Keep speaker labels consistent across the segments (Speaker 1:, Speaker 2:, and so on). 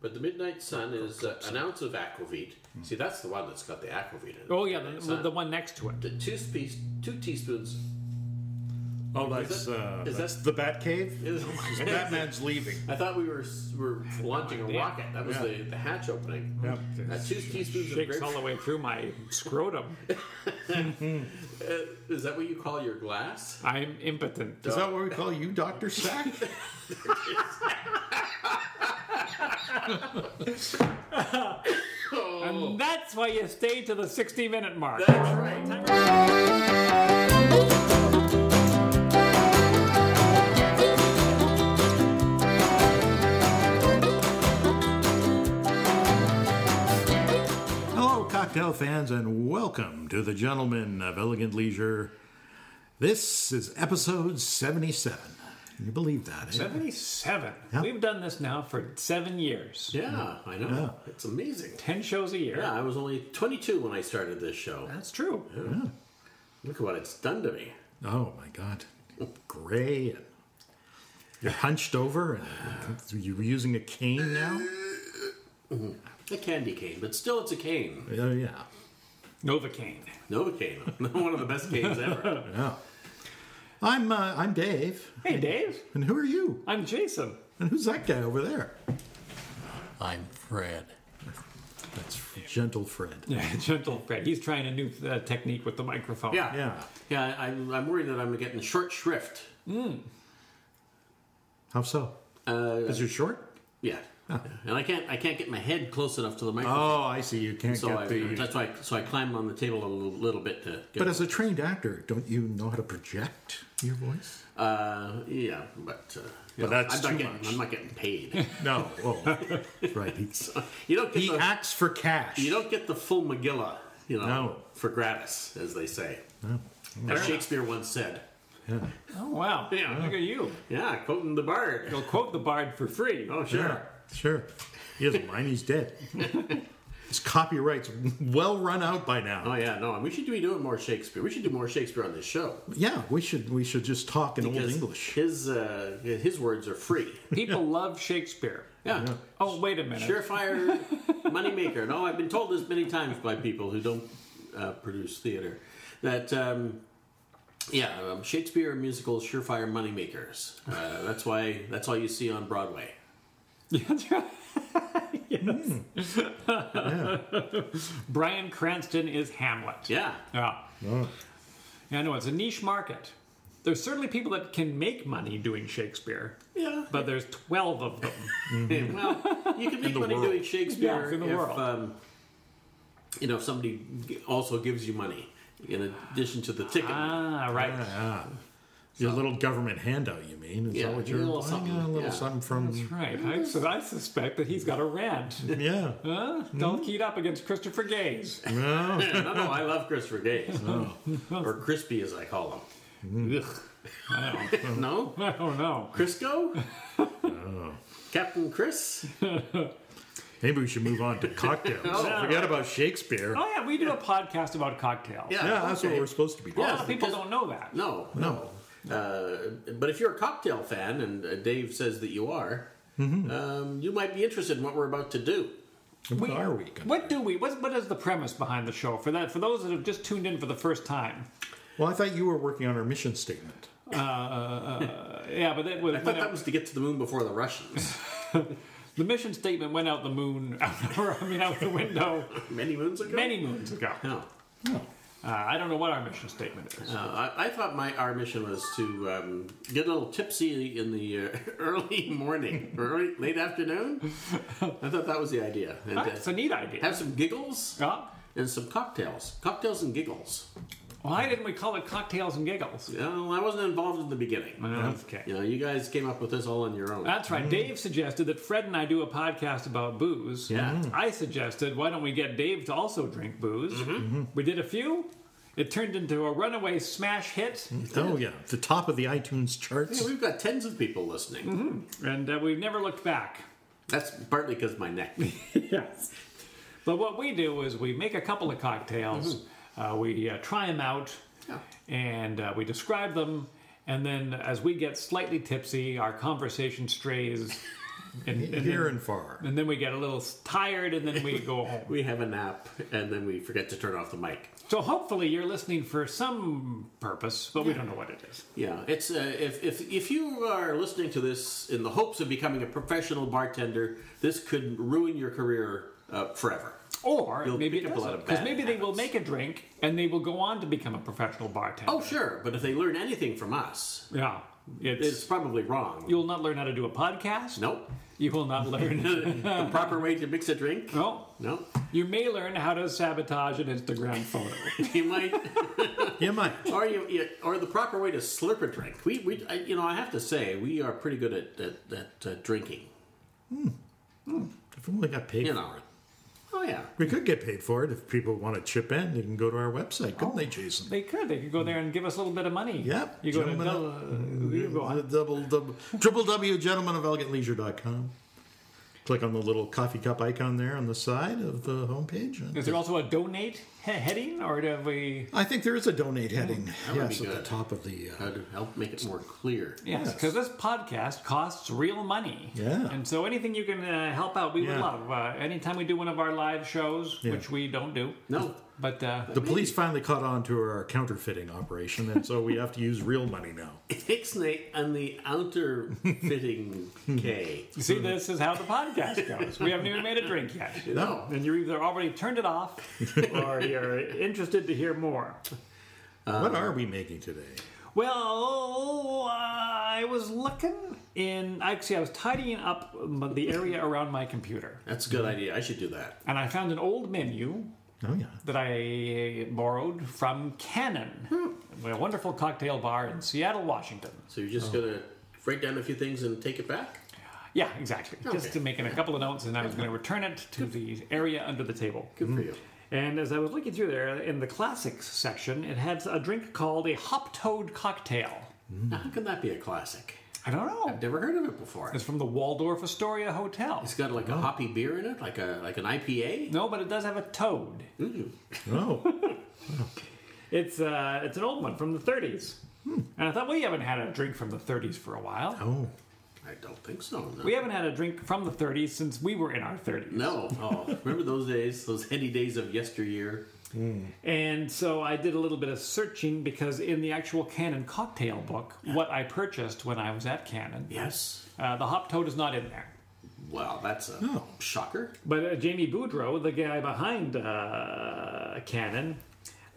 Speaker 1: But the Midnight Sun is uh, an ounce of aquavit. See, that's the one that's got the aquavit in it.
Speaker 2: Oh yeah,
Speaker 1: Midnight
Speaker 2: the,
Speaker 1: Sun.
Speaker 2: the one next to it.
Speaker 1: The two, spe- two teaspoons.
Speaker 3: Oh, that's,
Speaker 1: that-
Speaker 3: uh,
Speaker 1: is
Speaker 3: that's
Speaker 1: that-
Speaker 3: the Bat Cave.
Speaker 2: Oh,
Speaker 1: Is,
Speaker 3: Batman's leaving.
Speaker 1: I thought we were s- were launching a
Speaker 2: idea.
Speaker 1: rocket. That was
Speaker 3: Yeah.
Speaker 1: the, the hatch opening.
Speaker 3: Yep.
Speaker 1: Uh, two teaspoons of
Speaker 2: Shakes all the
Speaker 1: grapefruit.
Speaker 2: way through my scrotum.
Speaker 1: Uh, Is that what you call your glass?
Speaker 2: I'm impotent.
Speaker 3: Is that what we call you, Doctor Sack?
Speaker 2: And that's why you stay to the 60 minute mark.
Speaker 1: That's right.
Speaker 3: Hello, cocktail fans, and welcome to the Gentlemen of Elegant Leisure. This is episode seventy-seven. Can you believe that? eh?
Speaker 2: 77. We've done this now for seven years.
Speaker 1: Yeah, I know. It's amazing.
Speaker 2: 10 shows a year.
Speaker 1: Yeah, I was only 22 when I started this show.
Speaker 2: That's true.
Speaker 1: Look at what it's done to me.
Speaker 3: Oh my God, gray and you're hunched over, and you're using a cane now.
Speaker 1: A candy cane, but still it's a cane.
Speaker 3: Oh yeah,
Speaker 2: Novocaine.
Speaker 1: Novocaine. One of the best canes ever.
Speaker 3: yeah. I'm uh, I'm Dave,
Speaker 2: Hey, Dave.
Speaker 3: and who are you?
Speaker 2: I'm Jason.
Speaker 3: And who's that guy over there?
Speaker 1: I'm Fred.
Speaker 3: That's gentle Fred.
Speaker 2: Yeah, Gentle Fred. He's trying a new uh, technique with the microphone.
Speaker 1: Yeah.
Speaker 3: Yeah.
Speaker 1: Yeah, I, I'm, I'm worried that I'm getting short shrift.
Speaker 3: How so? Because you're short.
Speaker 1: Yeah. And I can't I can't get my head close enough to the microphone.
Speaker 3: Oh, I see. You can't
Speaker 1: so
Speaker 3: get
Speaker 1: I,
Speaker 3: the.
Speaker 1: that's why so I climbed on the table a little, little bit to get
Speaker 3: But as a trained actor, don't you know how to project your voice?
Speaker 1: uh yeah, but uh, you
Speaker 3: But that's
Speaker 1: I'm not
Speaker 3: too
Speaker 1: getting
Speaker 3: much.
Speaker 1: I'm not getting paid.
Speaker 3: No. Oh, right. He,
Speaker 1: you don't get
Speaker 3: he
Speaker 1: the
Speaker 3: acts for cash.
Speaker 1: you don't get the full Megillah, you know,
Speaker 3: No.
Speaker 1: for gratis, as they say.
Speaker 3: No.
Speaker 1: As Shakespeare once said.
Speaker 3: Yeah.
Speaker 2: Oh, wow.
Speaker 1: Yeah.
Speaker 2: Look at you.
Speaker 1: Yeah, quoting the bard.
Speaker 2: You'll quote the bard for free.
Speaker 1: Oh sure.
Speaker 3: Yeah, sure. He doesn't mind. He's dead. His copyright's well run out by now.
Speaker 1: Oh yeah, no, and we should be doing more Shakespeare. We should do more Shakespeare on this show.
Speaker 3: Yeah, we should we should just talk in old
Speaker 1: because
Speaker 3: English.
Speaker 1: His uh, his words are free.
Speaker 2: People love Shakespeare.
Speaker 1: Yeah.
Speaker 2: Oh, wait a minute.
Speaker 1: Surefire moneymaker. No, I've been told this many times by people who don't uh, produce theater that um, yeah, um, Shakespeare musicals surefire moneymakers. Uh, that's why that's all you see on Broadway.
Speaker 3: Yeah.
Speaker 2: Brian Cranston is Hamlet.
Speaker 1: Yeah,
Speaker 2: Yeah.
Speaker 3: Oh.
Speaker 2: Yeah, I know it's a niche market. There's certainly people that can make money doing Shakespeare,
Speaker 1: yeah.
Speaker 2: but there's 12 of them.
Speaker 1: well, you can make money
Speaker 3: world.
Speaker 1: doing Shakespeare
Speaker 2: Yeah, in the
Speaker 1: if
Speaker 2: world.
Speaker 1: Um, you know if somebody g- also gives you money in addition to the ticket.
Speaker 2: ah, right.
Speaker 3: yeah. Your little government handout, you mean? Is
Speaker 1: Yeah,
Speaker 3: that what you're
Speaker 1: a little
Speaker 3: implying?
Speaker 1: something,
Speaker 3: Yeah, a little
Speaker 1: yeah.
Speaker 3: something from.
Speaker 2: Right. I, so I suspect that he's got a rant.
Speaker 3: Yeah.
Speaker 2: Huh?
Speaker 3: Hmm.
Speaker 2: Don't keyed up against Christopher Gaze.
Speaker 3: No.
Speaker 1: no, no, I love Christopher Days. or Crispy, as I call him. Ugh. no?
Speaker 2: I don't know.
Speaker 1: Crisco? Captain Chris?
Speaker 3: Maybe we should move on to cocktails. Forget about Shakespeare.
Speaker 2: Oh, yeah, we do a podcast about cocktails.
Speaker 3: yeah, that's
Speaker 1: okay.
Speaker 3: what we're supposed to be doing.
Speaker 2: A lot of people
Speaker 1: because-
Speaker 2: don't know that.
Speaker 1: No.
Speaker 3: No.
Speaker 1: Uh, but if you're a cocktail fan, and uh, Dave says that you are,
Speaker 3: Mm-hmm.
Speaker 1: um, you might be interested in what we're about to do.
Speaker 3: What are we? Gonna
Speaker 2: What do we? What, what is the premise behind the show for that? For those that have just tuned in for the first time,
Speaker 3: Well, I thought you were working on our mission statement.
Speaker 2: Uh, yeah. But that was,
Speaker 1: I thought that was to get to the moon before the Russians.
Speaker 2: the mission statement went out the moon, or, I mean, out the window
Speaker 1: Many moons ago?
Speaker 2: many moons ago.
Speaker 1: No.
Speaker 2: Uh, I don't know what our mission statement is.
Speaker 1: Uh, I, I thought my our mission was to um, get a little tipsy in the uh, early morning, early late afternoon. I thought that was the idea. And, uh,
Speaker 2: That's a neat idea. Uh,
Speaker 1: have some giggles
Speaker 2: Yeah.
Speaker 1: and some cocktails, cocktails and giggles.
Speaker 2: Why didn't we call it cocktails and giggles? Uh,
Speaker 1: You know, I wasn't involved in the beginning.
Speaker 2: Okay.
Speaker 1: You know, you guys came up with this all on your own.
Speaker 2: That's right. Dave suggested that Fred and I do a podcast about booze.
Speaker 1: Yeah. Mhm.
Speaker 2: I suggested why don't we get Dave to also drink booze?
Speaker 1: Mm-hmm.
Speaker 2: We did a few. It turned into a runaway smash hit,
Speaker 1: Mm.
Speaker 3: Oh yeah, the top of the iTunes charts.
Speaker 1: Yeah, we've got tens of people listening.
Speaker 2: and uh, we've never looked back.
Speaker 1: That's partly because my neck.
Speaker 2: yes. But what we do is we make a couple of cocktails,
Speaker 1: Mm-hmm.
Speaker 2: uh, we uh, try them out,
Speaker 1: Yeah.
Speaker 2: and uh, we describe them. And then, as we get slightly tipsy, our conversation strays and, and
Speaker 4: Near
Speaker 2: then,
Speaker 4: and far.
Speaker 2: and then we get a little tired, and then we go home.
Speaker 1: We have a nap and then we forget to turn off the mic.
Speaker 2: So hopefully you're listening for some purpose, but we don't know what it is.
Speaker 1: Yeah, it's uh, if if if you are listening to this in the hopes of becoming a professional bartender, this could ruin your career uh, forever.
Speaker 2: Or
Speaker 1: You'll
Speaker 2: maybe
Speaker 1: pick
Speaker 2: it
Speaker 1: up a lot of
Speaker 2: because
Speaker 1: bad
Speaker 2: maybe they will
Speaker 1: habits.
Speaker 2: make a drink and they will go on to become a professional bartender.
Speaker 1: Oh, sure, but if they learn anything from us,
Speaker 2: yeah, it's,
Speaker 1: it's probably wrong.
Speaker 2: you will not learn how to do a podcast.
Speaker 1: Nope.
Speaker 2: you will not learn.
Speaker 1: the proper way to mix a drink?
Speaker 2: no,
Speaker 1: No.
Speaker 2: you may learn how to sabotage an Instagram photo.
Speaker 1: You might,
Speaker 4: You might.
Speaker 1: or you, you, or the proper way to slurp a drink. We, we, I, you know, I have to say, we are pretty good at at, at uh, drinking.
Speaker 4: If we only got paid.
Speaker 1: You know. Oh yeah.
Speaker 4: We could get paid for it if people want to chip in. They can go to our website, couldn't they, Jason?
Speaker 2: they could. They could go there and give us a little bit of money.
Speaker 4: Yep.
Speaker 2: You go to
Speaker 4: Gentlemen
Speaker 2: double, uh, you
Speaker 1: Oh.
Speaker 2: go on.
Speaker 4: double, double, triple W, gentlemen of elegant leisure.com. Click on the little coffee cup icon there on the side of the homepage. and-
Speaker 2: Is there also a donate he- heading, or do we?
Speaker 4: I think there is a donate heading.
Speaker 1: would
Speaker 4: yes,
Speaker 1: be
Speaker 4: at the
Speaker 1: good.
Speaker 4: top of the. Uh,
Speaker 1: How to help make it more clear.
Speaker 2: Yes, because this podcast costs real money.
Speaker 4: Yeah.
Speaker 2: And so anything you can uh, help out, we would
Speaker 4: Yeah.
Speaker 2: love. Uh, anytime we do one of our live shows,
Speaker 4: Yeah.
Speaker 2: which we don't do,
Speaker 1: No.
Speaker 2: but uh,
Speaker 4: the police finally caught on to our counterfeiting operation, and so we have to use real money now.
Speaker 1: Ixnay and the outer fitting K.
Speaker 2: you see, this is how the podcast goes. we haven't even made a drink yet.
Speaker 1: No.
Speaker 2: And you're either already turned it off or you're interested to hear more.
Speaker 4: what are we making today?
Speaker 2: Well, I was looking in. Actually, I was tidying up um, the area around my computer,
Speaker 1: That's a good idea. I should do that.
Speaker 2: and I found an old menu
Speaker 4: Oh, yeah.
Speaker 2: that I borrowed from Cannon, a wonderful cocktail bar in Seattle, Washington.
Speaker 1: So you're just gonna write down a few things and take it back?
Speaker 2: Yeah, exactly. Just
Speaker 1: Okay.
Speaker 2: to making a couple of notes, and I was going to return it to the area under the table.
Speaker 1: Good for you.
Speaker 2: And as I was looking through there in the classics section, it had a drink called a hop toad cocktail.
Speaker 1: Now, how can that be a classic?
Speaker 2: I don't know.
Speaker 1: Never heard of it before.
Speaker 2: It's from the Waldorf Astoria Hotel.
Speaker 1: It's got like a hoppy beer in it, like a Mm-hmm. like an IPA.
Speaker 2: No, but it does have a toad.
Speaker 4: Oh,
Speaker 2: It's uh, it's an old one from the 30s. And I thought we haven't had a drink from the 30s for a while.
Speaker 4: oh.
Speaker 1: I don't think so. No.
Speaker 2: We haven't had a drink from the 30s since we were in our 30s.
Speaker 1: no. Oh, remember those days? Those heady days of yesteryear.
Speaker 2: And so I did a little bit of searching because in the actual Canon cocktail book, what I purchased when I was at Canon,
Speaker 1: Yes.
Speaker 2: uh, the hop toad is not in there.
Speaker 1: Wow, that's a
Speaker 4: No.
Speaker 1: shocker.
Speaker 2: But uh, Jamie Boudreau, the guy behind uh, Canon,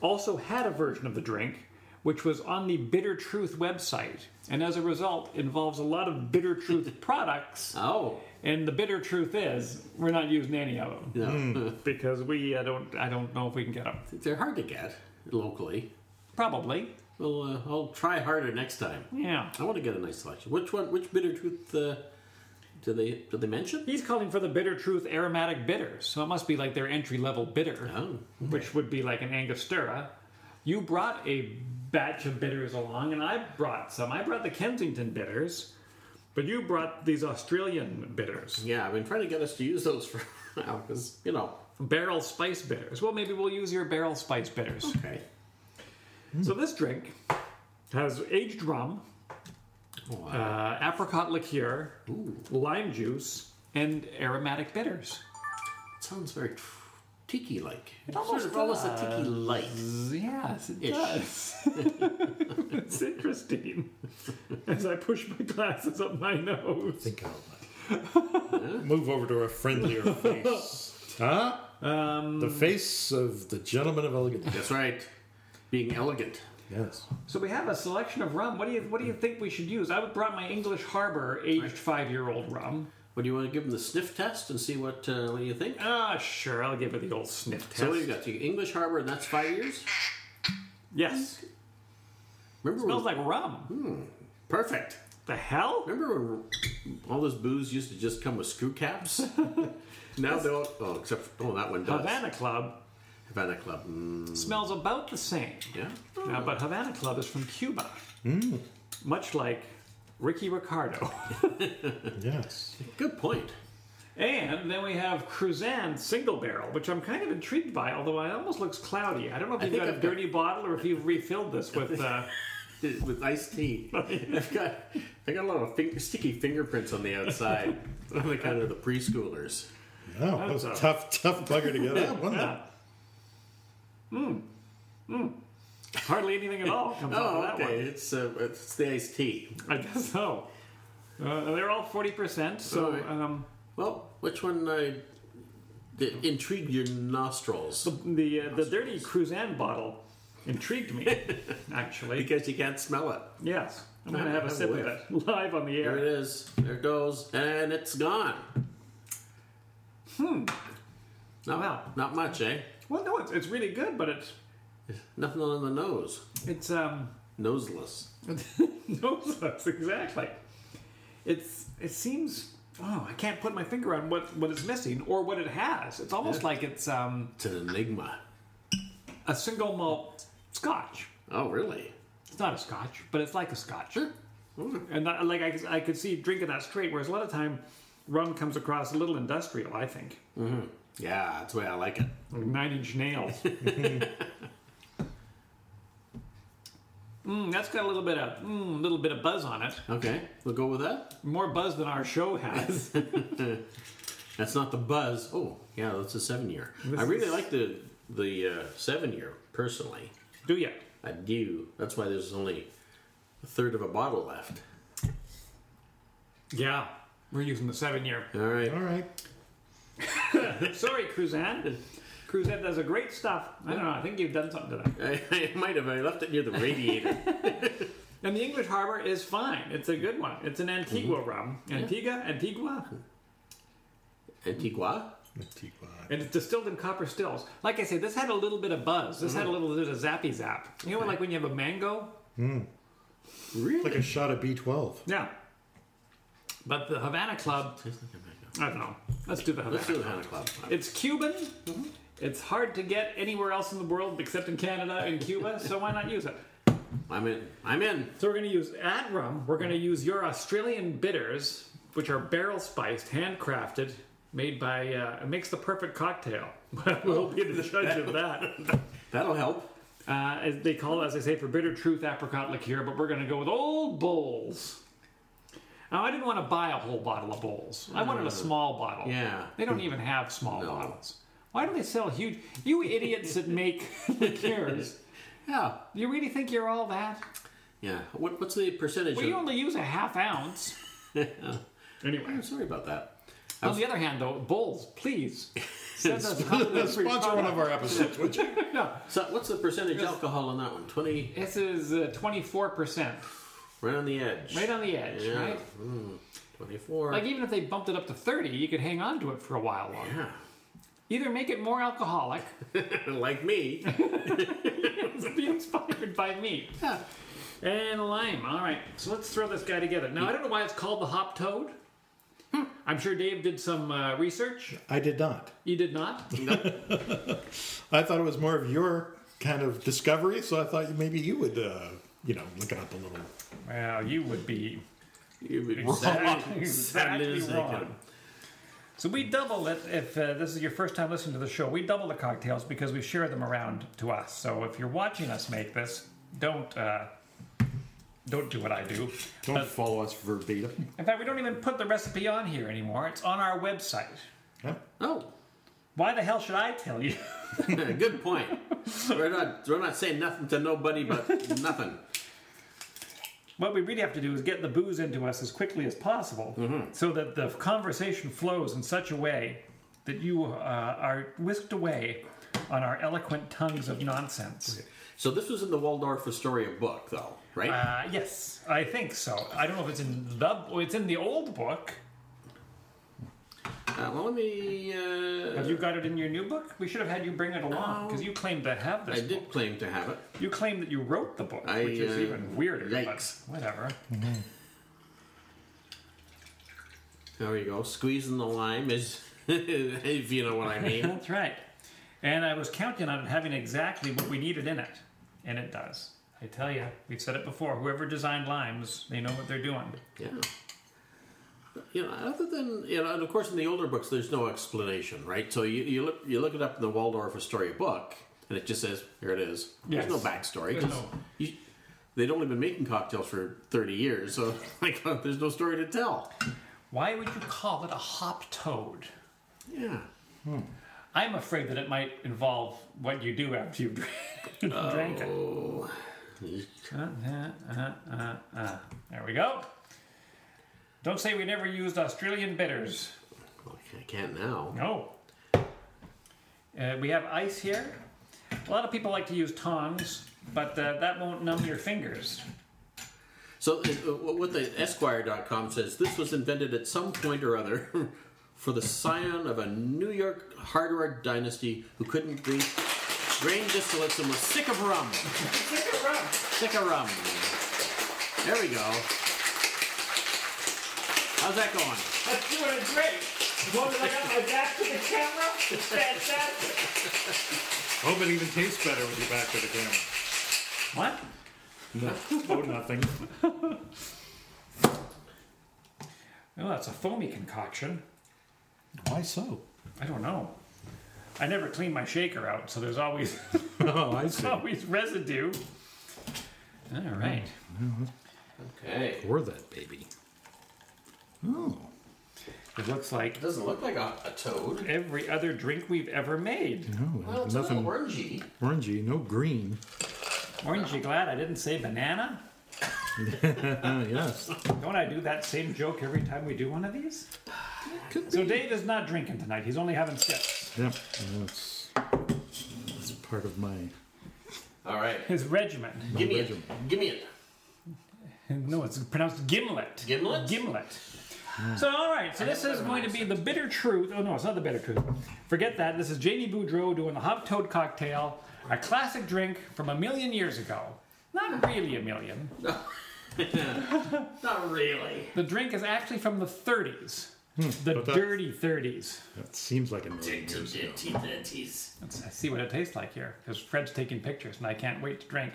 Speaker 2: also had a version of the drink, which was on the Bitter Truth website, and as a result, involves a lot of Bitter Truth products.
Speaker 1: Oh,
Speaker 2: And the bitter truth is, we're not using any of them
Speaker 1: no.
Speaker 2: because we I don't I don't know if we can get them.
Speaker 1: They're hard to get locally.
Speaker 2: Probably,
Speaker 1: Well, uh, I'll try harder next time.
Speaker 2: yeah.
Speaker 1: I want to get a nice selection. Which one? Which bitter truth? Uh, do they do they mention?
Speaker 2: He's calling for the Bitter Truth aromatic bitters, so it must be like their entry level bitter,
Speaker 1: Oh,
Speaker 2: which would be like an Angostura. You brought a batch of bitters along, and I brought some. I brought the Kensington bitters, but you brought these Australian bitters,
Speaker 1: yeah. I've been trying to get us to use those for now because you know.
Speaker 2: barrel spice bitters. Well, maybe we'll use your barrel spice bitters.
Speaker 1: Okay.
Speaker 2: So this drink has aged rum,
Speaker 1: Wow.
Speaker 2: uh, apricot liqueur, lime juice, and aromatic bitters.
Speaker 1: It sounds very tiki like. It's
Speaker 2: almost
Speaker 1: sort of almost uh, a tiki light.
Speaker 2: Yes, it
Speaker 1: Ish.
Speaker 2: does. it's interesting. As I push my glasses up my nose.
Speaker 4: Think out loud. Move over to a friendlier face. Huh? Um, the face of the gentleman of elegant.
Speaker 1: That's right. Being elegant.
Speaker 4: Yes.
Speaker 2: So we have a selection of rum. What do you what do you think we should use? I brought my English Harbor aged five year old rum.
Speaker 1: What do you want to give them the sniff test and see what uh, what do you think?
Speaker 2: Ah, sure. I'll give it the old sniff test.
Speaker 1: So what do you got? The English Harbor, and that's five years.
Speaker 2: Yes,
Speaker 1: Remember
Speaker 2: smells
Speaker 1: when,
Speaker 2: like rum.
Speaker 1: perfect.
Speaker 2: The hell?
Speaker 1: Remember when all this booze used to just come with screw caps? now they don't. Oh, except for, oh, that one does.
Speaker 2: Havana Club
Speaker 1: Havana Club. Mm,
Speaker 2: smells about the same.
Speaker 1: yeah.
Speaker 2: Now, but Havana Club is from Cuba,
Speaker 1: Mm.
Speaker 2: much like Ricky Ricardo.
Speaker 4: Yes.
Speaker 1: Good point.
Speaker 2: And then we have Cruzan single barrel, which I'm kind of intrigued by, although it almost looks cloudy. I don't know if you've
Speaker 1: think
Speaker 2: got a
Speaker 1: I've got-
Speaker 2: dirty bottle or if you've refilled this with uh,
Speaker 1: with iced tea. I've got I got a lot of finger, sticky fingerprints on the outside. I'm like out of the preschoolers.
Speaker 3: No, that was a
Speaker 2: That's a-
Speaker 3: tough, tough bugger to get out, wasn't it?
Speaker 2: Mm. Hardly anything at all comes out
Speaker 1: Oh,
Speaker 2: of that
Speaker 1: okay.
Speaker 2: one.
Speaker 1: It's uh, it's the iced tea.
Speaker 2: I guess so. Uh, they're all forty percent. So
Speaker 1: Alright.
Speaker 2: um,
Speaker 1: Well, which one uh, that intrigued your nostrils?
Speaker 2: the uh, the dirty Cruzan bottle intrigued me. Actually,
Speaker 1: Because you can't smell it.
Speaker 2: yes, I'm gonna have a
Speaker 1: Have a
Speaker 2: sip of
Speaker 1: whiff.
Speaker 2: it live on the
Speaker 1: There it
Speaker 2: air.
Speaker 1: is. There it goes, and it's gone. Hmm. Not,
Speaker 2: Wow.
Speaker 1: Not much, eh?
Speaker 2: Well, no, it's, it's really good, but it's
Speaker 1: Nothing on the nose.
Speaker 2: it's um
Speaker 1: Noseless.
Speaker 2: noseless exactly. It's it seems oh I can't put my finger on what what is missing or what it has. It's almost like it's um
Speaker 1: It's an enigma.
Speaker 2: a single malt Scotch.
Speaker 1: Oh, really?
Speaker 2: It's not a Scotch, but it's like a Scotch.
Speaker 1: Sure.
Speaker 2: And that, like I, I could see drinking that straight, whereas a lot of time rum comes across a little industrial. I think
Speaker 1: Yeah, that's the way I like it.
Speaker 2: like nine inch nails. mm, that's got a little bit of mm, little bit of buzz on it.
Speaker 1: Okay, we'll go with that.
Speaker 2: More buzz than our show has.
Speaker 1: That's not the buzz. Oh, yeah, that's a seven year. I really like the the uh, seven year personally.
Speaker 2: Do you?
Speaker 1: I do. That's why there's only a third of a bottle left.
Speaker 2: Yeah, we're using the seven year.
Speaker 1: All right.
Speaker 3: All right.
Speaker 2: Sorry, Cruzan. Cruzan does a great stuff. I don't know. I think you've done something to that.
Speaker 1: I, I might have. I left it near the radiator.
Speaker 2: And the English Harbor is fine. It's a good one. It's an Antigua rum. Antigua, Antigua.
Speaker 1: Antigua.
Speaker 3: Antigua.
Speaker 2: And it's distilled in copper stills. Like I said, this had a little bit of buzz. This had a little bit of zappy zap. You know, like when you have a mango.
Speaker 1: Really?
Speaker 3: Like a shot of B12.
Speaker 2: Yeah. But the Havana Club, I don't know. Let's do the Havana.
Speaker 1: Let's do Mm-hmm. the Hannah Club.
Speaker 2: It's Cuban. It's hard to get anywhere else in the world except in Canada and Cuba, so why not use it?
Speaker 1: I'm in. I'm in.
Speaker 2: So we're going to use at rum. We're going to use your Australian bitters, which are barrel spiced, handcrafted, made by. Uh, it makes the perfect cocktail. we'll be the judge of that.
Speaker 1: That'll help.
Speaker 2: Uh, as they call it, as I say, for bitter truth apricot liqueur, but we're going to go with old bowls. Now, I didn't want to buy a whole bottle of bowls. I wanted a small bottle.
Speaker 1: Yeah.
Speaker 2: They don't even have small
Speaker 1: No.
Speaker 2: bottles. Why do they sell huge? You idiots that make liqueurs.
Speaker 1: Yeah.
Speaker 2: You really think you're all that?
Speaker 1: Yeah. What, what's the percentage?
Speaker 2: Well, you
Speaker 1: of,
Speaker 2: only use a half ounce. anyway.
Speaker 1: I'm sorry about that.
Speaker 2: On the other hand, though, bowls, please. Send us hundreds of free
Speaker 3: Sponsor one
Speaker 2: products.
Speaker 3: of our episodes, would you?
Speaker 1: So what's the percentage alcohol on that one? Twenty.
Speaker 2: This is uh, 24%,
Speaker 1: Right on the edge.
Speaker 2: right on the edge,
Speaker 1: Yeah.
Speaker 2: right?
Speaker 1: Twenty-four.
Speaker 2: Like even if they bumped it up to thirty, you could hang on to it for a while longer.
Speaker 1: yeah.
Speaker 2: Either make it more alcoholic,
Speaker 1: like me.
Speaker 2: be inspired by me,
Speaker 1: Yeah.
Speaker 2: and lime. All right, so let's throw this guy together. Now I don't know why it's called the hop toad. I'm sure Dave did some uh, research.
Speaker 3: I did not.
Speaker 2: You did not.
Speaker 3: I thought it was more of your kind of discovery, so I thought maybe you would, uh, you know, look it up a little.
Speaker 2: Well, you would be
Speaker 1: You would Sadly
Speaker 2: Exactly, exactly
Speaker 1: mistaken.
Speaker 2: wrong. So we double it if uh, this is your first time listening to the show. We double the cocktails because we share them around to us. So if you're watching us make this, don't uh, don't do what I do.
Speaker 3: Don't follow us verbatim.
Speaker 2: In fact, we don't even put the recipe on here anymore. It's on our website.
Speaker 3: Yeah.
Speaker 1: Oh,
Speaker 2: Why the hell should I tell you?
Speaker 1: good point. We're not we're not saying nothing to nobody but nothing.
Speaker 2: what we really have to do is get the booze into us as quickly as possible
Speaker 1: Mm-hmm.
Speaker 2: so that the conversation flows in such a way that you uh, are whisked away on our eloquent tongues of nonsense.
Speaker 1: So this was in the Waldorf Astoria book, though, right?
Speaker 2: Uh, yes, I think so. I don't know if it's in the oh, it's in the old book.
Speaker 1: Uh, well, let me. Uh,
Speaker 2: Have you got it in your new book? We should have had you bring it along because you claim to have this.
Speaker 1: Oh. I did claim to have it.
Speaker 2: book. You claim that you wrote the book,
Speaker 1: I,
Speaker 2: which is
Speaker 1: uh,
Speaker 2: even weirder.
Speaker 1: yikes.
Speaker 2: But whatever.
Speaker 1: There you go. Squeezing the lime is, if you know what I mean.
Speaker 2: That's right. And I was counting on it having exactly what we needed in it, and it does. I tell you, we've said it before. Whoever designed limes, they know what they're doing.
Speaker 1: Yeah. You know, other than you know, and of course, in the older books, there's no explanation, right? So you, you look you look it up in the Waldorf Astoria book, and it just says here it is.
Speaker 2: Yes.
Speaker 1: There's no backstory.
Speaker 2: There's
Speaker 1: 'cause
Speaker 2: no-
Speaker 1: you- they'd only been making cocktails for 30 years, so like there's no story to tell.
Speaker 5: Why would you call it a hop toad?
Speaker 1: Yeah.
Speaker 5: I'm afraid that it might involve what you do after you've drank, drank it.
Speaker 1: Oh.
Speaker 5: Uh,
Speaker 2: Uh-huh,
Speaker 5: uh, uh, uh, uh. There we go. Don't say we never used Australian bitters.
Speaker 1: I can't now.
Speaker 5: No. Uh, we have ice here. A lot of people like to use tongs, but uh, that won't numb your fingers.
Speaker 1: So, uh, what the Esquire.com says this was invented at some point or other for the scion of a New York hardware dynasty who couldn't drink grain distillates and was sick of rum. Sick of rum. There we go. How's that going?
Speaker 5: That's doing great. The moment I got my back to the camera, fantastic.
Speaker 3: Hope it even tastes better with your back to the
Speaker 5: What?
Speaker 3: camera. Oh, nothing.
Speaker 5: Oh, that's a foamy concoction.
Speaker 3: Why so?
Speaker 5: I don't know. I never clean my shaker out, so there's always
Speaker 3: Oh, I see.
Speaker 5: always residue. All right.
Speaker 1: Okay.
Speaker 4: Pour that baby. Oh,
Speaker 5: It looks like
Speaker 1: It doesn't look like a, a toad.
Speaker 5: every other drink we've ever made.
Speaker 4: no,
Speaker 1: Well, it's a
Speaker 4: nothing
Speaker 1: little orangey.
Speaker 4: orangey, no green.
Speaker 5: Orangey glad I didn't say banana?
Speaker 4: Uh, yes.
Speaker 5: Don't I do that same joke every time we do one of these?
Speaker 4: Could
Speaker 5: So Dave is not drinking tonight. He's only having sips.
Speaker 4: Yep. That's, that's part of my.
Speaker 1: All right.
Speaker 5: His regiment.
Speaker 1: Give me it. Give me it.
Speaker 5: No, it's pronounced gimlet.
Speaker 1: Gimlet?
Speaker 5: Gimlet. So, all right. So this is going to be the bitter truth. Oh no, it's not the bitter truth. Forget that. This is Jamie Boudreau doing the Hop Toad cocktail, a classic drink from a million years ago. Not really a million.
Speaker 1: Not really.
Speaker 5: The drink is actually from the 30s. The
Speaker 3: that's-
Speaker 5: dirty 30s.
Speaker 4: That seems like a million years ago.
Speaker 1: It's
Speaker 5: Let's see what it tastes like here, because Fred's taking pictures, and I can't wait to drink.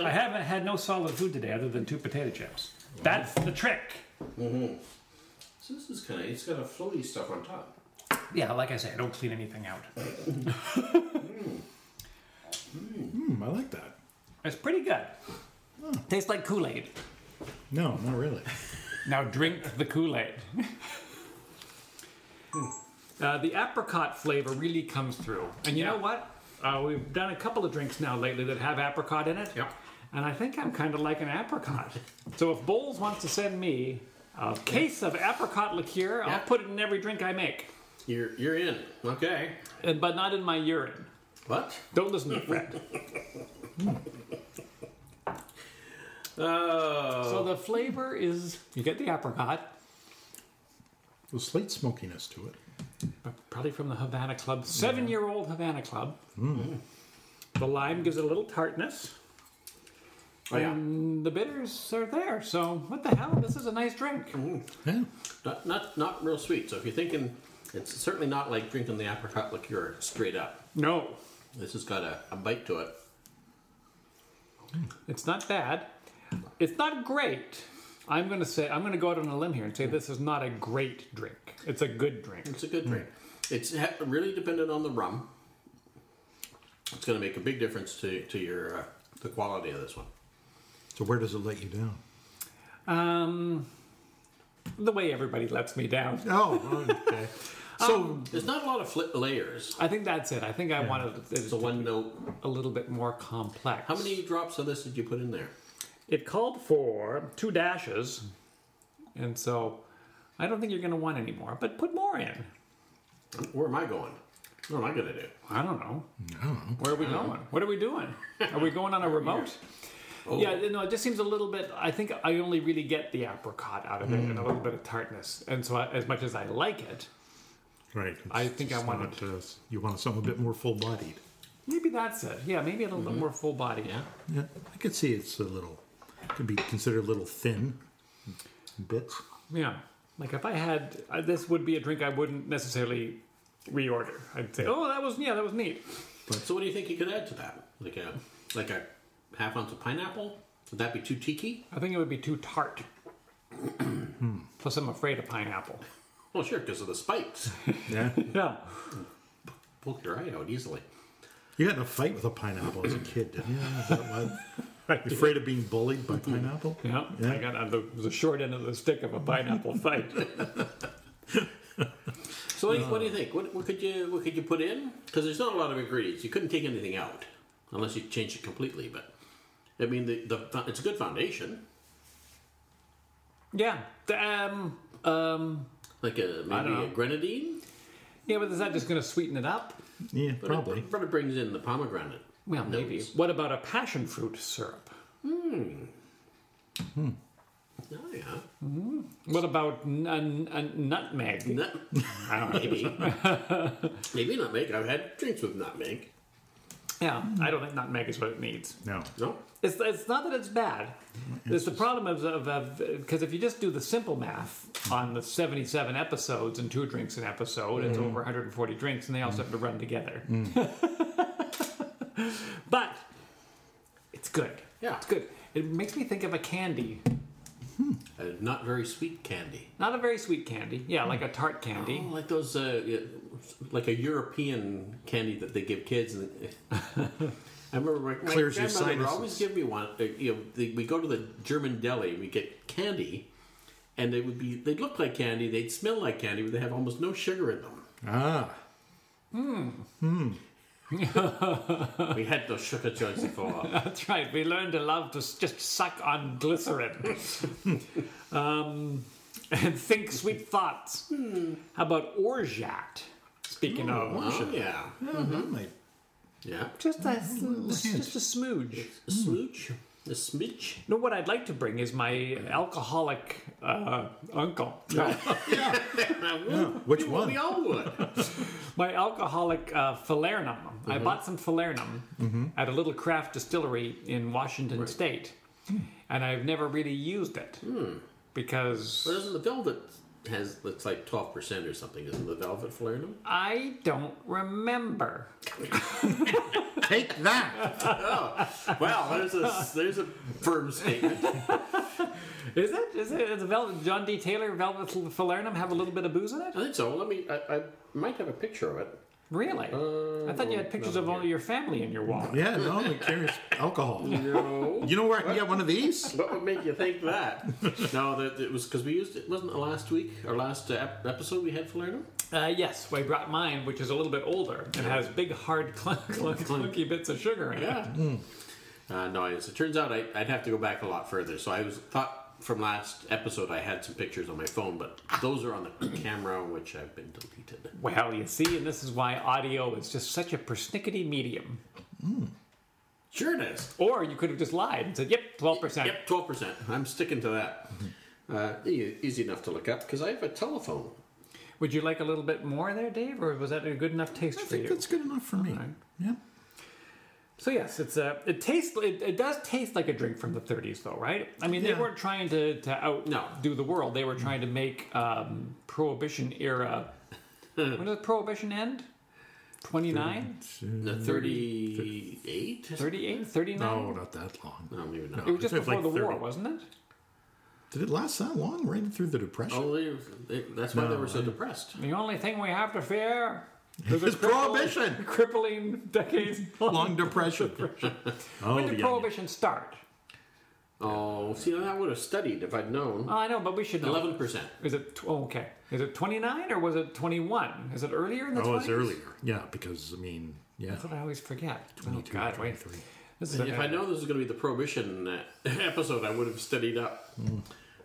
Speaker 5: I haven't had no solid food today other than two potato chips. That's the trick.
Speaker 1: So this is kind of, it's got a floaty stuff on top.
Speaker 5: Yeah, like I say, I don't clean anything out.
Speaker 4: Hmm, I like that.
Speaker 5: It's pretty good. Tastes like Kool Aid.
Speaker 4: No, not really.
Speaker 5: Now drink the Kool Aid.
Speaker 2: Uh, the apricot flavor really comes through. And you know what? Uh, we've done a couple of drinks now lately that have apricot in it.
Speaker 1: Yep.
Speaker 2: And I think I'm kind of like an apricot. so if Bowles wants to send me a case of apricot liqueur,
Speaker 1: Yeah.
Speaker 2: I'll put it in every drink I make,
Speaker 1: You're you're in. Okay.
Speaker 2: and, but not in my urine.
Speaker 1: What?
Speaker 2: Don't listen to Fred.
Speaker 1: Oh.
Speaker 2: so the flavor is you get the apricot,
Speaker 4: The slight smokiness to it.
Speaker 2: probably from the Havana Club, seven year old Havana Club.
Speaker 1: Hmm.
Speaker 2: The lime gives it a little tartness.
Speaker 1: oh yeah.
Speaker 2: The bitters are there, so what the hell? This is a nice drink.
Speaker 4: Yeah.
Speaker 1: Not, not not real sweet. So if you're thinking, it's certainly not like drinking the apricot liqueur straight up.
Speaker 2: No,
Speaker 1: This has got a, a bite to it.
Speaker 2: it's not bad. It's not great. I'm gonna say I'm gonna go out on a limb here
Speaker 1: Hmm.
Speaker 2: and say this is not a great drink. It's a good drink.
Speaker 1: It's a good drink. It's ha- really dependent on the rum. It's going to make a big difference to to your uh, the quality of this one.
Speaker 4: So where does it let you down?
Speaker 2: Um, the way everybody lets me down.
Speaker 4: Oh, okay.
Speaker 3: Um,
Speaker 4: so
Speaker 1: There's not a lot of flip layers.
Speaker 2: I think that's it. I think I wanted it
Speaker 1: It's a one note.
Speaker 2: a little bit more complex.
Speaker 1: How many drops of this did you put in there?
Speaker 2: It called for two dashes, and so I don't think you're gonna want any more. But put more in.
Speaker 1: Where am I going? What am I going to do?
Speaker 2: I don't know.
Speaker 4: I don't know.
Speaker 2: Where are we going? What are we doing? Are we going on a remote? Yeah, no, it just seems a little bit. I think I only really get the apricot out of it and a little bit of tartness. And so, I, as much as I like it,
Speaker 4: Right. it's
Speaker 2: I think I
Speaker 4: just
Speaker 2: wanted-
Speaker 4: not, uh, you want something a bit more full-bodied.
Speaker 2: maybe that's it. Yeah, maybe a little bit more full body.
Speaker 1: Yeah.
Speaker 4: Yeah, I could see it's a little could be considered a little thin bits.
Speaker 2: Yeah. Like if I had uh, this, would be a drink I wouldn't necessarily reorder. I'd say, oh, that was yeah, that was neat.
Speaker 1: So what do you think you could add to that? Like a like a half ounce of pineapple? Would that be too tiki?
Speaker 2: I think it would be too tart. Plus, I'm afraid of pineapple.
Speaker 1: Well, Oh, sure, because of the spikes.
Speaker 4: Yeah.
Speaker 2: Yeah.
Speaker 1: Poke your eye out easily.
Speaker 4: You got in a fight with a pineapple as a kid, didn't you? Is that what?
Speaker 3: Afraid of being bullied by pineapple?
Speaker 2: Yeah, I got on the, the short end of the stick of a pineapple fight.
Speaker 1: So what, do you, what do you think? What, what could you what could you put in? Because there's not a lot of ingredients. You couldn't take anything out unless you change it completely. But I mean, the, the fo- it's a good foundation,
Speaker 2: Yeah, the, um, um,
Speaker 1: like a maybe
Speaker 2: know.
Speaker 1: a grenadine.
Speaker 2: yeah, but is that just going to sweeten it up?
Speaker 4: Yeah,
Speaker 1: But
Speaker 4: probably.
Speaker 1: it, but it brings in the pomegranate.
Speaker 2: Well, maybe.
Speaker 1: Notes.
Speaker 2: What about a passion fruit syrup?
Speaker 1: Oh yeah,
Speaker 2: What about n- n- n- nutmeg?
Speaker 1: Nut, maybe maybe nutmeg. I've had drinks with nutmeg.
Speaker 2: Yeah, I don't think nutmeg is what it needs.
Speaker 4: No.
Speaker 1: No,
Speaker 2: It's, it's not that it's bad. It's the problem of because if you just do the simple math on the 77 episodes and two drinks an episode, it's
Speaker 1: Mm.
Speaker 2: over 140 drinks, and they also have to run together.
Speaker 1: Mm.
Speaker 2: but it's good.
Speaker 1: Yeah.
Speaker 2: it's good. It makes me think of a candy,
Speaker 1: uh, not very sweet candy.
Speaker 2: not a very sweet candy. Yeah, like a tart
Speaker 1: Oh,
Speaker 2: candy.
Speaker 1: like those, uh, yeah, like a European candy that they give kids. And I remember my, my
Speaker 4: Clears your
Speaker 1: grandmother would
Speaker 4: sinuses.
Speaker 1: always give me one. uh, You know, the, we go to the German deli and we get candy, and they would be they'd look like candy, they'd smell like candy, but they have almost no sugar in them.
Speaker 4: Ah.
Speaker 1: we had no sugar choice before.
Speaker 2: That's right. We learned to love to s- just suck on glycerin, um, and think sweet thoughts.
Speaker 1: Hmm.
Speaker 2: How about orgeat? Speaking of
Speaker 1: oh, yeah,
Speaker 4: Yeah, that might.
Speaker 1: yeah.
Speaker 2: Just a, Mm-hmm. just a smooge.
Speaker 1: A smooch, a smidge.
Speaker 2: No, what I'd like to bring is my alcoholic uh, uncle.
Speaker 4: Which
Speaker 1: Well,
Speaker 4: one?
Speaker 1: we all would.
Speaker 2: My alcoholic uh, falernum. I bought some falernum at a little craft distillery in Washington State, and I've never really used it because
Speaker 1: Doesn't the velvet has it's like twelve percent or something? Isn't the velvet flaring
Speaker 2: I don't remember.
Speaker 4: Take that.
Speaker 1: Well, there's a there's a firm statement.
Speaker 2: Is it? Is it? Is the velvet, John D. Taylor Velvet Falernum have a little bit of booze in it?
Speaker 1: I think so. Let me. I, I might have a picture of it.
Speaker 2: Really? I thought you had pictures of all your family in your wall.
Speaker 4: Yeah, no, it carries alcohol.
Speaker 1: No.
Speaker 4: You know where I can get one of these?
Speaker 1: what would make you think that? no, that it was because we used it. Wasn't it last week or last uh, ep- episode we had Falernum?
Speaker 2: Uh, yes, I brought mine, which is a little bit older and has big, hard, clunk, clunk, clunky bits of sugar in it.
Speaker 1: Yeah. Uh, no, as it turns out, I, I'd have to go back a lot further. So I was thought from last episode I had some pictures on my phone, but those are on the camera, which have been deleted.
Speaker 2: Well, you see, and this is why audio is just such a persnickety medium.
Speaker 1: Sure, it is.
Speaker 2: Or you could have just lied and said, "Yep, twelve percent."
Speaker 1: Yep, twelve percent. I'm sticking to that. Uh, e- easy enough to look up because I have a telephone.
Speaker 2: Would you like a little bit more there, Dave, or was that a good enough taste
Speaker 4: I
Speaker 2: for
Speaker 4: think
Speaker 2: you?
Speaker 4: that's good enough for me. Yeah.
Speaker 2: So yes, it's a. It tastes. It, it does taste like a drink from the 30s, though, right? I mean, they
Speaker 4: Yeah.
Speaker 2: weren't trying to to out
Speaker 1: No.
Speaker 2: do the world. They were trying to make um, Prohibition era. when did Prohibition end? 29,
Speaker 1: No, 38?
Speaker 2: 38, 39?
Speaker 4: No, not that long.
Speaker 1: No, maybe not.
Speaker 2: It was just
Speaker 4: It was
Speaker 2: before
Speaker 4: like
Speaker 2: the war,
Speaker 4: 30.
Speaker 2: wasn't it?
Speaker 4: Did it last that long? Right through the Depression?
Speaker 1: Oh, they, they, that's why they were so depressed.
Speaker 2: The only thing we have to fear is a
Speaker 4: It's
Speaker 2: cripple-
Speaker 4: prohibition.
Speaker 2: crippling decades long.
Speaker 4: Long Depression. oh,
Speaker 2: When
Speaker 4: the
Speaker 2: did
Speaker 4: onion.
Speaker 2: prohibition start?
Speaker 1: Oh, see, I would have studied if I'd known.
Speaker 2: Oh, I know, but we should know.
Speaker 1: Eleven percent.
Speaker 2: Is it tw- oh, okay? Is it twenty nine or was it twenty one? Is it earlier in the?
Speaker 4: Oh, it's
Speaker 2: 20s?
Speaker 4: earlier. Yeah, because, I mean, yeah.
Speaker 2: That's what I always forget. Oh
Speaker 4: 22,
Speaker 2: God, wait.
Speaker 4: 23.
Speaker 2: This is
Speaker 1: If I know this was going to be the prohibition uh, episode, I would have studied up.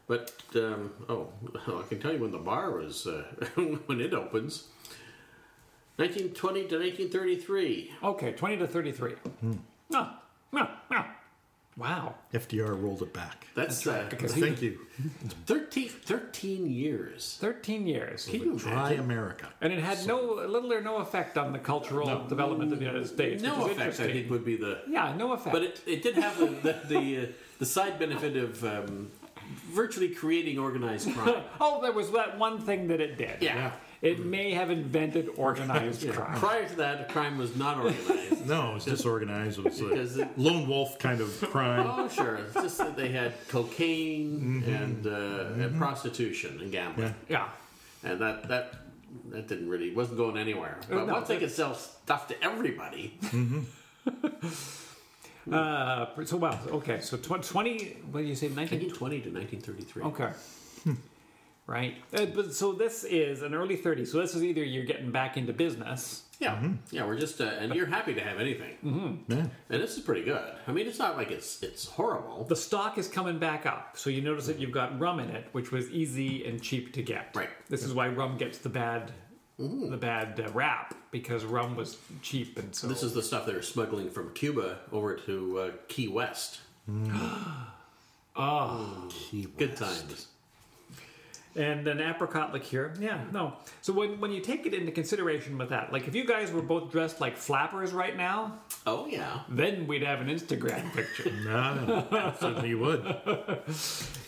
Speaker 1: But um, oh, I can tell you when the bar was uh, when it opens. 1920 to 1933.
Speaker 2: okay, twenty to thirty three.
Speaker 4: Hmm.
Speaker 2: No, no, no. Wow.
Speaker 4: FDR rolled it back.
Speaker 1: That's, uh,
Speaker 2: Because he,
Speaker 4: Thank you.
Speaker 1: 13, 13 years.
Speaker 2: thirteen years,
Speaker 1: Can you
Speaker 4: Try
Speaker 1: imagine?
Speaker 4: America.
Speaker 2: and it had no little or no effect on the cultural development of the United States.
Speaker 1: No
Speaker 2: which is
Speaker 1: effect, I
Speaker 2: interesting.
Speaker 1: think, would be the
Speaker 2: Yeah, no effect.
Speaker 1: But it, it did have the the, the, uh, the side benefit of um, virtually creating organized crime.
Speaker 2: oh, there was that one thing that it did.
Speaker 1: Yeah.
Speaker 2: It may have invented organized crime.
Speaker 1: Prior to that, crime was not organized.
Speaker 4: No, it was disorganized. It was
Speaker 1: Because
Speaker 4: a
Speaker 1: it-
Speaker 4: lone wolf kind of crime.
Speaker 1: oh, sure. It's just that they had cocaine and, uh, and prostitution and gambling,
Speaker 2: Yeah.
Speaker 1: and that that that didn't really wasn't going anywhere. But
Speaker 2: Oh, no,
Speaker 1: once they could sell stuff to everybody,
Speaker 2: Uh, so wow, okay, so tw- twenty. What do you say? Nineteen.
Speaker 1: 1920 to 1933.
Speaker 2: Okay. right. Uh, but so this is an early 30s. So this is either you're getting back into business.
Speaker 1: Yeah, yeah, we're just uh, and you're happy to have anything,
Speaker 2: Mm-hmm.
Speaker 4: Yeah.
Speaker 1: and this is pretty good. I mean, it's not like it's it's horrible,
Speaker 2: The stock is coming back up. So you notice that you've got rum in it, which was easy and cheap to get.
Speaker 1: Right.
Speaker 2: This is why rum gets the bad the bad uh, rap because rum was cheap and so
Speaker 1: This is the stuff they were smuggling from Cuba over to uh, Key West.
Speaker 2: Mm. Ah.
Speaker 1: oh, good times.
Speaker 2: and an apricot liqueur. Yeah, no. So when when you take it into consideration with that, like if you guys were both dressed like flappers right now,
Speaker 1: Oh yeah,
Speaker 2: then we'd have an Instagram picture.
Speaker 4: No, certainly would.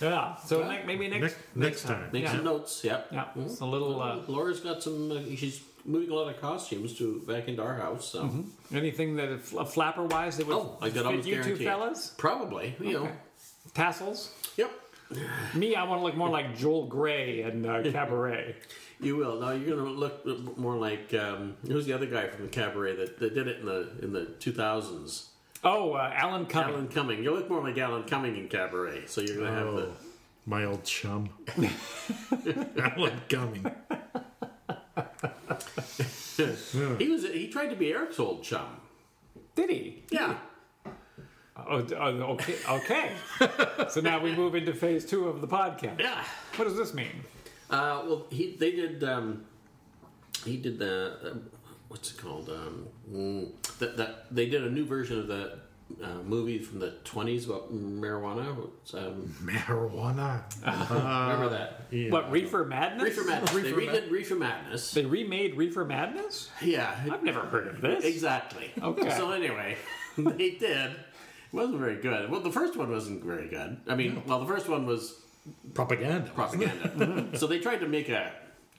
Speaker 2: yeah. So like maybe
Speaker 4: Next,
Speaker 2: next
Speaker 4: next time.
Speaker 1: make
Speaker 2: Yeah.
Speaker 1: some notes. Yep. Mm-hmm.
Speaker 2: Yeah, it's a little. Uh,
Speaker 1: Laura's got some. Uh, she's moving a lot of costumes to back into our house. So
Speaker 2: Mm-hmm. anything that if- uh, flapper wise that would
Speaker 1: oh, I got
Speaker 2: fit
Speaker 1: almost
Speaker 2: you two
Speaker 1: guaranteed.
Speaker 2: fellas.
Speaker 1: Probably, you know.
Speaker 2: Okay. Tassels.
Speaker 1: Yep,
Speaker 2: Me, I want to look more like Joel Gray and uh, Cabaret.
Speaker 1: you will. No, you're gonna look more like um, who's the other guy from the cabaret that, that did it in the in the 2000s.
Speaker 2: Oh, uh, Alan Cumming.
Speaker 1: Alan Cumming. You look more like Alan Cumming in cabaret. So you're gonna have the.
Speaker 4: Oh, my old chum. Alan Gumming.
Speaker 1: He was. He tried to be Eric's old chum.
Speaker 2: Did he?
Speaker 1: Yeah.
Speaker 2: Oh, d- oh, okay. Okay. so now we move into phase two of the podcast.
Speaker 1: Yeah.
Speaker 2: What does this mean?
Speaker 1: Uh, well, he they did. Um, he did the uh, what's it called? Um, mm, that that they did a new version of the uh, movie from the twenties about marijuana. It's, Um,
Speaker 4: Marijuana.
Speaker 2: Uh,
Speaker 1: remember that
Speaker 2: What Reefer Madness?
Speaker 1: Reefer Madness? they
Speaker 4: Reefer
Speaker 1: redid Reefer Madness.
Speaker 2: They remade Reefer Madness.
Speaker 1: Yeah,
Speaker 2: I've never heard of this.
Speaker 1: exactly.
Speaker 2: Okay.
Speaker 1: So anyway, they did. It wasn't very good. Well, the first one wasn't very good. I mean, well, the first one was
Speaker 4: Propaganda.
Speaker 1: propaganda.
Speaker 2: Mm-hmm.
Speaker 1: so they tried to make a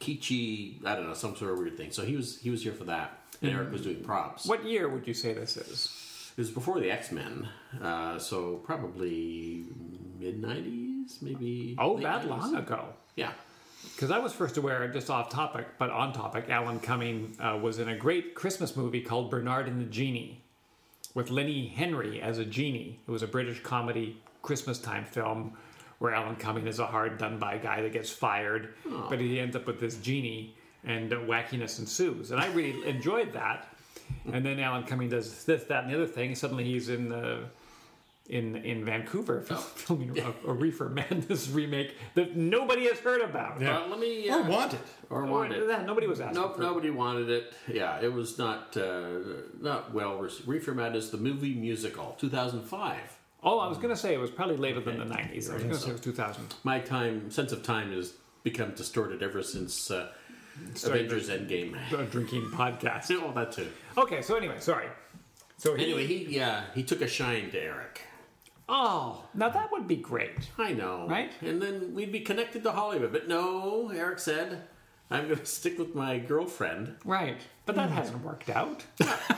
Speaker 1: kitschy, I don't know, some sort of weird thing. So he was he was here for that, and Eric was doing props.
Speaker 2: What year would you say this is?
Speaker 1: It was before the X Men, uh, so probably mid nineties, maybe.
Speaker 2: Oh,
Speaker 1: late
Speaker 2: that
Speaker 1: 90s.
Speaker 2: long ago.
Speaker 1: Yeah.
Speaker 2: Because I was first aware, just off topic, but on topic, Alan Cumming uh, was in a great Christmas movie called Bernard and the Genie with Lenny Henry as a genie. It was a British comedy Christmas time film where Alan Cumming is a hard done by guy that gets fired, but he ends up with this genie and uh, wackiness ensues. And I really enjoyed that. And then Alan Cumming does this, that, and the other thing. Suddenly he's in the in in Vancouver fil- filming a, a Reefer Madness remake that nobody has heard about.
Speaker 1: But let me. Uh,
Speaker 3: Or want it.
Speaker 1: Or
Speaker 2: Or-
Speaker 1: wanted.
Speaker 2: that- Nobody was asking.
Speaker 1: Nope,
Speaker 2: for
Speaker 1: nobody wanted it. Yeah, it was not uh, not well received. Reefer Madness, the movie musical, two thousand five.
Speaker 2: Oh, I was going to say it was probably later than the 90s. I was going to say it was 2000.
Speaker 1: My time sense of time has become distorted ever since uh, Avengers Endgame.
Speaker 2: A drinking podcast.
Speaker 1: All that too.
Speaker 2: Okay, so anyway, sorry. So he-
Speaker 1: Anyway, he yeah he took a shine to Eric.
Speaker 2: Oh, now that would be great.
Speaker 1: I know.
Speaker 2: Right?
Speaker 1: And then we'd be connected to Hollywood. But no, Eric said, I'm going to stick with my girlfriend.
Speaker 2: Right. But that hasn't worked out.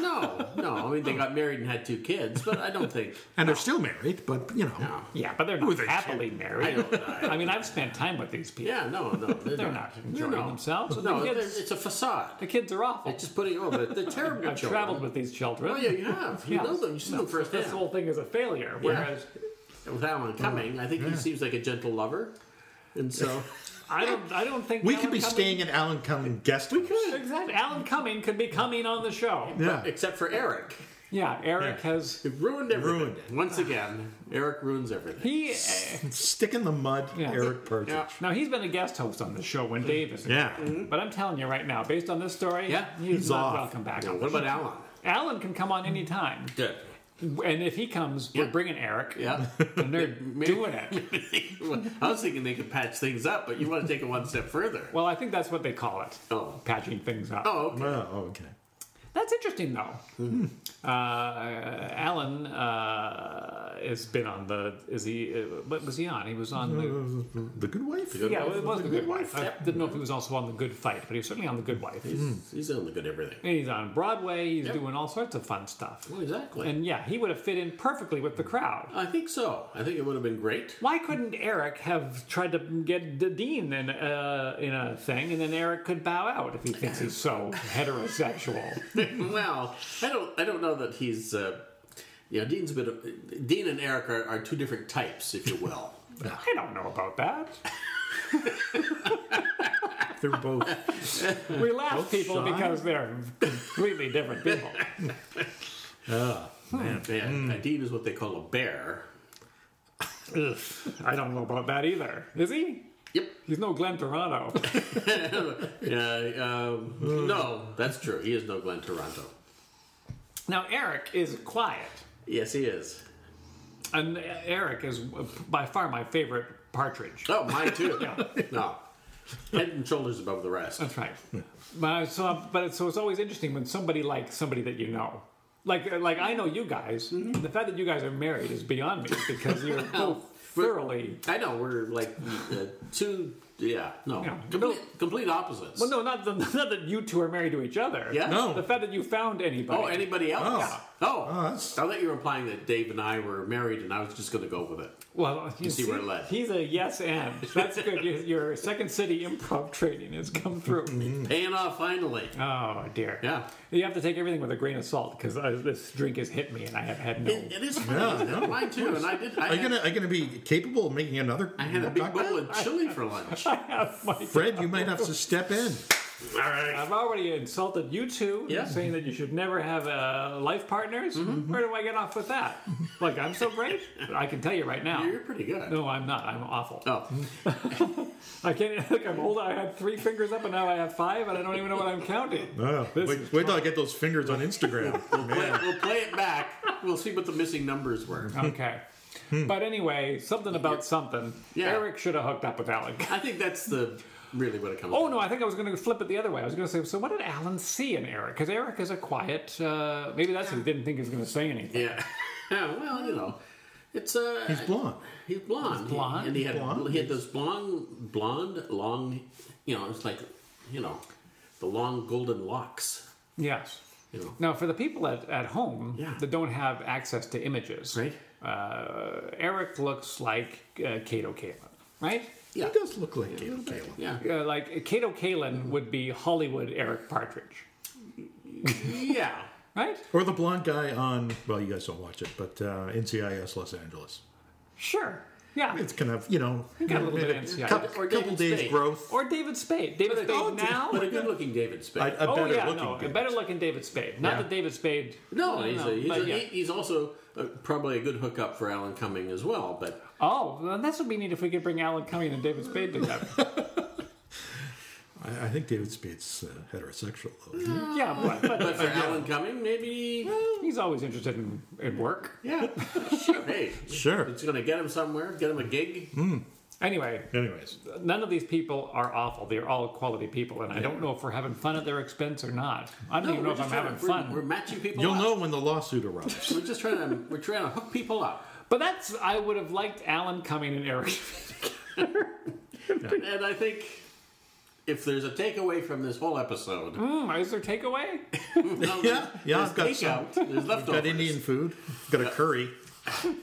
Speaker 1: No, no. I mean, they got married and had two kids, but I don't think.
Speaker 4: And they're still married, but, you know.
Speaker 2: Yeah, but they're not
Speaker 4: they
Speaker 2: happily
Speaker 1: I
Speaker 2: married.
Speaker 1: don't know.
Speaker 2: I mean, I've spent time with these people.
Speaker 1: Yeah, no, no. They're,
Speaker 2: They're not enjoying
Speaker 1: No, no.
Speaker 2: themselves. and
Speaker 1: No,
Speaker 2: the,
Speaker 1: they're-
Speaker 2: kids,
Speaker 1: it's a facade.
Speaker 2: the kids are awful.
Speaker 1: It's just putting over. They're terrible
Speaker 2: I've
Speaker 1: children.
Speaker 2: traveled with these children.
Speaker 1: Oh, yeah, you have. You
Speaker 2: Yeah.
Speaker 1: know them. You've seen them
Speaker 2: This
Speaker 1: firsthand.
Speaker 2: whole thing is a Oh, failure. Whereas
Speaker 1: With Alan Cumming, I think he seems like a gentle lover. And so,
Speaker 2: I don't, I don't think
Speaker 3: We
Speaker 2: Alan
Speaker 3: could be
Speaker 2: Cumming-
Speaker 3: staying at Alan Cumming guest house.
Speaker 2: Exactly. Alan Cumming could be coming on the show.
Speaker 4: Yeah.
Speaker 1: except for Eric,
Speaker 2: Yeah, Eric has.
Speaker 1: it ruined everything.
Speaker 3: Ruined it.
Speaker 1: Once again, Eric ruins everything.
Speaker 2: He uh,
Speaker 3: Stick in the mud,
Speaker 2: Yeah.
Speaker 3: Eric Purge.
Speaker 1: Yeah.
Speaker 2: now he's been a guest host on the show when Dave is.
Speaker 4: Yeah.
Speaker 2: But I'm telling you right now, based on this story,
Speaker 1: Yeah,
Speaker 2: he's,
Speaker 4: he's
Speaker 2: not
Speaker 4: off.
Speaker 2: welcome back.
Speaker 1: Now,
Speaker 2: on
Speaker 1: what
Speaker 2: the
Speaker 1: about
Speaker 2: show.
Speaker 1: Alan?
Speaker 2: Alan can come on any time,
Speaker 1: Good.
Speaker 2: and if he comes, we're
Speaker 1: Yeah.
Speaker 2: bringing Eric.
Speaker 1: Yeah.
Speaker 2: And they're doing it.
Speaker 1: I was thinking they could patch things up, but you want to take it one step further.
Speaker 2: Well, I think that's what they call it.
Speaker 1: Oh.
Speaker 2: Patching things up.
Speaker 1: Oh, okay.
Speaker 3: Oh, okay.
Speaker 2: That's interesting, though. Hmm. Uh, Alan uh, has been on the. Is he? Uh, what was he on? He was on the.
Speaker 3: The Good Wife.
Speaker 1: Mm-hmm. Good
Speaker 2: Yeah,
Speaker 1: wife.
Speaker 2: well, it was the Good Wife. I
Speaker 1: Yep.
Speaker 2: didn't know if he was also on the Good Fight, but he was certainly on the Good Wife.
Speaker 1: He's, he's on the good everything.
Speaker 2: And he's on Broadway. He's doing all sorts of fun stuff.
Speaker 1: Well, exactly.
Speaker 2: And yeah, he would have fit in perfectly with the crowd.
Speaker 1: I think so. I think it would have been great.
Speaker 2: Why couldn't Eric have tried to get the Dean in a, in a thing, and then Eric could bow out if he thinks he's so heterosexual?
Speaker 1: well, I don't. I don't know that he's. Uh, You know, Dean's a bit of Dean and Eric are, are two different types, if you will.
Speaker 2: I don't know about that.
Speaker 4: They're both.
Speaker 2: We laugh people
Speaker 4: shy.
Speaker 2: because they're completely different people.
Speaker 1: Man, uh, Dean is what they call a bear.
Speaker 2: Ugh, I don't know about that either. Is he?
Speaker 1: Yep.
Speaker 2: He's no Glenn Toronto.
Speaker 1: Yeah. um, no, that's true. He is no Glenn Toronto.
Speaker 2: now Eric is quiet,
Speaker 1: Yes, he is.
Speaker 2: and Eric is by far my favorite partridge.
Speaker 1: Oh, mine too. No, head and shoulders above the rest.
Speaker 2: That's right. But I saw, but it's, so it's always interesting when somebody likes somebody that you know. Like, uh, like I know you guys.
Speaker 1: Mm-hmm.
Speaker 2: The fact that you guys are married is beyond me because you're
Speaker 1: Oh,
Speaker 2: both thoroughly.
Speaker 1: I know we're like uh, two. Yeah, no,
Speaker 2: Yeah.
Speaker 1: complete, complete opposites.
Speaker 2: Well, no, not, the, not that you two are married to each other.
Speaker 1: Yeah.
Speaker 3: No.
Speaker 2: The fact that you found anybody.
Speaker 1: Oh, anybody else?
Speaker 3: Oh.
Speaker 1: Oh,
Speaker 3: Oh, that's-
Speaker 1: I thought you were implying that Dave and I were married, and I was just going to go with it.
Speaker 2: Well, you,
Speaker 1: see where it led.
Speaker 2: He's a yes and. That's good. your, your second city improv training has come through.
Speaker 1: Paying off finally.
Speaker 2: oh dear.
Speaker 1: Mm-hmm. Yeah.
Speaker 2: You have to take everything with a grain of salt because this drink has hit me and I have had no.
Speaker 1: It, it is funny. isn't it?
Speaker 3: no.
Speaker 1: Mine too. And I did. I
Speaker 3: Are you
Speaker 1: had,
Speaker 3: gonna are you gonna be capable of making another?
Speaker 1: I had a big bowl of chili for lunch.
Speaker 2: I have my.
Speaker 3: Fred, you might have to step in.
Speaker 1: All right.
Speaker 2: I've already insulted you two,
Speaker 1: Yeah. Mm-hmm.
Speaker 2: saying that you should never have uh, life partners. Where do I get off with that? like I'm so great. I can tell you right now.
Speaker 1: You're pretty good.
Speaker 2: no, I'm not. I'm awful.
Speaker 1: Oh,
Speaker 2: I can't. Look, I'm old. I had three fingers up, and now I have five, and I don't even know what I'm counting.
Speaker 3: Oh,
Speaker 2: This
Speaker 3: wait,
Speaker 2: is
Speaker 3: wait till I get those fingers on Instagram.
Speaker 1: play, we'll play it back. We'll see what the missing numbers were.
Speaker 2: Okay. But anyway, something about something.
Speaker 1: Yeah.
Speaker 2: Eric should have hooked up with Alan.
Speaker 1: I think that's the really what it comes.
Speaker 2: Oh
Speaker 1: to.
Speaker 2: no, I think I was going to flip it the other way. I was going to say, so what did Alan see in Eric? Because Eric is a quiet. Uh, maybe that's what he didn't think he was going to say anything.
Speaker 1: Yeah. yeah. Well, you know, it's uh,
Speaker 3: He's blonde.
Speaker 1: He's blonde.
Speaker 2: blonde?
Speaker 1: and he had
Speaker 3: Blonde?
Speaker 1: he had this blonde, blonde, long, you know, it's like, you know, the long golden locks.
Speaker 2: Yes.
Speaker 1: You know,
Speaker 2: Now, for the people at, at home
Speaker 1: Yeah.
Speaker 2: that don't have access to images,
Speaker 1: right?
Speaker 2: uh, Eric looks like uh, Kato Kalin, right?
Speaker 1: Yeah.
Speaker 3: He does look like Gail Caleb.
Speaker 1: Yeah.
Speaker 2: Uh, like Kato Kalin would be Hollywood Eric Partridge,
Speaker 1: Yeah.
Speaker 2: right?
Speaker 3: Or the blonde guy on, well, you guys don't watch it, but uh, NCIS Los Angeles.
Speaker 2: Sure. Yeah.
Speaker 3: It's kind of, you know,
Speaker 2: got a little bit of NCIS.
Speaker 3: couple,
Speaker 1: Or
Speaker 3: couple
Speaker 1: David
Speaker 3: days
Speaker 1: Spade.
Speaker 3: growth.
Speaker 2: or David Spade. David Spade
Speaker 1: Oh,
Speaker 2: now.
Speaker 1: But a good looking David Spade.
Speaker 3: I, a
Speaker 2: oh
Speaker 3: better
Speaker 2: yeah,
Speaker 3: looking
Speaker 2: no, a
Speaker 3: guy.
Speaker 2: better looking David Spade. Not
Speaker 3: Yeah.
Speaker 2: that David Spade.
Speaker 1: no, he's, a, he's,
Speaker 2: but
Speaker 1: a,
Speaker 2: yeah.
Speaker 1: he- he's also uh probably a good hookup for Alan Cumming as well. But
Speaker 2: Oh, well, that's what we need if we could bring Alan Cumming and David Spade together.
Speaker 3: I, I think David Spade's uh, heterosexual, though. isn't he?
Speaker 2: yeah, but, but
Speaker 1: but for Alan Cumming, maybe
Speaker 2: he's always interested in, in work.
Speaker 1: yeah. sure. Hey,
Speaker 3: Sure.
Speaker 1: it's gonna get him somewhere. Get him a gig.
Speaker 2: Anyway,
Speaker 3: Anyways,
Speaker 2: none of these people are awful. They're all quality people, and I don't know if we're having fun at their expense or not. I don't
Speaker 1: No,
Speaker 2: even
Speaker 1: we're
Speaker 2: know if I'm
Speaker 1: just trying
Speaker 2: having
Speaker 1: to-
Speaker 2: fun.
Speaker 1: We're, we're matching people.
Speaker 3: you'll
Speaker 1: up.
Speaker 3: know when the lawsuit arrives.
Speaker 1: We're just trying to we're trying to hook people up.
Speaker 2: But that's I would have liked Alan Cumming and Eric.
Speaker 1: And I think if there's a takeaway from this whole episode,
Speaker 2: Hmm, is there takeaway?
Speaker 1: no,
Speaker 3: Yeah, yeah,
Speaker 1: there's
Speaker 3: I've got
Speaker 1: takeout, There's leftovers.
Speaker 3: Got Indian food. Got a curry. if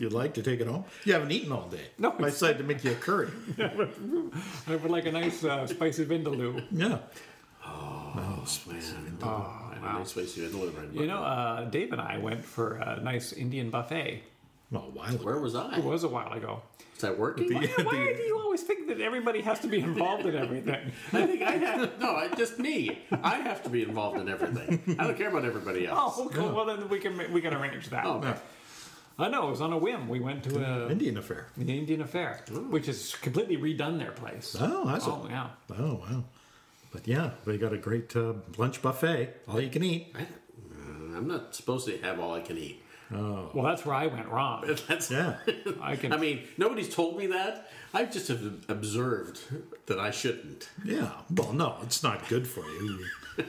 Speaker 3: you'd like to take it home. You haven't eaten all day.
Speaker 2: No,
Speaker 3: I decided to make you a curry.
Speaker 2: I would like a nice uh, spicy vindaloo.
Speaker 3: Yeah.
Speaker 1: Oh, Man,
Speaker 3: Oh,
Speaker 1: I know nice ways to deliver it.
Speaker 2: You know, uh, Dave and I went for a nice Indian buffet.
Speaker 3: Well, a while ago.
Speaker 1: where was I?
Speaker 2: It was a while ago.
Speaker 1: Is that working?
Speaker 2: Why, why do you always think that everybody has to be involved in everything?
Speaker 1: I think I have. No, I, just me. I have to be involved in everything. I don't care about everybody else.
Speaker 2: Oh, okay, well then we can ma- we can arrange that.
Speaker 1: Oh,
Speaker 3: Yeah.
Speaker 2: I know it was on a whim. We went to a,
Speaker 3: Indian affair.
Speaker 2: the Indian affair, which has completely redone their place.
Speaker 3: Oh, that's
Speaker 2: Oh
Speaker 3: it.
Speaker 2: yeah,
Speaker 3: Oh, wow. But yeah, they got a great uh, lunch buffet. All you can eat.
Speaker 1: I, uh, I'm not supposed to have all I can eat.
Speaker 2: well that's where I went wrong.
Speaker 1: That's.
Speaker 3: Yeah.
Speaker 2: I can.
Speaker 1: I mean, nobody's told me that. I just have observed that I shouldn't.
Speaker 3: Yeah. Well, no, it's not good for you. You-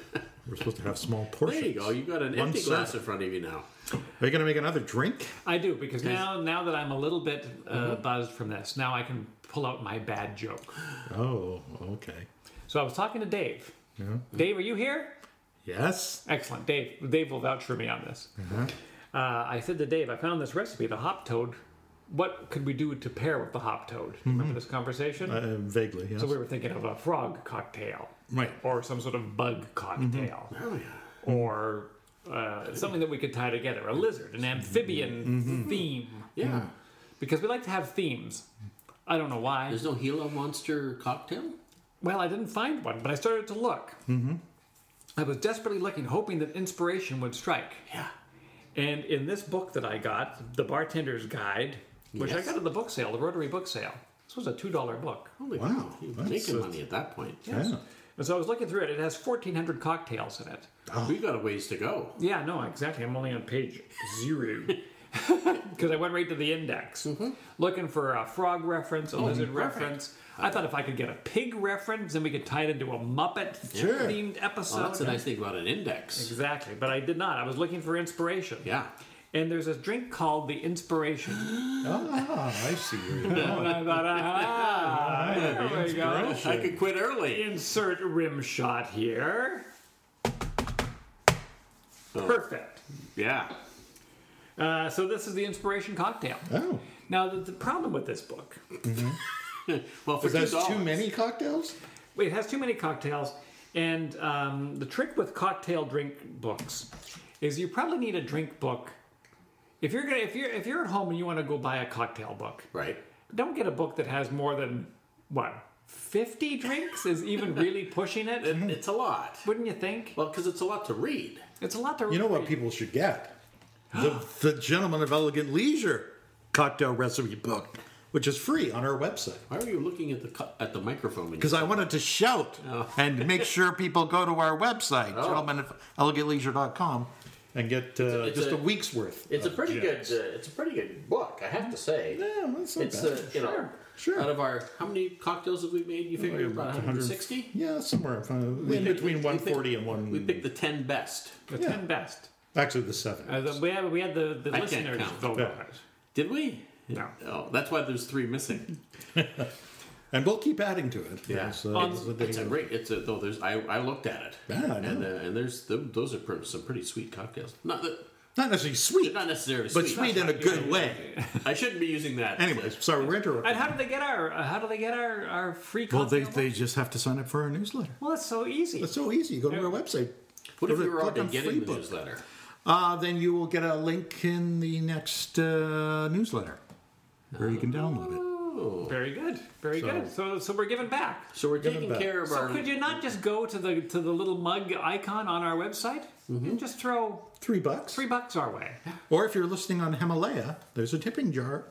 Speaker 3: We're supposed to have small portions.
Speaker 1: There you go. You've got an
Speaker 3: One
Speaker 1: empty glass
Speaker 3: serve.
Speaker 1: in front of you now.
Speaker 3: Are you going to make another drink?
Speaker 2: I do because now now that I'm a little bit uh, buzzed from this, now I can pull out my bad joke.
Speaker 3: Oh, okay.
Speaker 2: So I was talking to Dave. Dave, are you here?
Speaker 3: Yes.
Speaker 2: Excellent. Dave Dave will vouch for me on this. Uh, I said to Dave, I found this recipe, the hop toad. What could we do to pair with the hop toad? Remember this conversation?
Speaker 3: Uh, vaguely, yes.
Speaker 2: so we were thinking of a frog cocktail
Speaker 3: right.
Speaker 1: Oh,
Speaker 2: or some sort of bug cocktail or uh, something that we could tie together a lizard, an amphibian theme.
Speaker 1: Yeah.
Speaker 2: Hmm. Because we like to have themes. I don't know why.
Speaker 1: There's no Gila monster cocktail?
Speaker 2: Well, I didn't find one, but I started to look. Mm-hmm. I was desperately looking, hoping that inspiration would strike.
Speaker 1: Yeah.
Speaker 2: And in this book that I got, The Bartender's Guide, which I
Speaker 1: Yes.
Speaker 2: got at the book sale, the Rotary book sale, this was a $2 book.
Speaker 1: Holy
Speaker 3: Wow,
Speaker 1: cow, You're
Speaker 3: that's
Speaker 1: making
Speaker 3: a-
Speaker 1: money at that point.
Speaker 3: Yeah.
Speaker 2: And so I was looking through it, it has 1,400 cocktails in it.
Speaker 3: Oh.
Speaker 1: We've got a ways to go.
Speaker 2: Yeah, no, exactly. I'm only on page zero. Because I went right to the index,
Speaker 1: Mm-hmm.
Speaker 2: looking for a frog reference, Oh, a lizard reference. I thought if I could get a pig reference, then we could tie it into a Muppet themed episode.
Speaker 1: Well, Oh, that's the nice thing about an index.
Speaker 2: Exactly, but I did not. I was looking for inspiration.
Speaker 1: Yeah.
Speaker 2: And there's this drink called the Inspiration.
Speaker 3: Ah, I see. where you're
Speaker 2: And
Speaker 3: going.
Speaker 2: I thought, ah, there we go.
Speaker 1: I could quit early.
Speaker 2: Insert rim shot here.
Speaker 1: Oh.
Speaker 2: Perfect.
Speaker 1: Yeah.
Speaker 2: Uh, so this is the inspiration cocktail.
Speaker 3: Oh,
Speaker 2: Now the, the problem with this book,
Speaker 1: Well, for
Speaker 3: that's
Speaker 1: two dollars.
Speaker 3: too many cocktails.
Speaker 2: it has too many cocktails, and um, the trick with cocktail drink books is you probably need a drink book. If you're gonna, if you're if you're at home and you want to go buy a cocktail book,
Speaker 1: Right.
Speaker 2: don't get a book that has more than what fifty drinks is even really pushing it.
Speaker 3: Mm.
Speaker 1: It- it's a lot.
Speaker 2: Wouldn't you think?
Speaker 1: Well, because it's a lot to read.
Speaker 2: It's a lot to.
Speaker 3: You know what
Speaker 2: read.
Speaker 3: people should get?
Speaker 4: The, the Gentleman of Elegant Leisure cocktail recipe book.
Speaker 3: Which is free on our website.
Speaker 1: Why are you looking at the cu- at the microphone?
Speaker 4: Because I wanted to shout
Speaker 1: Oh.
Speaker 4: and make sure people go to our website, gentlemen of elegantleisure.com.
Speaker 3: and get uh,
Speaker 1: it's
Speaker 3: just
Speaker 1: a-
Speaker 3: a, week's worth.
Speaker 1: it's a
Speaker 3: of
Speaker 1: pretty
Speaker 3: gems.
Speaker 1: good. Uh, it's a pretty good book, I have to say.
Speaker 3: Yeah, that's not
Speaker 1: It's
Speaker 3: bad.
Speaker 1: uh, you know,
Speaker 3: Sure. Oh,
Speaker 1: out of our how many cocktails have we made? You figure about 160.
Speaker 3: yeah, somewhere in, front of, in
Speaker 1: picked-
Speaker 3: between
Speaker 1: we picked-
Speaker 3: 140 and
Speaker 1: We
Speaker 3: 1.
Speaker 1: picked the 10 best.
Speaker 2: the
Speaker 3: yeah.
Speaker 2: ten best.
Speaker 3: actually, the 7.
Speaker 2: Uh, the- we had we had the, the
Speaker 1: I can't
Speaker 2: listeners
Speaker 1: count.
Speaker 2: vote
Speaker 3: Yeah.
Speaker 2: on it.
Speaker 1: Did we?
Speaker 3: Mm.
Speaker 2: No.
Speaker 1: Oh, that's why there's three missing.
Speaker 3: and we'll keep adding to it.
Speaker 1: Yeah.
Speaker 3: As, uh,
Speaker 2: Um,
Speaker 3: as the day
Speaker 1: It's a
Speaker 3: goes.
Speaker 1: great. It's a though. There's I I looked at it.
Speaker 3: Yeah, I know.
Speaker 1: And uh, and there's th- those are pr- some pretty sweet cocktails. Not that
Speaker 3: Not necessarily sweet,
Speaker 1: they're not necessarily
Speaker 4: But
Speaker 1: sweet.
Speaker 3: uh,
Speaker 4: sweet in a good way.
Speaker 1: I shouldn't be using that.
Speaker 3: Anyways, sorry, we're interrupting.
Speaker 2: And how do they get our uh, how do they get our our free
Speaker 4: Well,
Speaker 2: cocktail?
Speaker 4: they,
Speaker 2: book?
Speaker 4: they just have to sign up for our newsletter.
Speaker 2: well, that's so easy.
Speaker 3: It's so easy. You go to our website.
Speaker 1: What if
Speaker 3: Go to-
Speaker 1: you were
Speaker 3: click
Speaker 1: already
Speaker 3: on
Speaker 1: getting
Speaker 3: free
Speaker 1: the
Speaker 3: book.
Speaker 1: newsletter?
Speaker 4: Uh, then you will get a link in the next uh, newsletter where you can download it.
Speaker 2: Very good. Very good. So so we're giving back.
Speaker 1: So we're
Speaker 3: it
Speaker 1: taking
Speaker 3: back.
Speaker 1: care of
Speaker 2: So
Speaker 1: our.
Speaker 2: could you not just go to the to the little mug icon on our website
Speaker 4: Mm-hmm.
Speaker 2: and just throw
Speaker 3: Three bucks.
Speaker 2: three bucks our way?
Speaker 4: Or if you're listening on Himalaya, there's a tipping jar.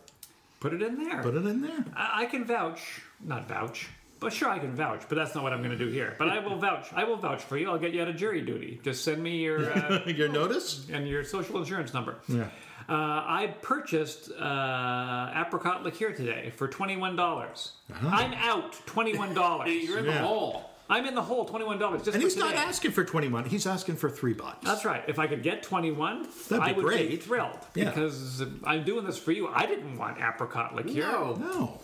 Speaker 2: Put it in there.
Speaker 4: Put it in there.
Speaker 2: I, I can vouch, not vouch, but sure I can vouch. But that's not what I'm going to do here. But I will vouch. I will vouch for you. I'll get you out of jury duty. Just send me your uh,
Speaker 4: Your notice?
Speaker 2: and your social insurance number.
Speaker 4: Yeah.
Speaker 2: Uh, I purchased uh, apricot liqueur today for twenty one dollars.
Speaker 4: Uh-huh.
Speaker 2: I'm out twenty one dollars.
Speaker 1: You're in the
Speaker 4: Yeah.
Speaker 1: hole.
Speaker 2: I'm in the hole twenty one dollars.
Speaker 4: And he's not asking for 21, he's asking for three bucks.
Speaker 2: That's right. If I could get 21,
Speaker 4: That'd be
Speaker 2: I would be
Speaker 4: great.
Speaker 2: thrilled
Speaker 4: Yeah.
Speaker 2: because I'm doing this for you. I didn't want apricot liqueur.
Speaker 1: No.
Speaker 4: no.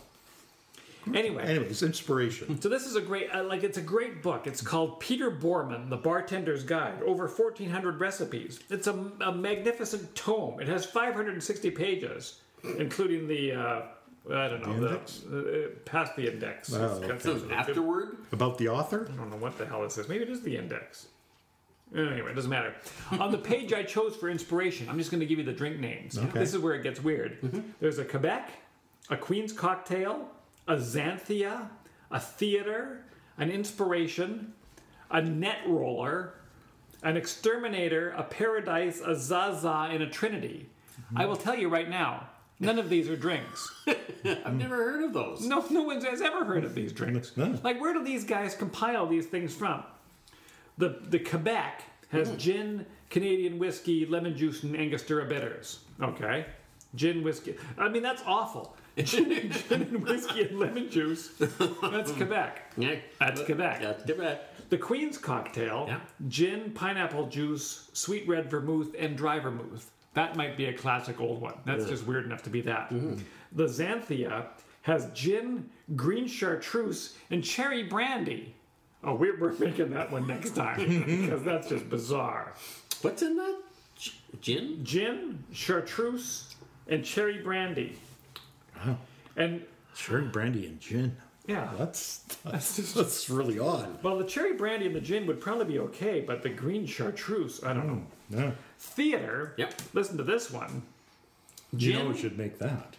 Speaker 2: Anyway,
Speaker 3: Anyways, inspiration.
Speaker 2: so this is a great, uh, like, it's a great book. It's called Peter Borman, The Bartender's Guide, over 1,400 recipes. It's a, a magnificent tome. It has 560 pages, including the, uh, I don't know, the,
Speaker 3: index?
Speaker 2: uh, uh, past the index.
Speaker 3: Oh,
Speaker 2: It's got
Speaker 1: So
Speaker 2: some-
Speaker 1: afterward,
Speaker 3: About the author?
Speaker 2: I don't know what the hell this is. Maybe it is the index. Anyway, it doesn't matter. On the page I chose for inspiration, I'm just going to give you the drink names. This is where it gets weird. There's a Quebec, a Queen's cocktail, a Xanthia, a theater, an inspiration, a net roller, an exterminator, a paradise, a zaza, and a trinity. I will tell you right now, none of these are drinks.
Speaker 1: I've never
Speaker 3: Mm.
Speaker 1: heard of those.
Speaker 2: No, no one has ever heard of these drinks.
Speaker 3: No.
Speaker 2: Like, where do these guys compile these things from? The the Quebec has
Speaker 1: Mm-hmm.
Speaker 2: gin, Canadian whiskey, lemon juice, and Angostura bitters. Okay, gin whiskey. I mean, that's awful. Gin, gin and whiskey and lemon juice. That's Quebec.
Speaker 1: Yeah.
Speaker 2: That's Quebec.
Speaker 1: That's Quebec.
Speaker 2: The Queen's cocktail:
Speaker 1: Yeah.
Speaker 2: gin, pineapple juice, sweet red vermouth, and dry vermouth. That might be a classic old one. That's just weird enough to be that. The Xanthia has gin, green chartreuse, and cherry brandy. Oh, we're, we're making that one next time because that's just bizarre.
Speaker 1: What's in that? Ch- Gin?
Speaker 2: Gin, chartreuse, and cherry brandy. Wow. And
Speaker 4: Sure, brandy and gin.
Speaker 2: Yeah.
Speaker 3: That's that's, just, that's really odd.
Speaker 2: Well, the cherry brandy and the gin would probably be okay, but the green chartreuse, I don't know.
Speaker 3: Mm, Yeah.
Speaker 2: Theater.
Speaker 1: Yep.
Speaker 2: Listen to this one.
Speaker 3: You know, we should make that.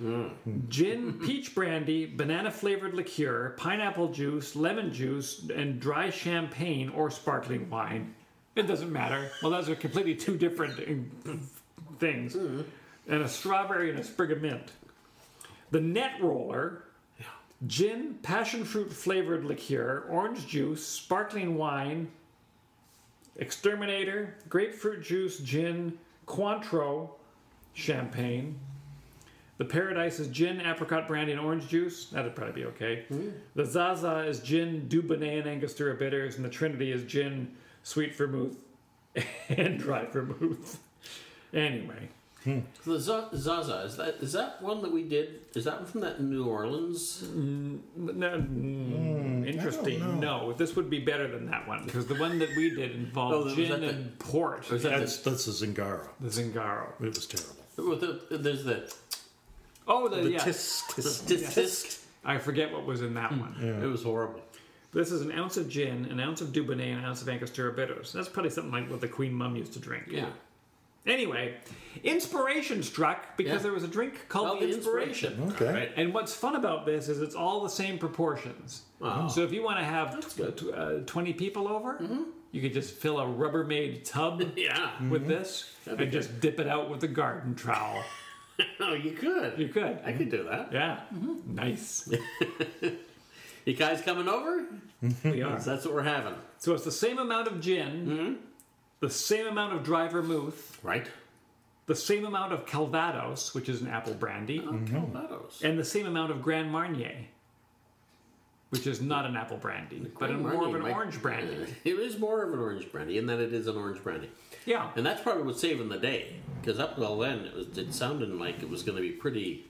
Speaker 2: Gin, peach brandy, banana flavored liqueur, pineapple juice, lemon juice, and dry champagne or sparkling wine. It doesn't matter. Well, those are completely two different in- things. And a strawberry and a sprig of mint. The net roller. Gin, passion fruit flavored liqueur, orange juice, sparkling wine, exterminator, grapefruit juice, gin, Cointreau, champagne, the Paradise is gin, apricot brandy, and orange juice. That'd probably be okay. The Zaza is gin, Dubonnet, and Angostura bitters. And the Trinity is gin, sweet vermouth, and dry vermouth. Anyway,
Speaker 1: The Za- Zaza is that is that one that we did? Is that one from that New Orleans?
Speaker 2: n- n- interesting. No, this would be better than that one because the one that we did
Speaker 1: Oh,
Speaker 2: involved
Speaker 1: was that
Speaker 2: gin
Speaker 1: the-
Speaker 2: and port.
Speaker 1: Or is that
Speaker 3: That's that's a Zingaro.
Speaker 2: the Zingaro.
Speaker 3: It was terrible.
Speaker 1: the, with the, there's the
Speaker 2: Oh, the, yeah.
Speaker 3: Tisk,
Speaker 1: the
Speaker 3: tisk.
Speaker 1: tisk.
Speaker 2: I forget what was in that one.
Speaker 1: It was horrible.
Speaker 2: This is an ounce of gin, an ounce of Dubonnet, an ounce of Angostura bitters. That's probably something like what the Queen Mum used to drink.
Speaker 1: Yeah.
Speaker 2: Anyway, inspiration struck because
Speaker 1: Yeah.
Speaker 2: there was a drink called
Speaker 1: Well,
Speaker 2: the
Speaker 1: the
Speaker 2: inspiration.
Speaker 1: inspiration.
Speaker 3: Okay.
Speaker 1: Right.
Speaker 2: And what's fun about this is it's all the same proportions.
Speaker 1: Wow.
Speaker 2: So if you want to have tw-
Speaker 1: good. Mm-hmm.
Speaker 2: tw- uh, 20 people over, you could just fill a Rubbermaid tub
Speaker 1: Yeah. Mm-hmm.
Speaker 2: with this and just dip it out with a garden trowel.
Speaker 1: Oh, you could.
Speaker 2: You could.
Speaker 1: I Mm-hmm. could do that.
Speaker 2: Yeah. Nice.
Speaker 1: You guys coming over?
Speaker 2: we are.
Speaker 1: That's what we're having,
Speaker 2: So it's the same amount of gin,
Speaker 1: Mm-hmm.
Speaker 2: the same amount of dry vermouth,
Speaker 1: right?
Speaker 2: the same amount of Calvados, which is an apple brandy.
Speaker 1: Uh-huh. Calvados.
Speaker 2: and the same amount of Grand Marnier, which is not an apple brandy, but a more of an
Speaker 1: Might-
Speaker 2: orange brandy.
Speaker 1: It is more of an orange brandy in that it is an orange brandy.
Speaker 2: Yeah,
Speaker 1: And that's probably what's saving the day. Because up till then, it, was, it sounded like it was going to be pretty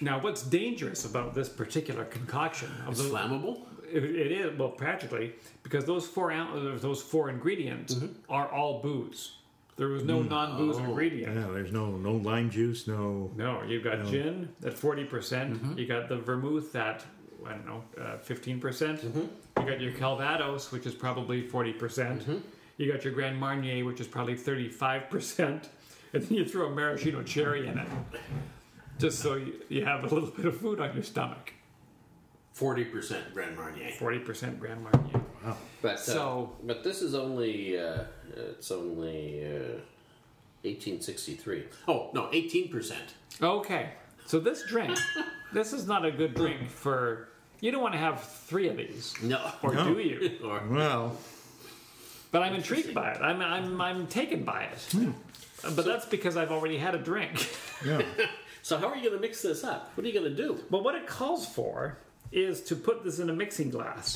Speaker 2: Now, what's dangerous about this particular concoction? Of the-
Speaker 1: flammable.
Speaker 2: it, it is well, practically because those four ounce, those four ingredients are all booze. There was no non-booze ingredient.
Speaker 4: Yeah, there's no no lime juice, no.
Speaker 2: No, you've got gin at forty percent. You got the vermouth at I don't know, uh, fifteen percent. You got your Calvados, which is probably forty percent. You got your Grand Marnier, which is probably thirty-five percent, and then you throw a maraschino cherry in it, just so you, you have a little bit of food on your stomach.
Speaker 1: 40% Grand Marnier.
Speaker 2: Forty percent Grand Marnier.
Speaker 1: But, uh,
Speaker 2: So-
Speaker 1: but this is only, uh, it's only uh, 1863. Oh, no, 18%.
Speaker 2: Okay, so this drink, this is not a good drink for. You don't want to have three of these,
Speaker 1: No.
Speaker 2: or do you?
Speaker 1: Or-
Speaker 4: Well,
Speaker 2: But I'm intrigued by it. I'm, I'm, I'm taken by it. Uh, But that's because I've already had a drink.
Speaker 4: yeah.
Speaker 1: so, how are you going to mix this up? What are you going to do?
Speaker 2: But what it calls for is to put this in a mixing glass.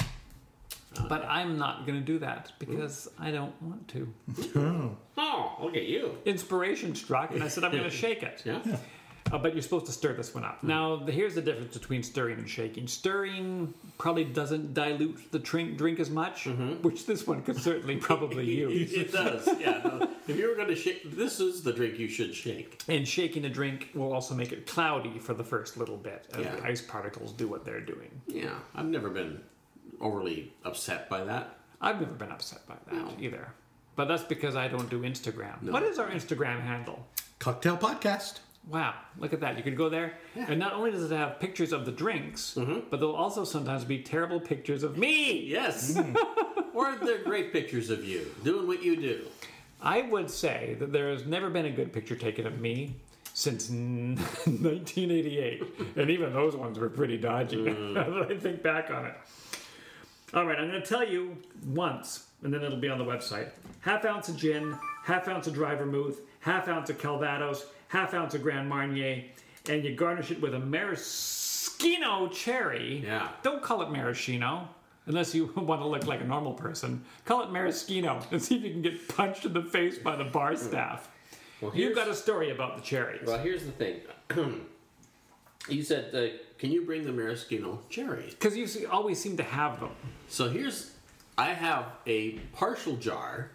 Speaker 2: But I'm not going to do that because I don't want to.
Speaker 1: Oh, look at you.
Speaker 2: Inspiration struck, and I said, I'm going to shake it.
Speaker 1: Yeah.
Speaker 2: Uh, but you're supposed to stir this one up. Now, the, here's the difference between stirring and shaking. Stirring probably doesn't dilute the drink, drink as much, which this one could certainly probably use.
Speaker 1: It does, yeah. no. if you were going to shake, this is the drink you should shake.
Speaker 2: And shaking a drink will also make it cloudy for the first little bit as
Speaker 1: Yeah.
Speaker 2: the ice particles do what they're doing.
Speaker 1: Yeah, I've never been overly upset by that.
Speaker 2: I've never been upset by that
Speaker 1: No.
Speaker 2: either. But that's because I don't do Instagram. What is our Instagram handle?
Speaker 4: Cocktail podcast.
Speaker 2: Wow, look at that. You could go there. And not only does it have pictures of the drinks,
Speaker 1: Mm-hmm.
Speaker 2: but there'll also sometimes be terrible pictures of me.
Speaker 1: Yes. or they're great pictures of you doing what you do.
Speaker 2: I would say that there has never been a good picture taken of me since n- 1988. and even those ones were pretty dodgy now that I think back on it. All right, I'm going to tell you once, and then it'll be on the website. Half ounce of gin, half ounce of dry vermouth, half ounce of Calvados, half ounce of Grand Marnier, and you garnish it with a maraschino cherry.
Speaker 1: Yeah.
Speaker 2: Don't call it maraschino. Unless you want to look like a normal person, call it maraschino and see if you can get punched in the face by the bar staff.
Speaker 1: Mm. Well,
Speaker 2: You've got a story about the cherries.
Speaker 1: Well, here's the thing. you said, uh, "Can you bring the maraschino cherry?"
Speaker 2: Because you see- always seem to have them.
Speaker 1: So here's, I have a partial jar,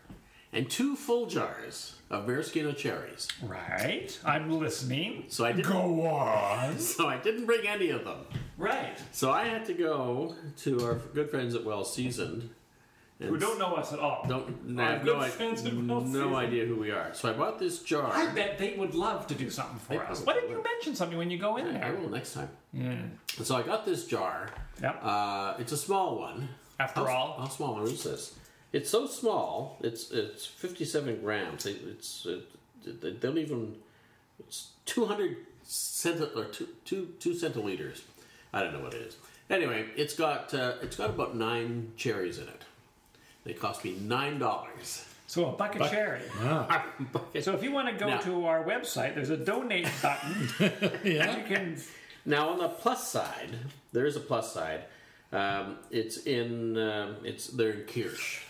Speaker 1: and two full jars of maraschino cherries.
Speaker 5: Right. I'm listening.
Speaker 1: So I didn't.
Speaker 5: Go on.
Speaker 1: So I didn't bring any of them.
Speaker 2: Right.
Speaker 1: So I had to go to our good friends at Well Seasoned. and
Speaker 2: Who don't know us at all.
Speaker 1: Don't
Speaker 2: Our
Speaker 1: I have
Speaker 2: good
Speaker 1: no, i-
Speaker 2: friends at Well Seasoned.
Speaker 1: no idea who we are. So I bought this jar.
Speaker 2: I bet they would love to do something for
Speaker 1: They
Speaker 2: us.
Speaker 1: probably
Speaker 2: Why didn't you
Speaker 1: would.
Speaker 2: mention something when you go in
Speaker 1: I
Speaker 2: there?
Speaker 1: will next time.
Speaker 2: Yeah.
Speaker 1: So I got this jar.
Speaker 2: Yep.
Speaker 1: Uh, it's a small one.
Speaker 2: After
Speaker 1: how,
Speaker 2: all.
Speaker 1: how small is this? It's so small. It's it's fifty seven grams. It, it's it, they don't even. It's two hundred cent or two two two centiliters. I don't know what it is. Anyway, it's got uh, it's got about nine cherries in it. They cost me nine dollars.
Speaker 2: So a bucket cherry. So if you want to go
Speaker 1: Now-
Speaker 2: to our website, there's a donate button.
Speaker 3: Yeah.
Speaker 2: you can
Speaker 1: Now on the plus side, there is a plus side. Um, it's in um, it's they're in Kirsch.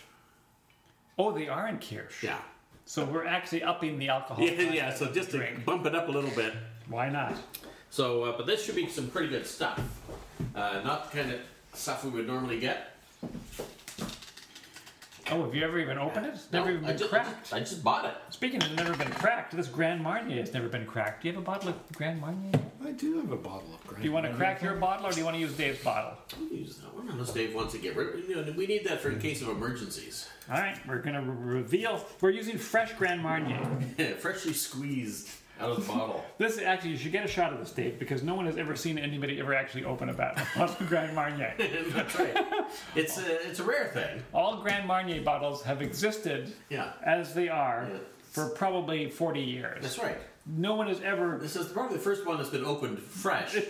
Speaker 2: Oh, they are in Kirsch.
Speaker 1: Yeah.
Speaker 2: So we're actually upping the alcohol.
Speaker 1: Yeah,
Speaker 2: content
Speaker 1: yeah. So
Speaker 2: of the
Speaker 1: just to
Speaker 2: drink.
Speaker 1: bump it up a little bit.
Speaker 2: Why not?
Speaker 1: So, uh, but this should be some pretty good stuff. Uh, not the kind of stuff we would normally get.
Speaker 2: Oh, have you ever even opened it? It's never
Speaker 1: No,
Speaker 2: even
Speaker 1: I
Speaker 2: been
Speaker 1: ju- I ju-
Speaker 2: cracked.
Speaker 1: I just bought it.
Speaker 2: Speaking of never been cracked, this Grand Marnier has never been cracked. Do you have a bottle of Grand Marnier? Do
Speaker 3: I do have a bottle of Grand
Speaker 2: you
Speaker 1: Mm-hmm.
Speaker 2: want to crack your bottle or do you want to use Dave's bottle?
Speaker 1: We'll use that one unless Dave wants to get rid. You know, we need that for in case of emergencies.
Speaker 2: All right, we're going to re- reveal. We're using fresh Grand Marnier.
Speaker 1: Freshly squeezed out of the bottle.
Speaker 2: This actually, you should get a shot of this, Dave, because no one has ever seen anybody ever actually open a bottle bottle of Grand Marnier.
Speaker 1: That's right. It's a it's a rare thing.
Speaker 2: All Grand Marnier bottles have existed
Speaker 1: Yeah.
Speaker 2: as they are
Speaker 1: Yeah.
Speaker 2: for probably 40 years.
Speaker 1: That's right.
Speaker 2: No one has ever
Speaker 1: This is probably the first one that's been opened fresh.
Speaker 2: It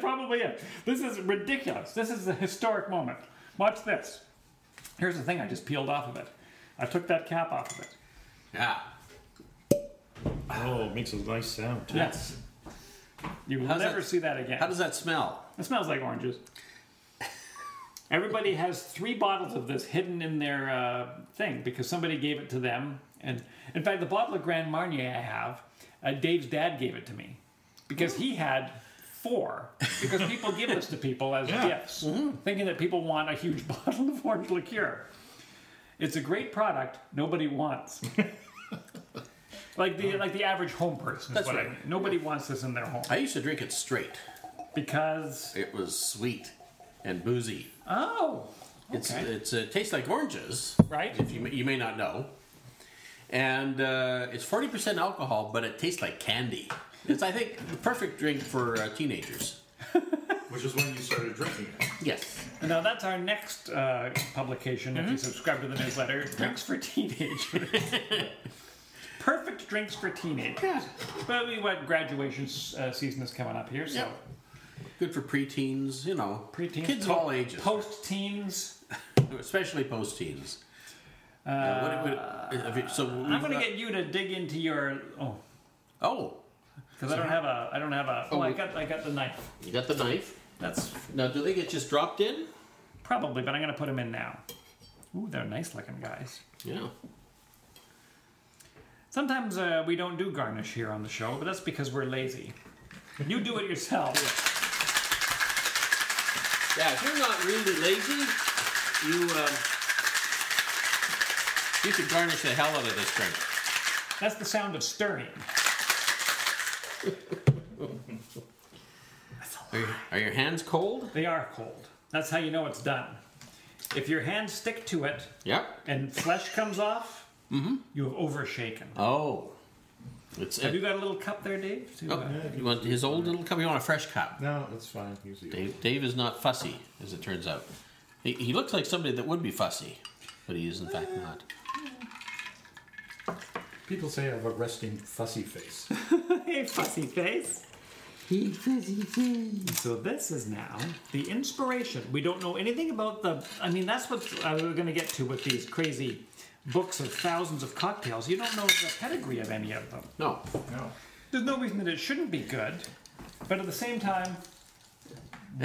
Speaker 2: probably is. This is ridiculous. This is a historic moment. Watch this. Here's the thing I just peeled off of it. I took that cap off of it.
Speaker 1: Yeah.
Speaker 3: Oh, it makes a nice sound. too.
Speaker 2: Yes. You will
Speaker 1: How's
Speaker 2: never
Speaker 1: that-
Speaker 2: see that again.
Speaker 1: How does that smell?
Speaker 2: It smells like oranges. Everybody has three bottles of this hidden in their uh, thing because somebody gave it to them. And in fact, the bottle of Grand Marnier I have, uh, Dave's dad gave it to me because he had four. Because people give this to people as
Speaker 3: Yeah.
Speaker 2: gifts,
Speaker 1: Mm-hmm.
Speaker 2: thinking that people want a huge bottle of orange liqueur. It's a great product nobody wants. like the like the average home person. is
Speaker 1: That's
Speaker 2: what I
Speaker 1: right.
Speaker 2: mean. Nobody wants this in their home
Speaker 1: I used to drink it straight.
Speaker 2: because
Speaker 1: It was sweet and boozy.
Speaker 2: oh.
Speaker 1: It's
Speaker 2: Okay.
Speaker 1: it's uh, tastes like oranges.
Speaker 2: Right.
Speaker 1: If you may, you may not know, and uh, it's forty percent alcohol, but it tastes like candy. It's I think the perfect drink for uh, teenagers.
Speaker 6: Which is when you started drinking it.
Speaker 1: Yes.
Speaker 2: Now that's our next uh, publication.
Speaker 1: Mm-hmm.
Speaker 2: If you subscribe to the newsletter, drinks for teenagers. Perfect drinks for teenagers. But we what graduation s- uh, season is coming up here, so
Speaker 1: Yep. Good for preteens. You know,
Speaker 2: pre-teens,
Speaker 1: kids of
Speaker 2: po-
Speaker 1: all ages,
Speaker 2: post-teens.
Speaker 1: especially post-teens. Uh, what it would- if it- so
Speaker 2: I'm going to get you to dig into your oh,
Speaker 1: Oh,
Speaker 2: because I don't have a I don't have a oh I
Speaker 1: we-
Speaker 2: got I got the knife.
Speaker 1: you got the knife.
Speaker 2: That's
Speaker 1: Now, do they get just dropped in?
Speaker 2: probably, but I'm going to put them in now. Ooh, they're nice looking guys.
Speaker 1: Yeah.
Speaker 2: Sometimes uh, we don't do garnish here on the show, but that's because we're lazy. You do it yourself.
Speaker 1: Yeah, if you're not really lazy, you uh, you could garnish the hell out of this drink.
Speaker 2: That's the sound of stirring.
Speaker 1: Are, you- are your hands cold?
Speaker 2: They are cold. That's how you know it's done. If your hands stick to it
Speaker 1: Yep.
Speaker 2: and flesh comes off, you have overshaken.
Speaker 1: Oh, it's.
Speaker 2: Have you
Speaker 1: it-
Speaker 2: got a little cup there, Dave? To,
Speaker 1: oh,
Speaker 2: uh,
Speaker 1: you want his old little cup? You want a fresh cup?
Speaker 3: No, that's fine. Use the
Speaker 1: Dave, Dave is not fussy, as it turns out. He, he looks like somebody that would be fussy, but he is in
Speaker 3: Eh.
Speaker 1: fact not.
Speaker 6: People say I have a resting fussy face.
Speaker 2: hey, fussy face. So this is now the inspiration. We don't know anything about the. I mean, that's what I was going to get to with these crazy books of thousands of cocktails. You don't know the pedigree of any of them.
Speaker 1: No.
Speaker 6: No.
Speaker 2: There's no reason that it shouldn't be good, but at the same time,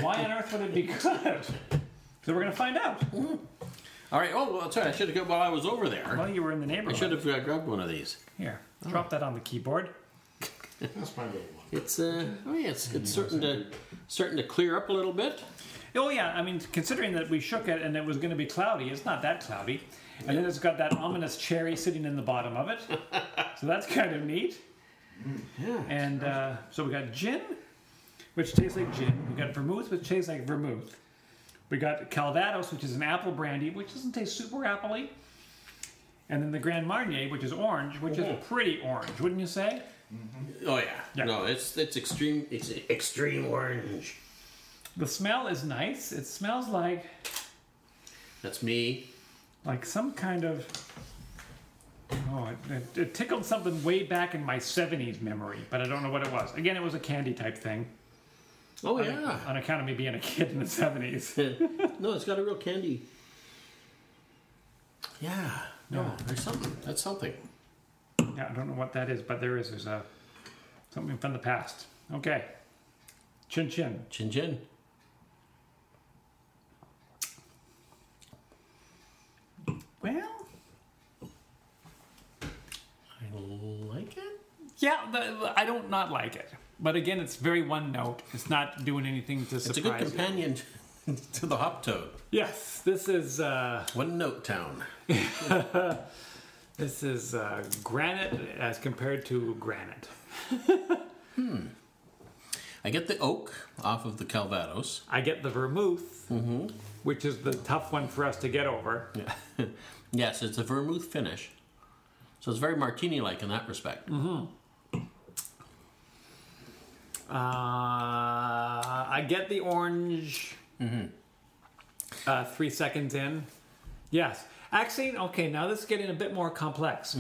Speaker 2: why on earth would it be good? So we're going to find out.
Speaker 1: All right. Oh, well, that's right. I should have got while I was over there.
Speaker 2: Well, you were in the
Speaker 1: I
Speaker 2: neighborhood.
Speaker 1: should have uh, grabbed one of these.
Speaker 2: Here, drop that on the keyboard.
Speaker 6: That's my little one.
Speaker 1: It's uh, oh yeah, it's, it's starting to starting to clear up a little bit.
Speaker 2: Oh yeah, I mean, considering that we shook it and it was going to be cloudy, it's not that cloudy. And then it's got that ominous cherry sitting in the bottom of it, so that's kind of neat.
Speaker 1: Yeah.
Speaker 2: And uh, so we got gin, which tastes like gin. We got vermouth, which tastes like vermouth. We got Calvados, which is an apple brandy, which doesn't taste super appley. And then the Grand Marnier, which is orange, which is pretty orange, wouldn't you say?
Speaker 1: Oh yeah.
Speaker 2: Yeah.
Speaker 1: No, it's it's extreme. It's extreme orange.
Speaker 2: The smell is nice. It smells like
Speaker 1: That's me.
Speaker 2: like some kind of oh it, it, it tickled something way back in my 70s memory but i don't know what it was again it was a candy type thing
Speaker 1: Oh yeah.
Speaker 2: on account of me being a kid in the 70s
Speaker 1: no, it's got a real candy. Yeah. No, there's something. That's something.
Speaker 2: yeah i don't know what that is but there is there's a something from the past okay chin chin
Speaker 1: Chin chin.
Speaker 2: well
Speaker 1: I like it.
Speaker 2: yeah the, the- i don't not like it but again it's very one note it's not doing anything to
Speaker 1: It's a good
Speaker 2: surprise you.
Speaker 1: companion to the hop toad.
Speaker 2: yes this is uh
Speaker 1: One note town.
Speaker 2: This is uh, granite as compared to granite.
Speaker 1: I get the oak off of the Calvados.
Speaker 2: I get the vermouth, which is the tough one for us to get over.
Speaker 1: Yeah. yes, it's a vermouth finish. So it's very martini like in that respect.
Speaker 2: Mm-hmm. Uh, I get the orange uh, three seconds in. Yes. Actually, okay, now this is getting a bit more complex.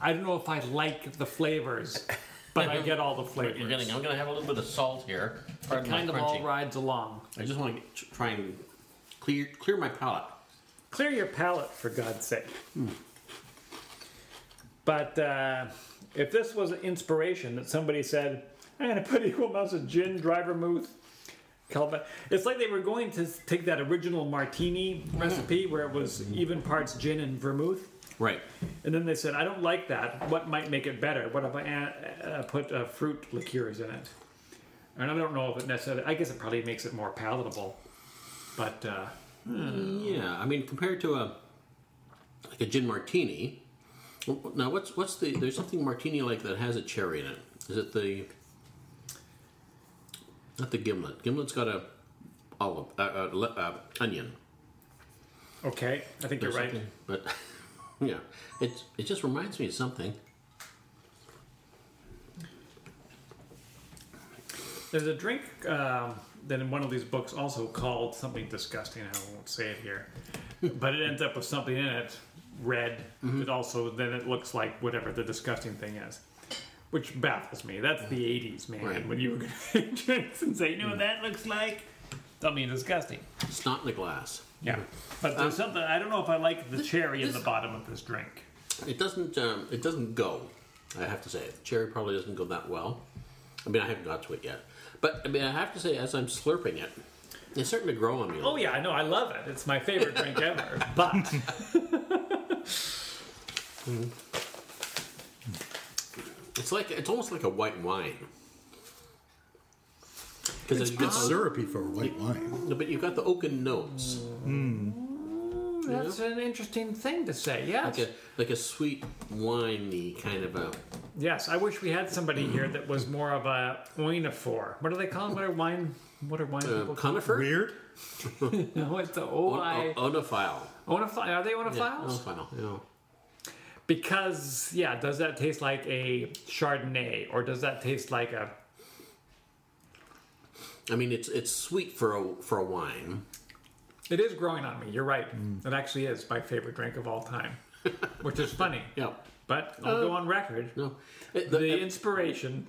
Speaker 2: I don't know if I like the flavors, but I get all the flavors.
Speaker 1: You're getting, I'm going to have a little bit of salt here. Pardon my
Speaker 2: kind of all
Speaker 1: crunchy.
Speaker 2: rides along.
Speaker 1: I just want to try and clear clear my palate.
Speaker 2: clear your palate for God's sake. But uh, if this was an inspiration that somebody said, I'm going to put equal amounts of gin, dry vermouth, Calva. It's like they were going to take that original martini recipe where it was even parts gin and vermouth.
Speaker 1: Right.
Speaker 2: And then they said, I don't like that. What might make it better? What if I uh, uh, put uh, fruit liqueurs in it? And I don't know if it necessarily, I guess it probably makes it more palatable. But uh,
Speaker 1: Yeah, I mean, compared to a like a gin martini. Now, what's what's the? There's something martini like that has a cherry in it. Is it the? Not the gimlet. Gimlet's got a olive, uh, uh, le- uh, onion.
Speaker 2: okay, I think
Speaker 1: or
Speaker 2: you're right.
Speaker 1: something, But yeah, it's it just reminds me of something.
Speaker 2: There's a drink um, that in one of these books also called something disgusting. I won't say it here, but it ends up with something in it, red. That also then it looks like whatever the disgusting thing is, which baffles me. That's the '80s, man.
Speaker 1: Right.
Speaker 2: When you were going to make drinks and say, "You know what that looks like?" Something disgusting.
Speaker 1: Snot in a glass.
Speaker 2: Yeah, but there's something I don't know if I like the cherry in
Speaker 1: this-
Speaker 2: the bottom of this drink.
Speaker 1: It doesn't. Um, it doesn't go. I have to say, cherry probably doesn't go that well. I mean, I haven't got to it yet, but I mean, I have to say, as I'm slurping it, it's starting to grow on me. a
Speaker 2: Oh yeah, I know. I love it. It's my favorite drink ever. But
Speaker 1: It's like it's almost like a white wine. Because you got
Speaker 3: It's
Speaker 1: the,
Speaker 3: syrupy for white wine.
Speaker 1: but you got the oaken notes,
Speaker 2: that's an interesting thing to say. Yeah,
Speaker 1: like a like a sweet winey kind of a. uh,
Speaker 2: Yes, I wish we had somebody here that was more of a oinophore. What do they call them? What are wine? What are wine
Speaker 1: Uh,
Speaker 2: people? called?
Speaker 1: conifer?
Speaker 7: Weird.
Speaker 2: No, it's the
Speaker 1: O-
Speaker 2: OI.
Speaker 1: o- Onophile.
Speaker 2: Oinophile. Are they
Speaker 1: Yeah, uh-huh.
Speaker 2: oinophiles?
Speaker 1: onophile. Yeah.
Speaker 2: Because yeah, does that taste like a Chardonnay or does that taste like a?
Speaker 1: I mean, it's it's sweet for a for a wine.
Speaker 2: It is growing on me. You're right.
Speaker 1: Mm.
Speaker 2: It actually is my favorite drink of all time, which is funny.
Speaker 1: Yeah.
Speaker 2: But I'll go on record.
Speaker 1: No. It- Uh, the-
Speaker 2: The inspiration,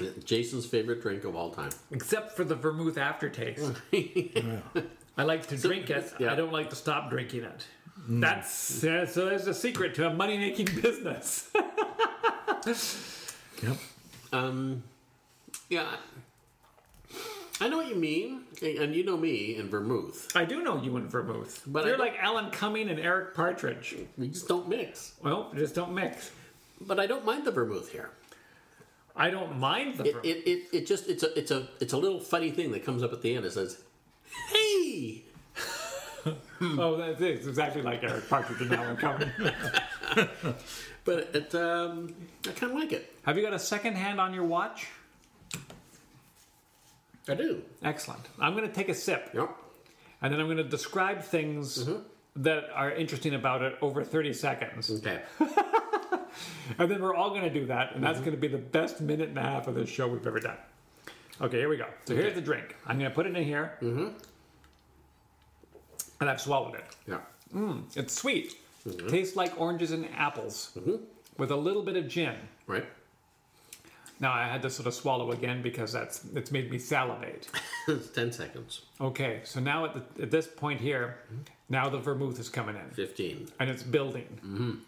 Speaker 1: it- Jason's favorite drink of all time.
Speaker 2: except for the vermouth aftertaste. I like to drink it.
Speaker 1: yeah.
Speaker 2: I don't like to stop drinking it. Hmm. That's yeah, so. There's a secret to a money-making business.
Speaker 8: Yep.
Speaker 1: Um, yeah. I know what you mean, and and you know me and vermouth.
Speaker 2: I do know you in vermouth,
Speaker 1: But
Speaker 2: but
Speaker 1: I
Speaker 2: you're
Speaker 1: don't-
Speaker 2: like Alan Cumming and Eric Partridge.
Speaker 1: We just don't mix.
Speaker 2: Well, just don't mix.
Speaker 1: But I don't mind the vermouth here.
Speaker 2: I don't mind the
Speaker 1: It,
Speaker 2: vermouth.
Speaker 1: it, it, it just it's a it's a it's a little funny thing that comes up at the end. It says, "Hey,
Speaker 2: oh, that's it. It's exactly like Eric Partridge and Alan Cumming.
Speaker 1: but it um, I kind of like it.
Speaker 2: Have you got a second hand on your watch?
Speaker 1: I do.
Speaker 2: Excellent. I'm going to take a sip,
Speaker 1: Yep.
Speaker 2: and then I'm going to describe things that are interesting about it over 30 seconds.
Speaker 1: Okay.
Speaker 2: And then we're all going to do that, and that's going to be the best minute and a half of this show we've ever done. Okay, here we go. So here's the drink. I'm going to put it in here. Mm-hmm. And I've swallowed it.
Speaker 1: Yeah.
Speaker 2: It's sweet. Tastes like oranges and apples with a little bit of gin.
Speaker 1: Right.
Speaker 2: Now I had to sort of swallow again because that's it's made me salivate.
Speaker 1: It's ten seconds.
Speaker 2: Okay, so now at, the, at this point here, now the vermouth is coming in
Speaker 1: Fifteen.
Speaker 2: and it's building.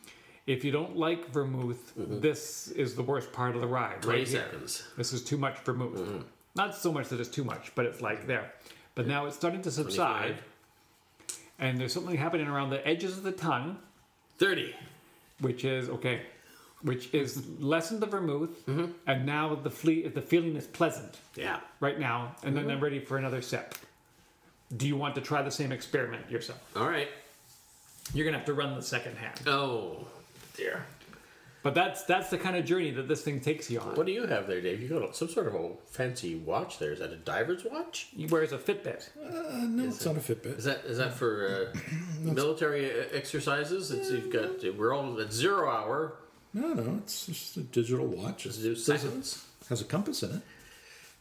Speaker 2: If you don't like vermouth, this is the worst part of the ride.
Speaker 1: Twenty
Speaker 2: Right here.
Speaker 1: seconds.
Speaker 2: This is too much vermouth. Not so much that it's too much, but it's like there. But now it's starting to subside,
Speaker 1: 25.
Speaker 2: and there's something happening around the edges of the tongue.
Speaker 1: Thirty.
Speaker 2: which is okay, which is lessen the vermouth, and now the fle- the feeling is pleasant
Speaker 1: Yeah.
Speaker 2: right now, and then I'm ready for another sip. Do you want to try the same experiment yourself?
Speaker 1: All right.
Speaker 2: You're gonna have to run the second hand,
Speaker 1: Oh dear.
Speaker 2: but that's that's the kind of journey that this thing takes you on.
Speaker 1: What do you have there, Dave? You got some sort of a fancy watch there. Is that a diver's watch?
Speaker 2: He wears a Fitbit.
Speaker 3: Uh, no, it's not a Fitbit.
Speaker 1: Is that is that for uh, military uh, exercises? It's you've got we're all at zero hour.
Speaker 3: No, no, it's just a digital watch. It
Speaker 1: Zero seconds.
Speaker 3: has a compass in it,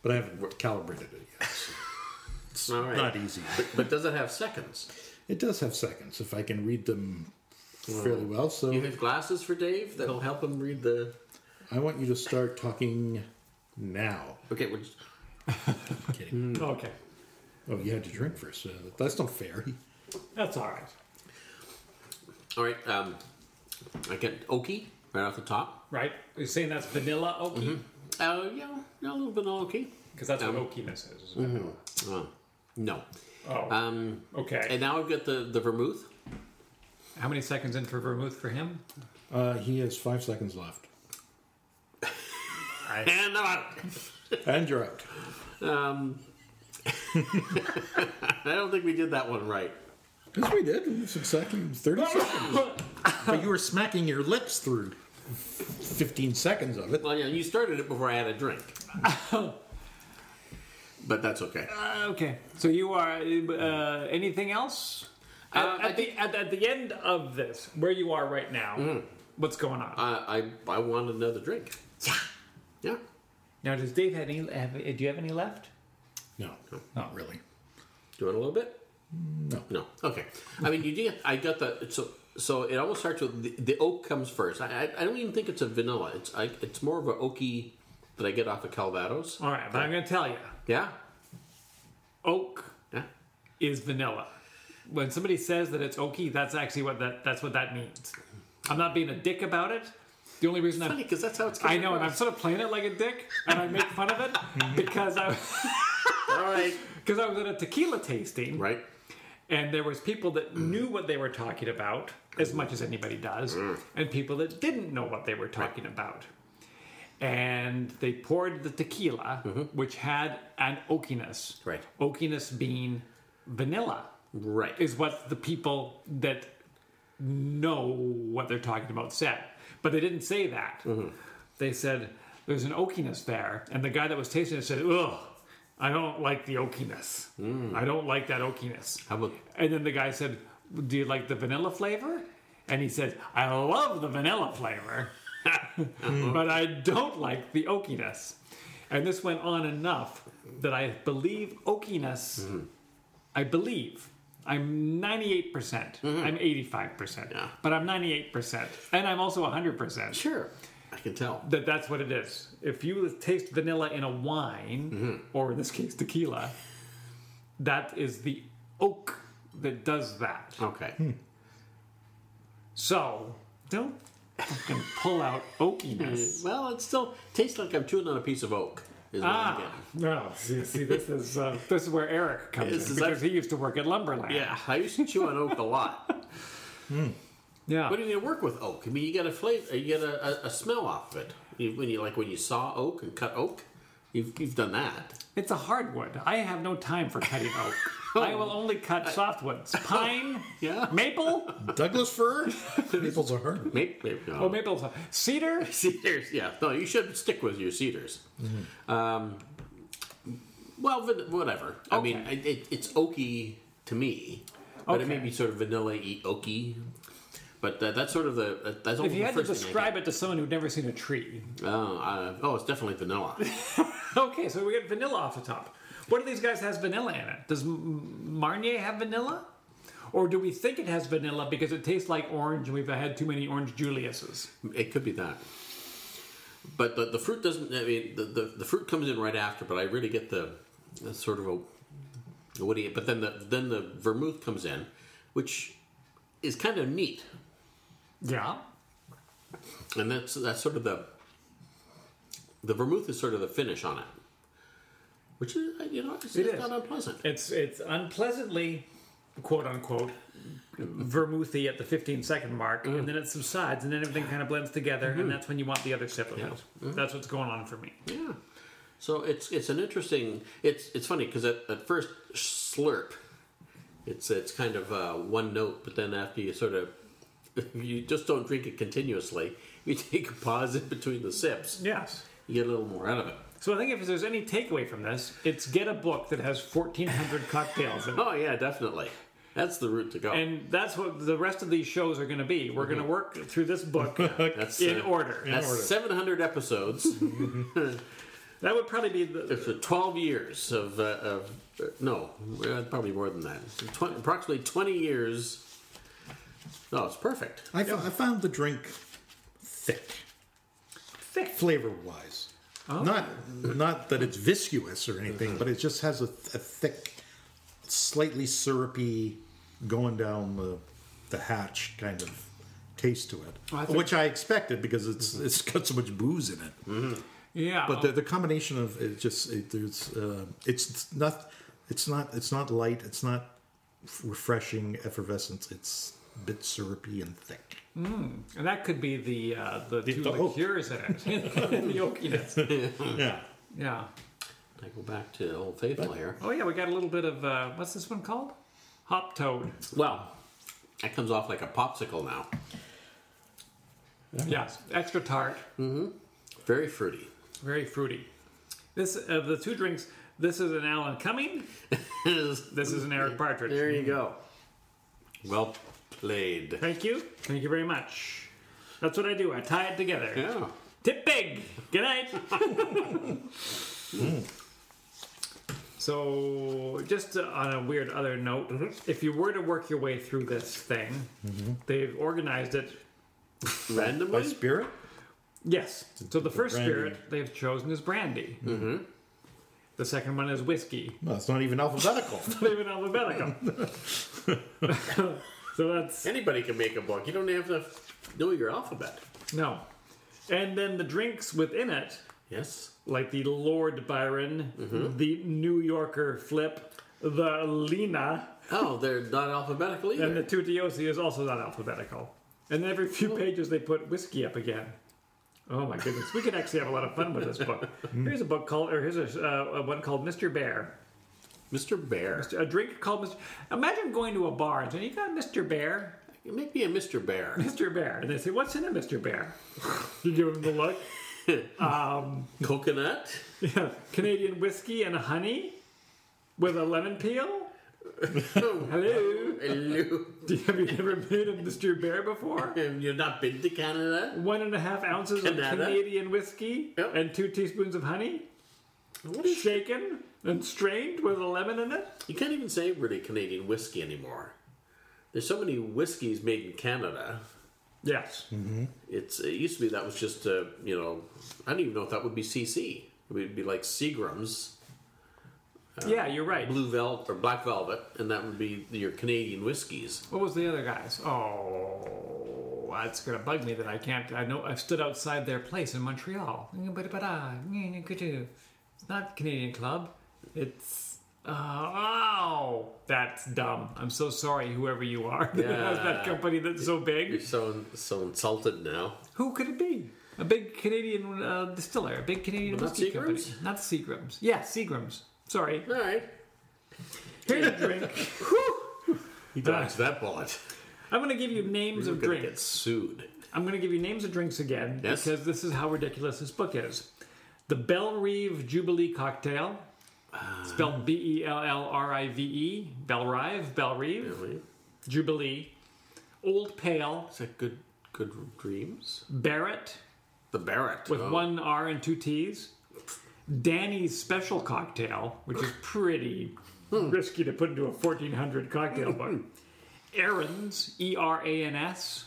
Speaker 3: but I haven't calibrated it yet. so It's
Speaker 1: All right.
Speaker 3: not easy.
Speaker 1: But does it have seconds?
Speaker 3: It does have seconds if I can read them fairly well. So
Speaker 1: You have glasses for Dave that'll help him read the.
Speaker 3: I want you to start talking now.
Speaker 1: Okay, we're just-
Speaker 2: Okay,
Speaker 3: Oh, you had to drink first. Uh, that's not fair.
Speaker 2: that's all right.
Speaker 1: all right. Um, I get oaky right off the top.
Speaker 2: Right? You're saying that's vanilla oaky
Speaker 1: Oh yeah, yeah, a little vanilla oaky.
Speaker 2: because that's what oakiness is.
Speaker 1: Oh, no.
Speaker 2: Oh,
Speaker 1: Um,
Speaker 2: okay.
Speaker 1: and now I've got the the vermouth.
Speaker 2: How many seconds in for vermouth for him?
Speaker 3: Uh, he has five seconds left.
Speaker 1: And I'm out.
Speaker 3: And you're out.
Speaker 1: Um, I don't think we did that one right.
Speaker 3: Yes, we did. It's exactly 30 seconds.
Speaker 2: Uh,
Speaker 3: but you were smacking your lips through 15 seconds of it.
Speaker 1: Well, yeah, you started it before I had a drink. but that's okay.
Speaker 2: Okay, so you are. Uh, anything else? At,
Speaker 1: Uh,
Speaker 2: at the at, at the end of this, where you are right now, what's going on?
Speaker 1: I I, I want another drink. Yeah.
Speaker 2: now, does Dave have any? Have, uh, do you have any left?
Speaker 3: No,
Speaker 1: Oh.
Speaker 3: not really.
Speaker 1: Do you want a little bit?
Speaker 3: No.
Speaker 1: No. Okay. I mean, you did. I got the so so it almost starts with the, the oak comes first. I, I I don't even think it's a vanilla. It's I, it's more of a oaky that I get off of Calvados.
Speaker 2: All right, but I'm going to tell you,
Speaker 1: Yeah.
Speaker 2: oak
Speaker 1: Yeah.
Speaker 2: is vanilla. When somebody says that it's oaky, that's actually what that that's what that means. I'm not being a dick about it. The only reason I'm
Speaker 1: Funny because that's how it's.
Speaker 2: I know, and I'm sort of playing it like a dick, and I make fun of it because I
Speaker 1: All right.
Speaker 2: because I was at a tequila tasting,
Speaker 1: Right. Mm.
Speaker 2: and there was people that knew what they were talking about as much as anybody does
Speaker 1: Mm.
Speaker 2: and people that didn't know what they were talking about and they poured the tequila which had an oakiness
Speaker 1: Mm-hmm. Right.
Speaker 2: oakiness being vanilla
Speaker 1: Right.
Speaker 2: is what the people that know what they're talking about said but they didn't say that they said there's an oakiness there and the guy that was tasting it said ugh i don't like the oakiness i don't like that oakiness
Speaker 1: How about
Speaker 2: and then the guy said, "Do you like the vanilla flavor?" And he said, "I love the vanilla flavor, but I don't like the oakiness." And this went on enough that I believe oakiness. I believe I'm 98%. percent I'm 85%.
Speaker 1: Mm-hmm. Yeah.
Speaker 2: But I'm 98%. And I'm also 100%
Speaker 1: sure? I can tell.
Speaker 2: that that's what it is. If you taste vanilla in a wine,
Speaker 1: Mm-hmm.
Speaker 2: or in this case tequila, that is the oak that does that.
Speaker 1: Okay.
Speaker 2: Hmm. So don't fucking pull out oakiness.
Speaker 1: Well, it still tastes like I'm chewing on a piece of oak. Is what I'm
Speaker 2: Ah,
Speaker 1: getting.
Speaker 2: no. See, see this is uh, this is where Eric comes
Speaker 1: This
Speaker 2: in
Speaker 1: is-
Speaker 2: because he used to work at Lumberland.
Speaker 1: Yeah, I used to chew on oak a lot.
Speaker 2: yeah.
Speaker 1: What do you need to work with oak? I mean, you get a flavor, you get a, a, a smell off of it. You, when you like when you saw oak and cut oak, you've, you've done that.
Speaker 2: It's a hardwood. I have no time for cutting oak. I will only cut softwoods: pine,
Speaker 1: Yeah.
Speaker 2: maple.
Speaker 3: Douglas fir? People's are hard.
Speaker 1: Maybe, maybe no.
Speaker 2: Oh, maple, cedar. Mm-hmm.
Speaker 1: cedars. Yeah, no, you should stick with your cedars. Um, Well, van- whatever. I mean,
Speaker 2: Okay.
Speaker 1: it, it, it's oaky to me, but it may
Speaker 2: Okay.
Speaker 1: be sort of vanilla-y oaky. But that, that's sort of the that, that's
Speaker 2: If
Speaker 1: almost
Speaker 2: you
Speaker 1: the
Speaker 2: had to
Speaker 1: first thing I
Speaker 2: describe it to someone who'd never seen a tree.
Speaker 1: get. oh, uh, oh, it's definitely vanilla.
Speaker 2: Okay, so we got vanilla off the top. What do these guys has vanilla in it? Does M- Marnier have vanilla? Or do we think it has vanilla because it tastes like orange and we've had too many orange Juliuses?
Speaker 1: It could be that. But the, the fruit doesn't. I mean, the, the, the fruit comes in right after. But I really get the, the sort of a, a woody. But then the then the vermouth comes in, which is kind of neat.
Speaker 2: Yeah.
Speaker 1: And that's that's sort of the. The vermouth is sort of the finish on it, which is you know it's, it's
Speaker 2: is.
Speaker 1: not unpleasant.
Speaker 2: It's it's unpleasantly quote unquote vermouthy at the 15 second mark and then it subsides and then everything kind of blends together and that's when you want the other sip of it. That's what's going on for me.
Speaker 1: Yeah. So it's it's an interesting. It's it's funny because at, at first slurp, it's it's kind of uh, one note, but then after you sort of, you just don't drink it continuously. You take a pause in between the sips,
Speaker 2: Yes.
Speaker 1: you get a little more out of it.
Speaker 2: So I think if there's any takeaway from this, it's get a book that has 1400 cocktails in it.
Speaker 1: Oh yeah, definitely. That's the route to go.
Speaker 2: And that's what the rest of these shows are going to be. We're going to work through this book
Speaker 1: that's
Speaker 2: in
Speaker 1: uh,
Speaker 2: order.
Speaker 1: That's
Speaker 3: order.
Speaker 1: 700 episodes.
Speaker 2: That would probably be the,
Speaker 1: it's uh, 12 years of, uh, of uh, no, uh, probably more than that. Twen- approximately 20 years. No, it's perfect.
Speaker 3: I, fo- I found the drink thick,
Speaker 2: thick. Oh.
Speaker 3: flavor wise. Not not that it's viscous or anything, but it just has a, th- a thick, slightly syrupy, going down the the hatch kind of taste to it,
Speaker 2: I think-
Speaker 3: which I expected because it's it's got so much booze in it.
Speaker 2: Mm. Yeah.
Speaker 3: But the, the combination of it just it, there's uh, it's not it's not it's not light. It's not f- refreshing effervescence. It's a bit syrupy and thick.
Speaker 2: and that could be the uh, the two
Speaker 3: the oak.
Speaker 2: liqueurs in it. the oakiness.
Speaker 3: Yeah.
Speaker 2: Yeah.
Speaker 1: I go back to Old Faithful here.
Speaker 2: Oh, yeah, we got a little bit of, uh, what's this one called? Hop Toad.
Speaker 1: Well, that comes off like a popsicle now.
Speaker 2: Yes. Extra tart.
Speaker 1: Very fruity.
Speaker 2: Very fruity. This, of the two drinks, this is an Alan Cumming. This is an Eric Partridge.
Speaker 1: there you go. Well played.
Speaker 2: Thank you. Thank you very much. That's what I do. I tie it together.
Speaker 1: Yeah.
Speaker 2: Tip big. Good night. so, just uh, on a weird other note, if you were to work your way through this thing, they've organized it.
Speaker 3: By
Speaker 1: Randomly?
Speaker 3: spirit?
Speaker 2: Yes. So the first
Speaker 3: brandy.
Speaker 2: spirit they've chosen is brandy. Mm-hmm. The second one is whiskey.
Speaker 3: Well, it's not even alphabetical.
Speaker 2: Not even alphabetical. so that's
Speaker 1: Anybody can make a book. You don't have to know your alphabet.
Speaker 2: no. And then the drinks within it
Speaker 1: Yes.
Speaker 2: like the Lord Byron, the New Yorker Flip, the Lena,
Speaker 1: Oh, they're not alphabetical either.
Speaker 2: and the Tuttiosi is also not alphabetical. And every few pages they put whiskey up again. Oh my goodness, we could actually have a lot of fun with this book. Here's a book called, or here's a, uh, one called Mr. Bear.
Speaker 1: Mr. Bear.
Speaker 2: A drink called Mr. Imagine going to a bar and saying, "You got a Mr. Bear."
Speaker 1: It may be a Mr. Bear.
Speaker 2: Mr. Bear, and they say, "What's in it, Mr. Bear?" you give him the look.
Speaker 1: Coconut?
Speaker 2: Yeah, Canadian whiskey and honey with a lemon peel.
Speaker 1: Oh,
Speaker 2: Hello.
Speaker 1: Hello.
Speaker 2: Do you- Have you ever made a Mr. Bear before?
Speaker 1: Have you not been to Canada?
Speaker 2: One and a half ounces
Speaker 1: Canada.
Speaker 2: of Canadian whiskey
Speaker 1: Yep.
Speaker 2: and two teaspoons of honey,
Speaker 1: What is
Speaker 2: shaken and strained with a lemon in it.
Speaker 1: You can't even say really Canadian whiskey anymore. There's so many whiskeys made in Canada.
Speaker 2: Yes.
Speaker 1: Hmm. It's it used to be that was just uh, you know I don't even know if that would be CC. It would be like Seagram's
Speaker 2: yeah, you're right.
Speaker 1: Blue Velvet or Black Velvet, and that would be your Canadian whiskeys.
Speaker 2: What was the other guys? Oh, that's gonna bug me that I can't. I know I've stood outside their place in Montreal. It's not Canadian Club. It's uh, oh, that's dumb. I'm so sorry, whoever you are. that has that
Speaker 1: Yeah.
Speaker 2: company that's so
Speaker 1: You're
Speaker 2: big.
Speaker 1: so so insulted now.
Speaker 2: Who could it be? A big Canadian uh, distiller, a big Canadian
Speaker 1: Well, not
Speaker 2: whiskey company.
Speaker 1: Seagram's?
Speaker 2: Not Seagrams. Yeah, Seagrams. Sorry.
Speaker 1: All right,
Speaker 2: Here's a drink.
Speaker 1: he dodged that bullet.
Speaker 2: I'm gonna give you names
Speaker 1: We're
Speaker 2: of
Speaker 1: gonna get
Speaker 2: drinks.
Speaker 1: sued.
Speaker 2: I'm going to give you names of drinks again
Speaker 1: Yes.
Speaker 2: because this is how ridiculous this book is. The Bell Reeve Jubilee Cocktail,
Speaker 1: Ah.
Speaker 2: Spelled B E L L R I V E, Belrive, Belrive,
Speaker 1: Really?
Speaker 2: Jubilee, Old Pale,
Speaker 1: Is that good? Good dreams.
Speaker 2: Barrett,
Speaker 1: The Barrett
Speaker 2: with
Speaker 1: oh.
Speaker 2: one R and two T's. Danny's special cocktail, which is pretty
Speaker 1: Hmm.
Speaker 2: risky to put into a 1400 cocktail book. Aaron's, E R A N S.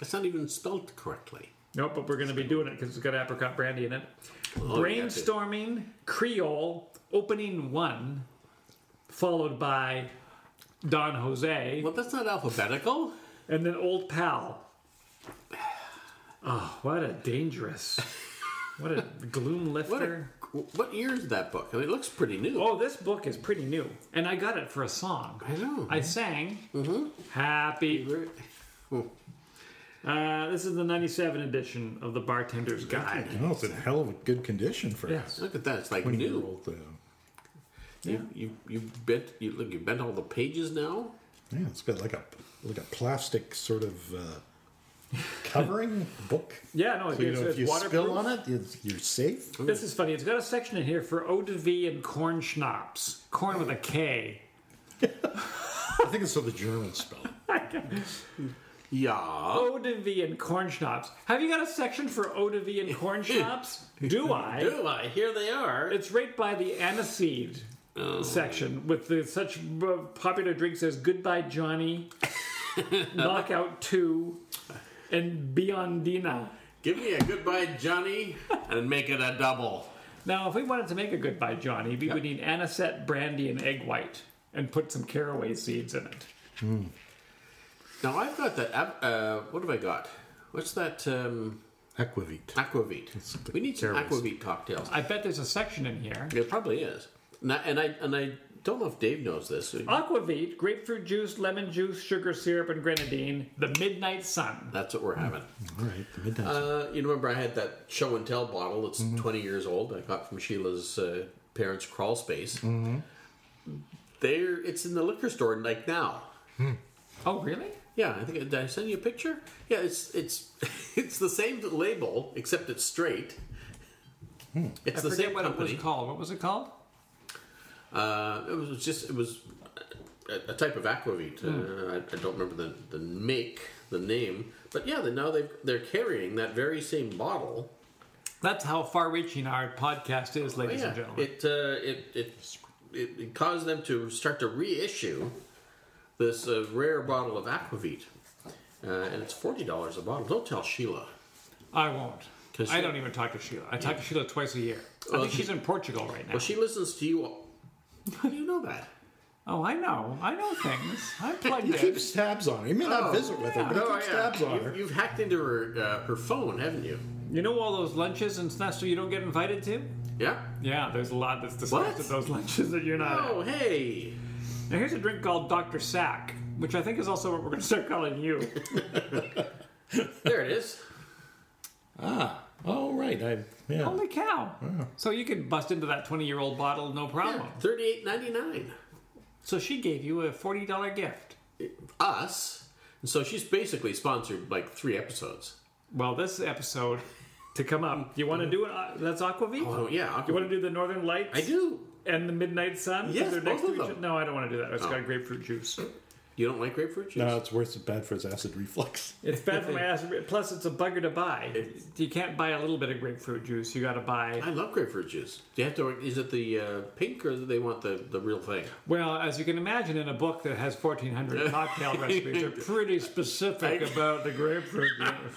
Speaker 1: It's not even spelled correctly.
Speaker 2: Nope, but we're going to be doing it because it's got apricot brandy in it.
Speaker 1: Oh, yeah, it's-
Speaker 2: Brainstorming, Creole, opening one, followed by Don Jose,
Speaker 1: Well, that's not alphabetical.
Speaker 2: and then Old Pal. Oh, what a dangerous, what a gloom lifter.
Speaker 1: What, a- what year is that book? I mean, it looks pretty new.
Speaker 2: Oh, this book is pretty new, and I got it for a song.
Speaker 1: I know.
Speaker 2: I sang
Speaker 3: Mm-hmm.
Speaker 2: "Happy."
Speaker 3: Oh.
Speaker 2: Uh, this is the '97 edition of the Bartender's Guide.
Speaker 3: No, it's in a hell of a good condition for
Speaker 2: Yes.
Speaker 1: Look at that. It's like
Speaker 3: a
Speaker 1: new.
Speaker 3: twenty-year-old. Uh,
Speaker 1: You, you you bent you look you bent all the pages now.
Speaker 3: yeah, it's got like a like a plastic sort of uh, covering book.
Speaker 2: Yeah, no,
Speaker 3: So you
Speaker 2: it's,
Speaker 3: know,
Speaker 2: it's
Speaker 3: if you
Speaker 2: waterproof.
Speaker 3: spill on it, it's, you're safe.
Speaker 2: This is funny. It's got a section in here for eau de vie and corn schnapps. Corn with a K.
Speaker 3: I think it's how the Germans spell it.
Speaker 1: Yeah.
Speaker 2: Eau de vie and corn schnapps. Have you got a section for eau de vie and corn schnapps? Do I?
Speaker 1: Do I? Here they are.
Speaker 2: It's right by the aniseed
Speaker 1: Oh.
Speaker 2: section with the such uh, popular drinks as Goodbye Johnny, Knockout 2, and Biondina.
Speaker 1: Give me a goodbye, Johnny, and make it a double.
Speaker 2: Now, if we wanted to make a Goodbye Johnny, we would need anisette, brandy, and egg white, and put some caraway seeds in it.
Speaker 1: Now I've got that. ab- Uh, what have I got? What's that? Um,
Speaker 3: Aquavit.
Speaker 1: aquavit. We need some
Speaker 3: terrible.
Speaker 1: aquavit cocktails.
Speaker 2: I bet there's a section in here.
Speaker 1: It probably is. And I, and I and I don't know if Dave knows this.
Speaker 2: Aquavit, grapefruit juice, lemon juice, sugar syrup, and grenadine. The Midnight Sun.
Speaker 1: That's what we're having.
Speaker 3: All right, the midnight.
Speaker 1: Uh, you remember I had that show and tell bottle that's 20 years old. I got from Sheila's uh, parents' crawl space. There, it's in the liquor store like now.
Speaker 2: Oh, really?
Speaker 1: Yeah, I think did I send you a picture? Yeah, it's it's it's the same label except it's straight. It's
Speaker 2: Hmm. I
Speaker 1: the
Speaker 2: forget
Speaker 1: same
Speaker 2: what
Speaker 1: company.
Speaker 2: it was called. What was it called?
Speaker 1: Uh, it was just it was a, a type of aquavit.
Speaker 2: Hmm.
Speaker 1: Uh, I, I don't remember the, the make, the name, but yeah, they, now they they're carrying that very same bottle.
Speaker 2: That's how far-reaching our podcast is, ladies
Speaker 1: Oh, Yeah,
Speaker 2: and gentlemen.
Speaker 1: it, uh, it it it it caused them to start to reissue this uh, rare bottle of aquavit, uh, and it's forty dollars a bottle. Don't tell Sheila.
Speaker 2: I won't.
Speaker 1: 'Cause
Speaker 2: I
Speaker 1: she-
Speaker 2: don't even talk to Sheila. I talk to Sheila twice a year. I think she's in Portugal right now.
Speaker 1: Well, she listens to you. All. How do you know that?
Speaker 2: oh, I know. I know things. I'm plugged
Speaker 3: he
Speaker 2: in.
Speaker 3: keeps tabs on her. He may not visit with her, but
Speaker 1: Oh,
Speaker 3: he keeps tabs on
Speaker 1: You've,
Speaker 3: her.
Speaker 1: you've hacked into her uh, her phone, haven't you?
Speaker 2: You know all those lunches and stuff so you don't get invited to?
Speaker 1: Yeah.
Speaker 2: Yeah, there's a lot that's discussed
Speaker 1: What?
Speaker 2: at those lunches that you're not at.
Speaker 1: Oh, hey.
Speaker 2: Now here's a drink called Dr. Sack, which I think is also what we're going to start calling you.
Speaker 1: There it is.
Speaker 3: Ah, oh right, I yeah.
Speaker 2: Holy cow! So you could bust into that 20 year old bottle no problem.
Speaker 1: Thirty-eight ninety-nine.
Speaker 2: So she gave you a $40 gift.
Speaker 1: Us. And so she's basically sponsored like three episodes.
Speaker 2: Well, this episode to come up, you want to do it? Uh, that's Aquavit?
Speaker 1: Oh yeah. Aqua-
Speaker 2: You want to do the Northern Lights?
Speaker 1: I do.
Speaker 2: And the Midnight Sun? 'Cause
Speaker 1: Yes,
Speaker 2: they're next
Speaker 1: both
Speaker 2: to
Speaker 1: of
Speaker 2: each
Speaker 1: them.
Speaker 2: No, I don't want to do that. It's got grapefruit juice.
Speaker 1: You don't like grapefruit juice?
Speaker 3: No, it's worse. It's bad for his acid reflux.
Speaker 2: It's bad for my ass. Plus, it's a bugger to buy. You can't buy a little bit of grapefruit juice. You got to buy.
Speaker 1: I love grapefruit juice. Do you have to? Is it the uh, pink or do they want the, the real thing?
Speaker 2: Well, as you can imagine, in a book that has 1,400 cocktail recipes, they're pretty specific about the grapefruit juice.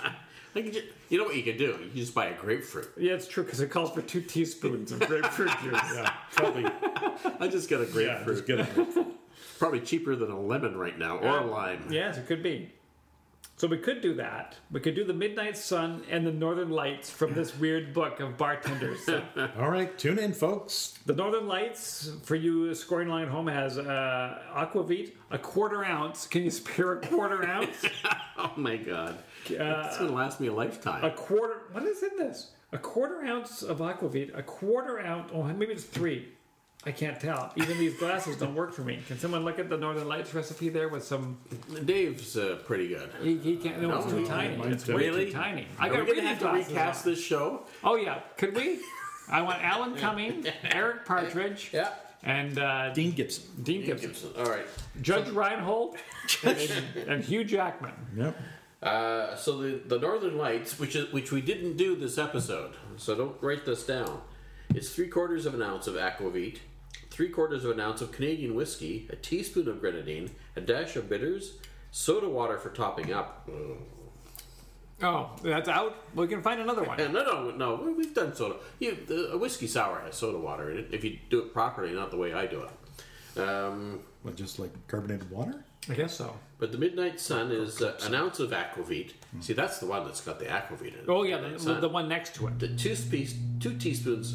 Speaker 1: I could ju- you know what you could do? You just buy a grapefruit.
Speaker 2: Yeah, it's true because it calls for two teaspoons of grapefruit juice.
Speaker 3: Probably
Speaker 1: I just got a grapefruit.
Speaker 3: just get it.
Speaker 1: Probably cheaper than a lemon right now or a lime.
Speaker 2: Yes, it could be. So we could do that. We could do the Midnight Sun and the Northern Lights from this weird book of bartenders. So
Speaker 3: All right, tune in, folks.
Speaker 2: the Northern Lights for you scoring line at home has uh, aquavit, a quarter ounce. Can you spare a quarter ounce?
Speaker 1: Oh my god, it's gonna last me a lifetime.
Speaker 2: a quarter. What is in this? A quarter ounce of aquavit. A quarter ounce. Oh, maybe it's three. I can't tell. Even these glasses don't work for me. Can someone look at the Northern Lights recipe there with some?
Speaker 1: Dave's uh, pretty good.
Speaker 2: He, he can't. No, it's too tiny. It's way
Speaker 1: Really?
Speaker 2: too tiny. I
Speaker 1: Are we
Speaker 2: got
Speaker 1: gonna
Speaker 2: reading
Speaker 1: have to
Speaker 2: glasses
Speaker 1: recast
Speaker 2: on.
Speaker 1: this show?
Speaker 2: Oh yeah, could we? I want Alan Cumming, Eric Partridge,
Speaker 1: Yeah.
Speaker 2: and uh, Dean,
Speaker 3: Dean Gibson.
Speaker 2: Gibson,
Speaker 1: Gibson. All right.
Speaker 2: Judge Reinhold, and, and Hugh Jackman.
Speaker 3: Yep.
Speaker 1: Uh, so the, the Northern Lights, which is, which we didn't do this episode, so don't write this down, is three quarters of an ounce of aquavit, three quarters of an ounce of Canadian whiskey, a teaspoon of grenadine, a dash of bitters, soda water for topping up.
Speaker 2: Oh, that's out. We can find another one.
Speaker 1: And no, no, no, we- we've done soda. You, the, a whiskey sour has soda water in it if you do it properly, not the way I do it. Um,
Speaker 3: What, just like carbonated water?
Speaker 2: I guess so.
Speaker 1: but the Midnight Sun is uh, an ounce of aquavit. See, that's the one that's got the aquavit in it.
Speaker 2: Oh yeah,
Speaker 1: Midnight
Speaker 2: the,
Speaker 1: Sun.
Speaker 2: the one next to it.
Speaker 1: The two, spe- two teaspoons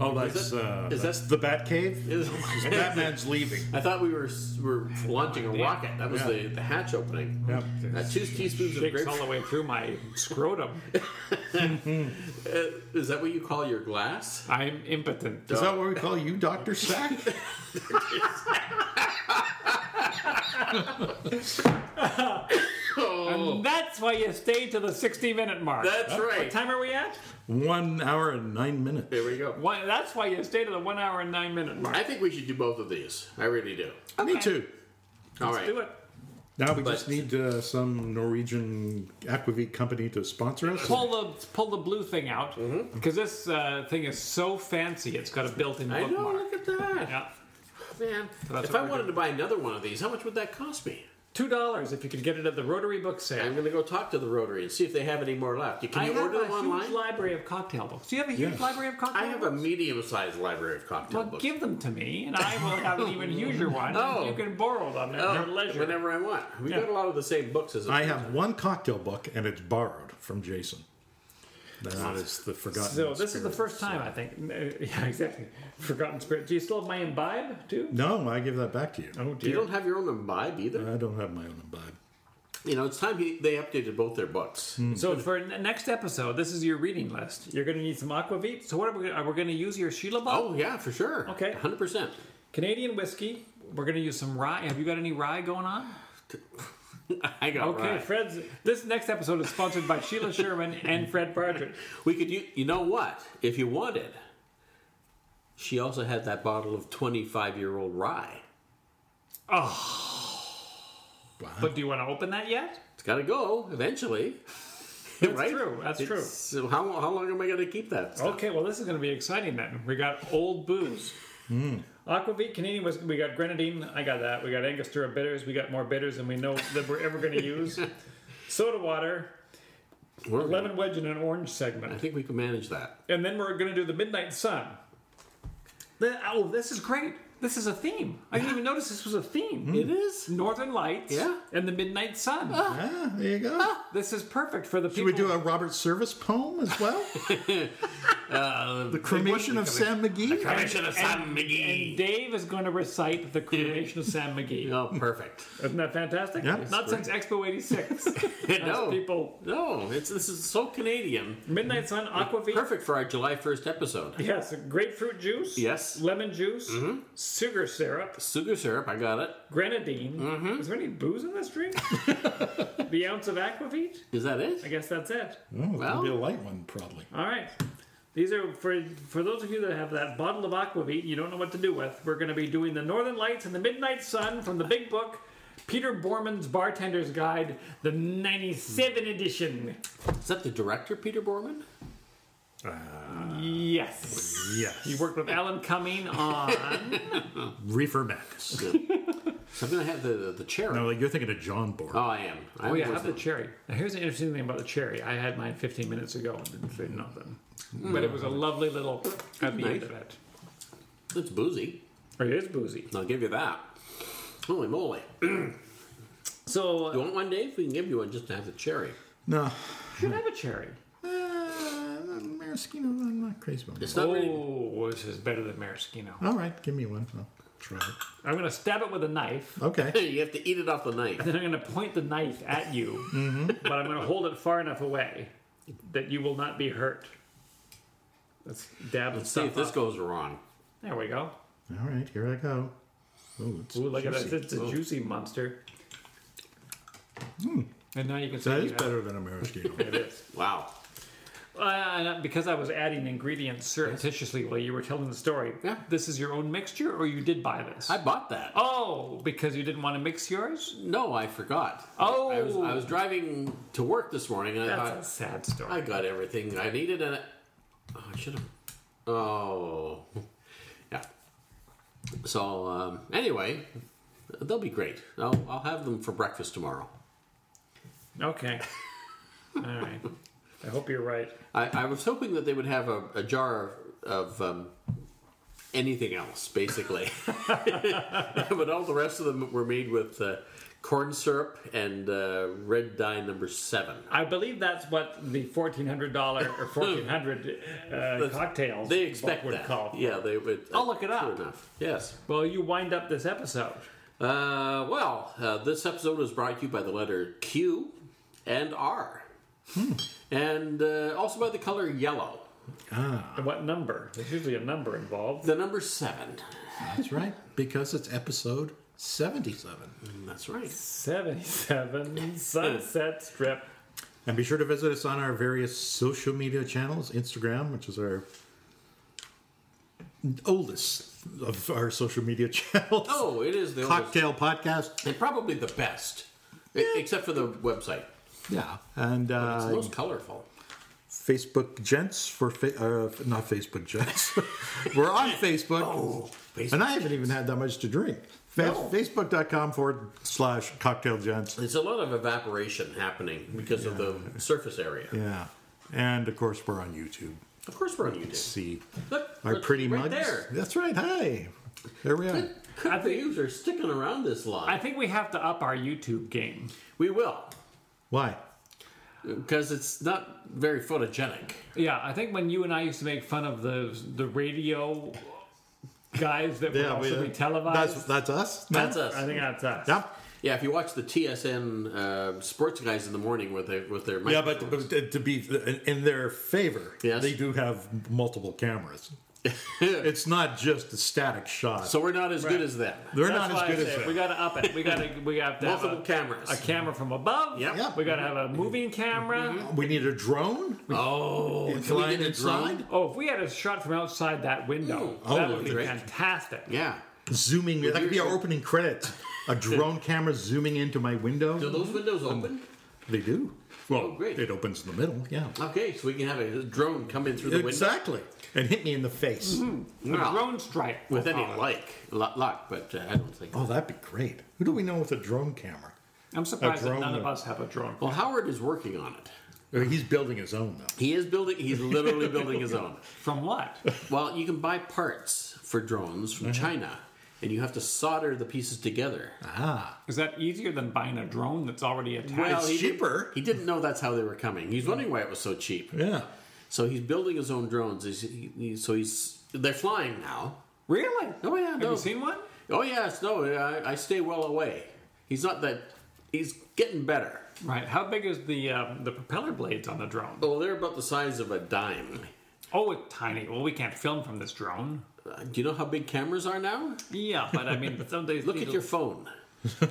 Speaker 3: Oh,
Speaker 1: Is
Speaker 3: that's
Speaker 1: that-
Speaker 3: uh,
Speaker 1: is
Speaker 3: that's
Speaker 1: that-
Speaker 3: the Batcave.
Speaker 1: Is-
Speaker 3: Batman's leaving.
Speaker 1: I thought we were were launching a rocket. That was the, the hatch opening.
Speaker 3: Yep.
Speaker 1: Uh, two teaspoons of
Speaker 2: Shakes all the
Speaker 1: grapefruit.
Speaker 2: way through my scrotum.
Speaker 1: Is that what you call your glass?
Speaker 2: I'm impotent.
Speaker 3: Is that what we call you, Doctor Sack?
Speaker 2: And that's why you stay to the 60 minute mark.
Speaker 1: Oh. That's
Speaker 2: what
Speaker 1: right.
Speaker 2: time are we at?
Speaker 3: One hour and nine minutes.
Speaker 1: There we go.
Speaker 2: One, that's why you stay to the one hour and nine minute mark.
Speaker 1: I think we should do both of these. I really do.
Speaker 3: Me too.
Speaker 1: All
Speaker 2: Let's do
Speaker 1: right.
Speaker 2: it.
Speaker 3: Now we
Speaker 1: But-
Speaker 3: just need uh, some Norwegian aquavit company to sponsor us.
Speaker 2: Pull the pull the blue thing out
Speaker 1: Mm-hmm.
Speaker 2: because this uh, thing is so fancy. It's got a built-in
Speaker 1: I know.
Speaker 2: bookmark.
Speaker 1: Look at that,
Speaker 2: Yeah,
Speaker 1: man.
Speaker 2: that's
Speaker 1: if
Speaker 2: what
Speaker 1: I
Speaker 2: we're
Speaker 1: wanted to buy another one of these, how much would that cost me?
Speaker 2: two dollars if you could get it at the Rotary Book Sale.
Speaker 1: I'm going to go talk to the Rotary and see if they have any more left. Can
Speaker 2: I
Speaker 1: you
Speaker 2: have
Speaker 1: order
Speaker 2: a
Speaker 1: them online?
Speaker 2: huge library of cocktail books. Do you have a huge
Speaker 3: Yes.
Speaker 2: library of cocktail
Speaker 1: I have a
Speaker 2: books?
Speaker 1: medium-sized library of cocktail
Speaker 2: Well,
Speaker 1: books.
Speaker 2: give them to me, and I will have an even huger one.
Speaker 1: Oh.
Speaker 2: and You can borrow them at
Speaker 1: Oh,
Speaker 2: your leisure.
Speaker 1: whenever I want. We
Speaker 2: Yeah.
Speaker 1: got a lot of the same books as
Speaker 3: I have one cocktail book, and it's borrowed from Jason. That is the forgotten.
Speaker 2: So this is the
Speaker 3: Spirit.
Speaker 2: first time I think. Yeah, exactly. Forgotten Spirit. Do you still have my imbibe too?
Speaker 3: No, I give that back to you.
Speaker 2: Oh
Speaker 1: You don't have your own imbibe either.
Speaker 3: I don't have my own imbibe.
Speaker 1: You know, it's time he, they updated both their books.
Speaker 3: Hmm.
Speaker 2: So for n- next episode, this is your reading list. You're going to need some aquavit. So what are we? Are we going to use your Sheila Bob?
Speaker 1: Oh yeah, for sure.
Speaker 2: Okay.
Speaker 1: hundred percent.
Speaker 2: Canadian whiskey. We're going to use some rye. Have you got any rye going on?
Speaker 1: I got
Speaker 2: Okay,
Speaker 1: right.
Speaker 2: Fred's. This next episode is sponsored by Sheila Sherman and Fred Partridge.
Speaker 1: We could, you, you know what? If you wanted, she also had that bottle of twenty-five-year-old rye.
Speaker 2: But do you want to open that yet?
Speaker 1: It's got to go eventually.
Speaker 2: That's
Speaker 1: right?
Speaker 2: true. That's true.
Speaker 1: So how how long am I going to keep that? stuff?
Speaker 2: Okay, well, this is going to be exciting then. We got old booze.
Speaker 3: Hmm.
Speaker 2: Aquavit Canadian whiskey. We got grenadine. I got that. We got Angostura bitters. We got more bitters than we know that we're ever going to use. Soda water,
Speaker 1: We're-
Speaker 2: lemon wedge, and an orange
Speaker 1: I
Speaker 2: segment.
Speaker 1: think we can manage that.
Speaker 2: And then we're going to do the Midnight Sun. The- oh, this is great. This is a theme. I didn't even notice this was a theme.
Speaker 3: Hmm.
Speaker 2: It is Northern Lights.
Speaker 1: Yeah.
Speaker 2: And the Midnight Sun.
Speaker 3: Ah, there you go.
Speaker 2: This is perfect for the
Speaker 3: Should
Speaker 2: people.
Speaker 3: we do a Robert Service poem as well? the cremation of Sam McGee.
Speaker 1: Commission of Sam
Speaker 2: And Dave is going to recite the cremation of Sam McGee.
Speaker 1: Oh, perfect.
Speaker 2: Isn't that fantastic?
Speaker 3: Yeah.
Speaker 2: Not since Expo 86.
Speaker 1: no,
Speaker 2: people.
Speaker 1: no. It's this is so Canadian.
Speaker 2: Midnight Sun, Aquavit.
Speaker 1: Perfect for our July first episode.
Speaker 2: Yes, grapefruit juice.
Speaker 1: Yes.
Speaker 2: Lemon juice. Sugar syrup.
Speaker 1: Sugar syrup. I got it.
Speaker 2: Grenadine. Is there any booze in this drink? the ounce of Aquavit?
Speaker 1: Is that it?
Speaker 2: I guess that's it.
Speaker 3: Oh, it's
Speaker 1: Well.
Speaker 3: gonna be a light one probably.
Speaker 2: All right. These are for for those of you that have that bottle of aquavit and you don't know what to do with. We're going to be doing the Northern Lights and the Midnight Sun from the Big Book, Peter Borman's Bartender's Guide, the '97 edition.
Speaker 1: Is that the director, Peter Borman?
Speaker 2: Yes,
Speaker 3: Yes.
Speaker 2: he worked with Alan Cumming on.
Speaker 3: Reefer Max.
Speaker 1: So I'm gonna have the the, the cherry.
Speaker 3: no, like you're thinking of John Bourne.
Speaker 1: Oh, I am. I
Speaker 2: Oh yeah,
Speaker 1: was
Speaker 2: have the
Speaker 1: in-
Speaker 2: cherry. Now, here's the interesting thing about the cherry. I had mine 15 minutes ago and didn't say nothing, but it was a lovely little at the end
Speaker 1: Nice.
Speaker 2: of it.
Speaker 1: It's boozy.
Speaker 2: It is boozy.
Speaker 1: I'll give you that. Holy moly! You
Speaker 2: So uh,
Speaker 1: want one, Dave? We can give you one just to have the cherry.
Speaker 3: No.
Speaker 2: you should have a cherry.
Speaker 3: Uh, maraschino, I'm not crazy about
Speaker 1: It's
Speaker 3: it.
Speaker 1: not really.
Speaker 2: Oh, this is better than maraschino.
Speaker 3: All right, give me one. I'll try it.
Speaker 2: I'm gonna stab it with a knife.
Speaker 3: Okay.
Speaker 1: You have to eat it off the knife.
Speaker 2: Then I'm gonna point the knife at you, but I'm gonna hold it far enough away that you will not be hurt. Let's dab
Speaker 1: Let's
Speaker 2: the
Speaker 1: see
Speaker 2: stuff
Speaker 1: if this
Speaker 2: up.
Speaker 1: goes wrong.
Speaker 2: There we go.
Speaker 3: All right, here I go. Oh, it's
Speaker 2: Ooh, look at
Speaker 3: juicy.
Speaker 2: that! It's a juicy monster. Hmm. And now you can see
Speaker 3: That is better than a maraschino.
Speaker 2: It is.
Speaker 1: Wow.
Speaker 2: Uh, and, uh, because I was adding ingredients surreptitiously while you were telling the story.
Speaker 1: Yeah.
Speaker 2: This is your own mixture, or you did buy this?
Speaker 1: I bought that.
Speaker 2: oh, because you didn't want to mix yours?
Speaker 1: No, I forgot.
Speaker 2: Oh.
Speaker 1: I was, I was driving to work this morning and I
Speaker 2: That's
Speaker 1: thought,
Speaker 2: a sad story.
Speaker 1: I got everything I needed, and I, oh, I should have. Oh, yeah. So um, anyway, they'll be great. I'll, I'll have them for breakfast tomorrow.
Speaker 2: Okay. All right. I hope you're right.
Speaker 1: I, I was hoping that they would have a, a jar of, of um, anything else, basically, but all the rest of them were made with uh, corn syrup and uh, red dye number seven.
Speaker 2: I believe that's what the fourteen hundred dollar or fourteen hundred uh, cocktails
Speaker 1: They expect
Speaker 2: would
Speaker 1: that.
Speaker 2: call. for.
Speaker 1: Yeah, they would. uh,
Speaker 2: I'll look it
Speaker 1: sure
Speaker 2: up.
Speaker 1: enough. Yes.
Speaker 2: Well, you wind up this episode.
Speaker 1: Uh, well, uh, this episode is brought to you by the letter Q and R, and uh, also by the color yellow.
Speaker 2: And what number? There's usually a number involved.
Speaker 1: The number seven.
Speaker 3: That's right, because it's episode 77.
Speaker 1: That's right.
Speaker 2: Seventy-seven Sunset Strip.
Speaker 3: And be sure to visit us on our various social media channels Instagram, which is our oldest of our social media channels.
Speaker 1: Oh, it is the oldest,
Speaker 3: Cocktail Podcast.
Speaker 1: and probably the best, e- except for the website.
Speaker 3: Yeah. And
Speaker 1: It's
Speaker 3: uh,
Speaker 1: the most colorful.
Speaker 3: Facebook Gents for, fa- uh, not Facebook Gents. We're on Facebook.
Speaker 1: Oh, Facebook
Speaker 3: And I haven't even had that much to drink. Fa-
Speaker 1: No.
Speaker 3: Facebook.com forward slash cocktail gents.
Speaker 1: There's a lot of evaporation happening because of the surface area.
Speaker 3: Yeah. And of course, we're on YouTube.
Speaker 1: Of course, we're on YouTube.
Speaker 3: See
Speaker 1: Look,
Speaker 3: our
Speaker 1: look,
Speaker 3: pretty
Speaker 1: right
Speaker 3: mugs.
Speaker 1: there.
Speaker 3: That's right. Hi. There we are.
Speaker 2: I
Speaker 1: The
Speaker 2: think
Speaker 1: views are sticking around this long.
Speaker 2: I think we have to up our YouTube game.
Speaker 1: we will,
Speaker 3: Why?
Speaker 1: because it's not very photogenic.
Speaker 2: Yeah, I think when you and I used to make fun of the the radio guys that would also
Speaker 3: we-
Speaker 2: be televised.
Speaker 3: That's, that's us. No?
Speaker 1: That's us.
Speaker 2: I think that's us.
Speaker 3: Yep.
Speaker 1: Yeah, if you watch the TSN uh, sports guys in the morning with their with their
Speaker 3: Yeah, but, but to be in their favor,
Speaker 1: Yes.
Speaker 3: they do have multiple cameras. it's not just a static shot.
Speaker 1: so we're not as good as them.
Speaker 3: They're
Speaker 2: That's
Speaker 3: not as
Speaker 2: why I
Speaker 3: good as
Speaker 2: said
Speaker 3: that.
Speaker 2: we gotta up it. We gotta we have to have
Speaker 1: Multiple
Speaker 2: a-
Speaker 1: cameras.
Speaker 2: a camera from above.
Speaker 1: Yep. Mm-hmm.
Speaker 3: Yeah.
Speaker 2: We gotta have a moving camera.
Speaker 3: We need a drone.
Speaker 1: Oh,
Speaker 3: Can
Speaker 1: can we
Speaker 3: we
Speaker 1: get a
Speaker 3: inside?
Speaker 1: drone?
Speaker 2: Oh, if we had a shot from outside that window,
Speaker 1: Oh,
Speaker 2: that
Speaker 1: that'd
Speaker 2: would
Speaker 1: be
Speaker 2: be
Speaker 1: great.
Speaker 2: fantastic.
Speaker 1: Yeah.
Speaker 3: Zooming. That could be our opening credits. A drone camera zooming into my
Speaker 1: Do
Speaker 3: window.
Speaker 1: those windows open?
Speaker 3: They do. Well,
Speaker 2: Oh,
Speaker 1: great.
Speaker 3: it opens in the middle. Yeah.
Speaker 1: Okay, so we can have a drone come in through the window.
Speaker 3: Exactly. And hit me in the face.
Speaker 1: Well,
Speaker 2: Drone strike.
Speaker 1: with any like luck, luck, but uh, I don't think.
Speaker 3: Oh, that'd be great. Who do we know with a drone camera?
Speaker 2: I'm surprised that
Speaker 3: drone
Speaker 2: none of
Speaker 3: though.
Speaker 2: us have a drone.
Speaker 1: Well, Howard is working on it.
Speaker 3: Or Uh, he's building his own though.
Speaker 1: He is building. He's literally building his own.
Speaker 2: From what?
Speaker 1: Well, you can buy parts for drones from
Speaker 3: Mm-hmm.
Speaker 1: China, and you have to solder the pieces together.
Speaker 3: Ah.
Speaker 2: Is that easier than buying a drone that's already attached?
Speaker 1: Well, he didn't-
Speaker 3: it's cheaper.
Speaker 1: he didn't know that's how they were coming. He's wondering why it was so cheap.
Speaker 3: Yeah.
Speaker 1: So he's building his own drones. He's, he, he- so he's they're flying now.
Speaker 2: really?
Speaker 1: Oh yeah,
Speaker 2: Have
Speaker 1: no.
Speaker 2: you seen one?
Speaker 1: Oh yes, no. I, I stay well away. He's not that. He's getting better.
Speaker 2: Right. How big is the um, the propeller blades on the drone?
Speaker 1: Well, they're about the size of a dime.
Speaker 2: Oh, it's tiny. Well, we can't film from this drone.
Speaker 1: Uh, do you know how big cameras are now?
Speaker 2: Yeah, but I mean, some days
Speaker 1: Look at your phone.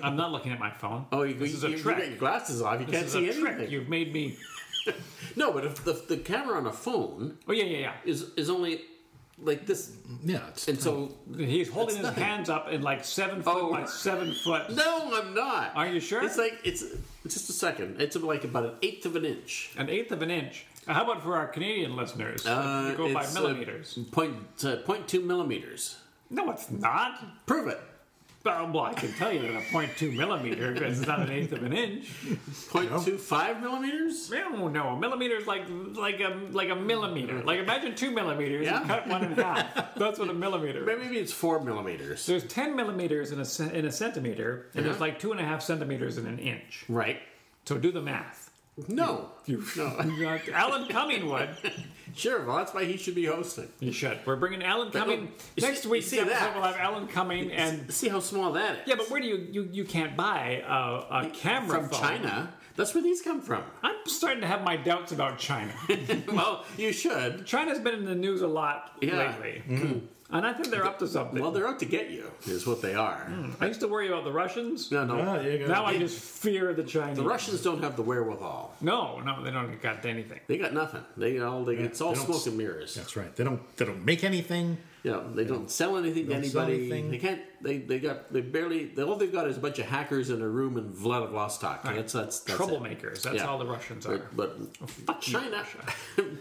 Speaker 2: I'm not looking at my phone.
Speaker 1: Oh, you,
Speaker 2: this
Speaker 1: you,
Speaker 2: is a
Speaker 1: you, you
Speaker 2: trick.
Speaker 1: got your glasses off. You
Speaker 2: This
Speaker 1: can't
Speaker 2: is
Speaker 1: see
Speaker 2: a
Speaker 1: anything.
Speaker 2: trick. You've made me.
Speaker 1: No, but if the, the camera on a phone
Speaker 2: Oh yeah, yeah,
Speaker 1: is is only like this,
Speaker 3: Yeah. It's,
Speaker 1: and so
Speaker 2: yeah. He's holding
Speaker 1: That's
Speaker 2: his
Speaker 1: nothing.
Speaker 2: hands up in like seven foot
Speaker 1: Oh.
Speaker 2: by seven foot.
Speaker 1: no, I'm not.
Speaker 2: Mm. Are you sure?
Speaker 1: It's like it's it's just a second. It's like about an eighth of an inch.
Speaker 2: An eighth of an inch. How about for our Canadian listeners?
Speaker 1: Uh,
Speaker 2: you go by
Speaker 1: it's, uh,
Speaker 2: millimeters.
Speaker 1: Point, uh, point two millimeters.
Speaker 2: no, it's not.
Speaker 1: Prove it.
Speaker 2: Well, well, I can tell you that a point two millimeter is not an eighth of an inch.
Speaker 1: Point two five millimeters.
Speaker 2: No, no, a millimeter is like like a like a millimeter. Like imagine two millimeters
Speaker 1: Yeah.
Speaker 2: and cut one in half. That's what a millimeter. is.
Speaker 1: Maybe it's four millimeters.
Speaker 2: There's ten millimeters in a cen- in a centimeter, and there's
Speaker 1: Uh-huh.
Speaker 2: like two and a half centimeters in an inch.
Speaker 1: Right.
Speaker 2: So do the math.
Speaker 1: No. No.
Speaker 2: You got Alan Cumming would.
Speaker 1: sure. Well, that's why he should be hosting.
Speaker 2: You should. We're bringing Alan Cumming
Speaker 1: you
Speaker 2: next
Speaker 1: see-
Speaker 2: week.
Speaker 1: you see that?
Speaker 2: We'll have Alan Cumming and
Speaker 1: See how small that is.
Speaker 2: Yeah, but where do you you, you can't buy a, a camera
Speaker 1: From
Speaker 2: phone.
Speaker 1: China. That's where these come from.
Speaker 2: I'm starting to have my doubts about China.
Speaker 1: well, you should.
Speaker 2: China's been in the news a lot
Speaker 1: Yeah. Mm-hmm.
Speaker 2: lately. And I think they're up to something.
Speaker 1: Well, they're out to get you, is what they are.
Speaker 2: I used to worry about the Russians.
Speaker 1: No, no.
Speaker 3: Ah, you
Speaker 2: Now
Speaker 3: got
Speaker 2: I just fear the Chinese.
Speaker 1: the Russians don't have the wherewithal.
Speaker 2: No, no, they don't got anything.
Speaker 1: They got nothing. They all they, it's all
Speaker 3: they don't
Speaker 1: smoke
Speaker 3: s-
Speaker 1: and mirrors.
Speaker 3: That's right. They don't. They don't make anything.
Speaker 1: You know, they don't sell anything to
Speaker 3: Don't sell
Speaker 1: anybody.
Speaker 3: anything.
Speaker 1: They can't. They they got they barely. They, all they've got is a bunch of hackers in a room in Vladivostok. That's that's, that's it.
Speaker 2: Troublemakers. That's
Speaker 1: Yeah.
Speaker 2: all the Russians are.
Speaker 1: But, but fuck China.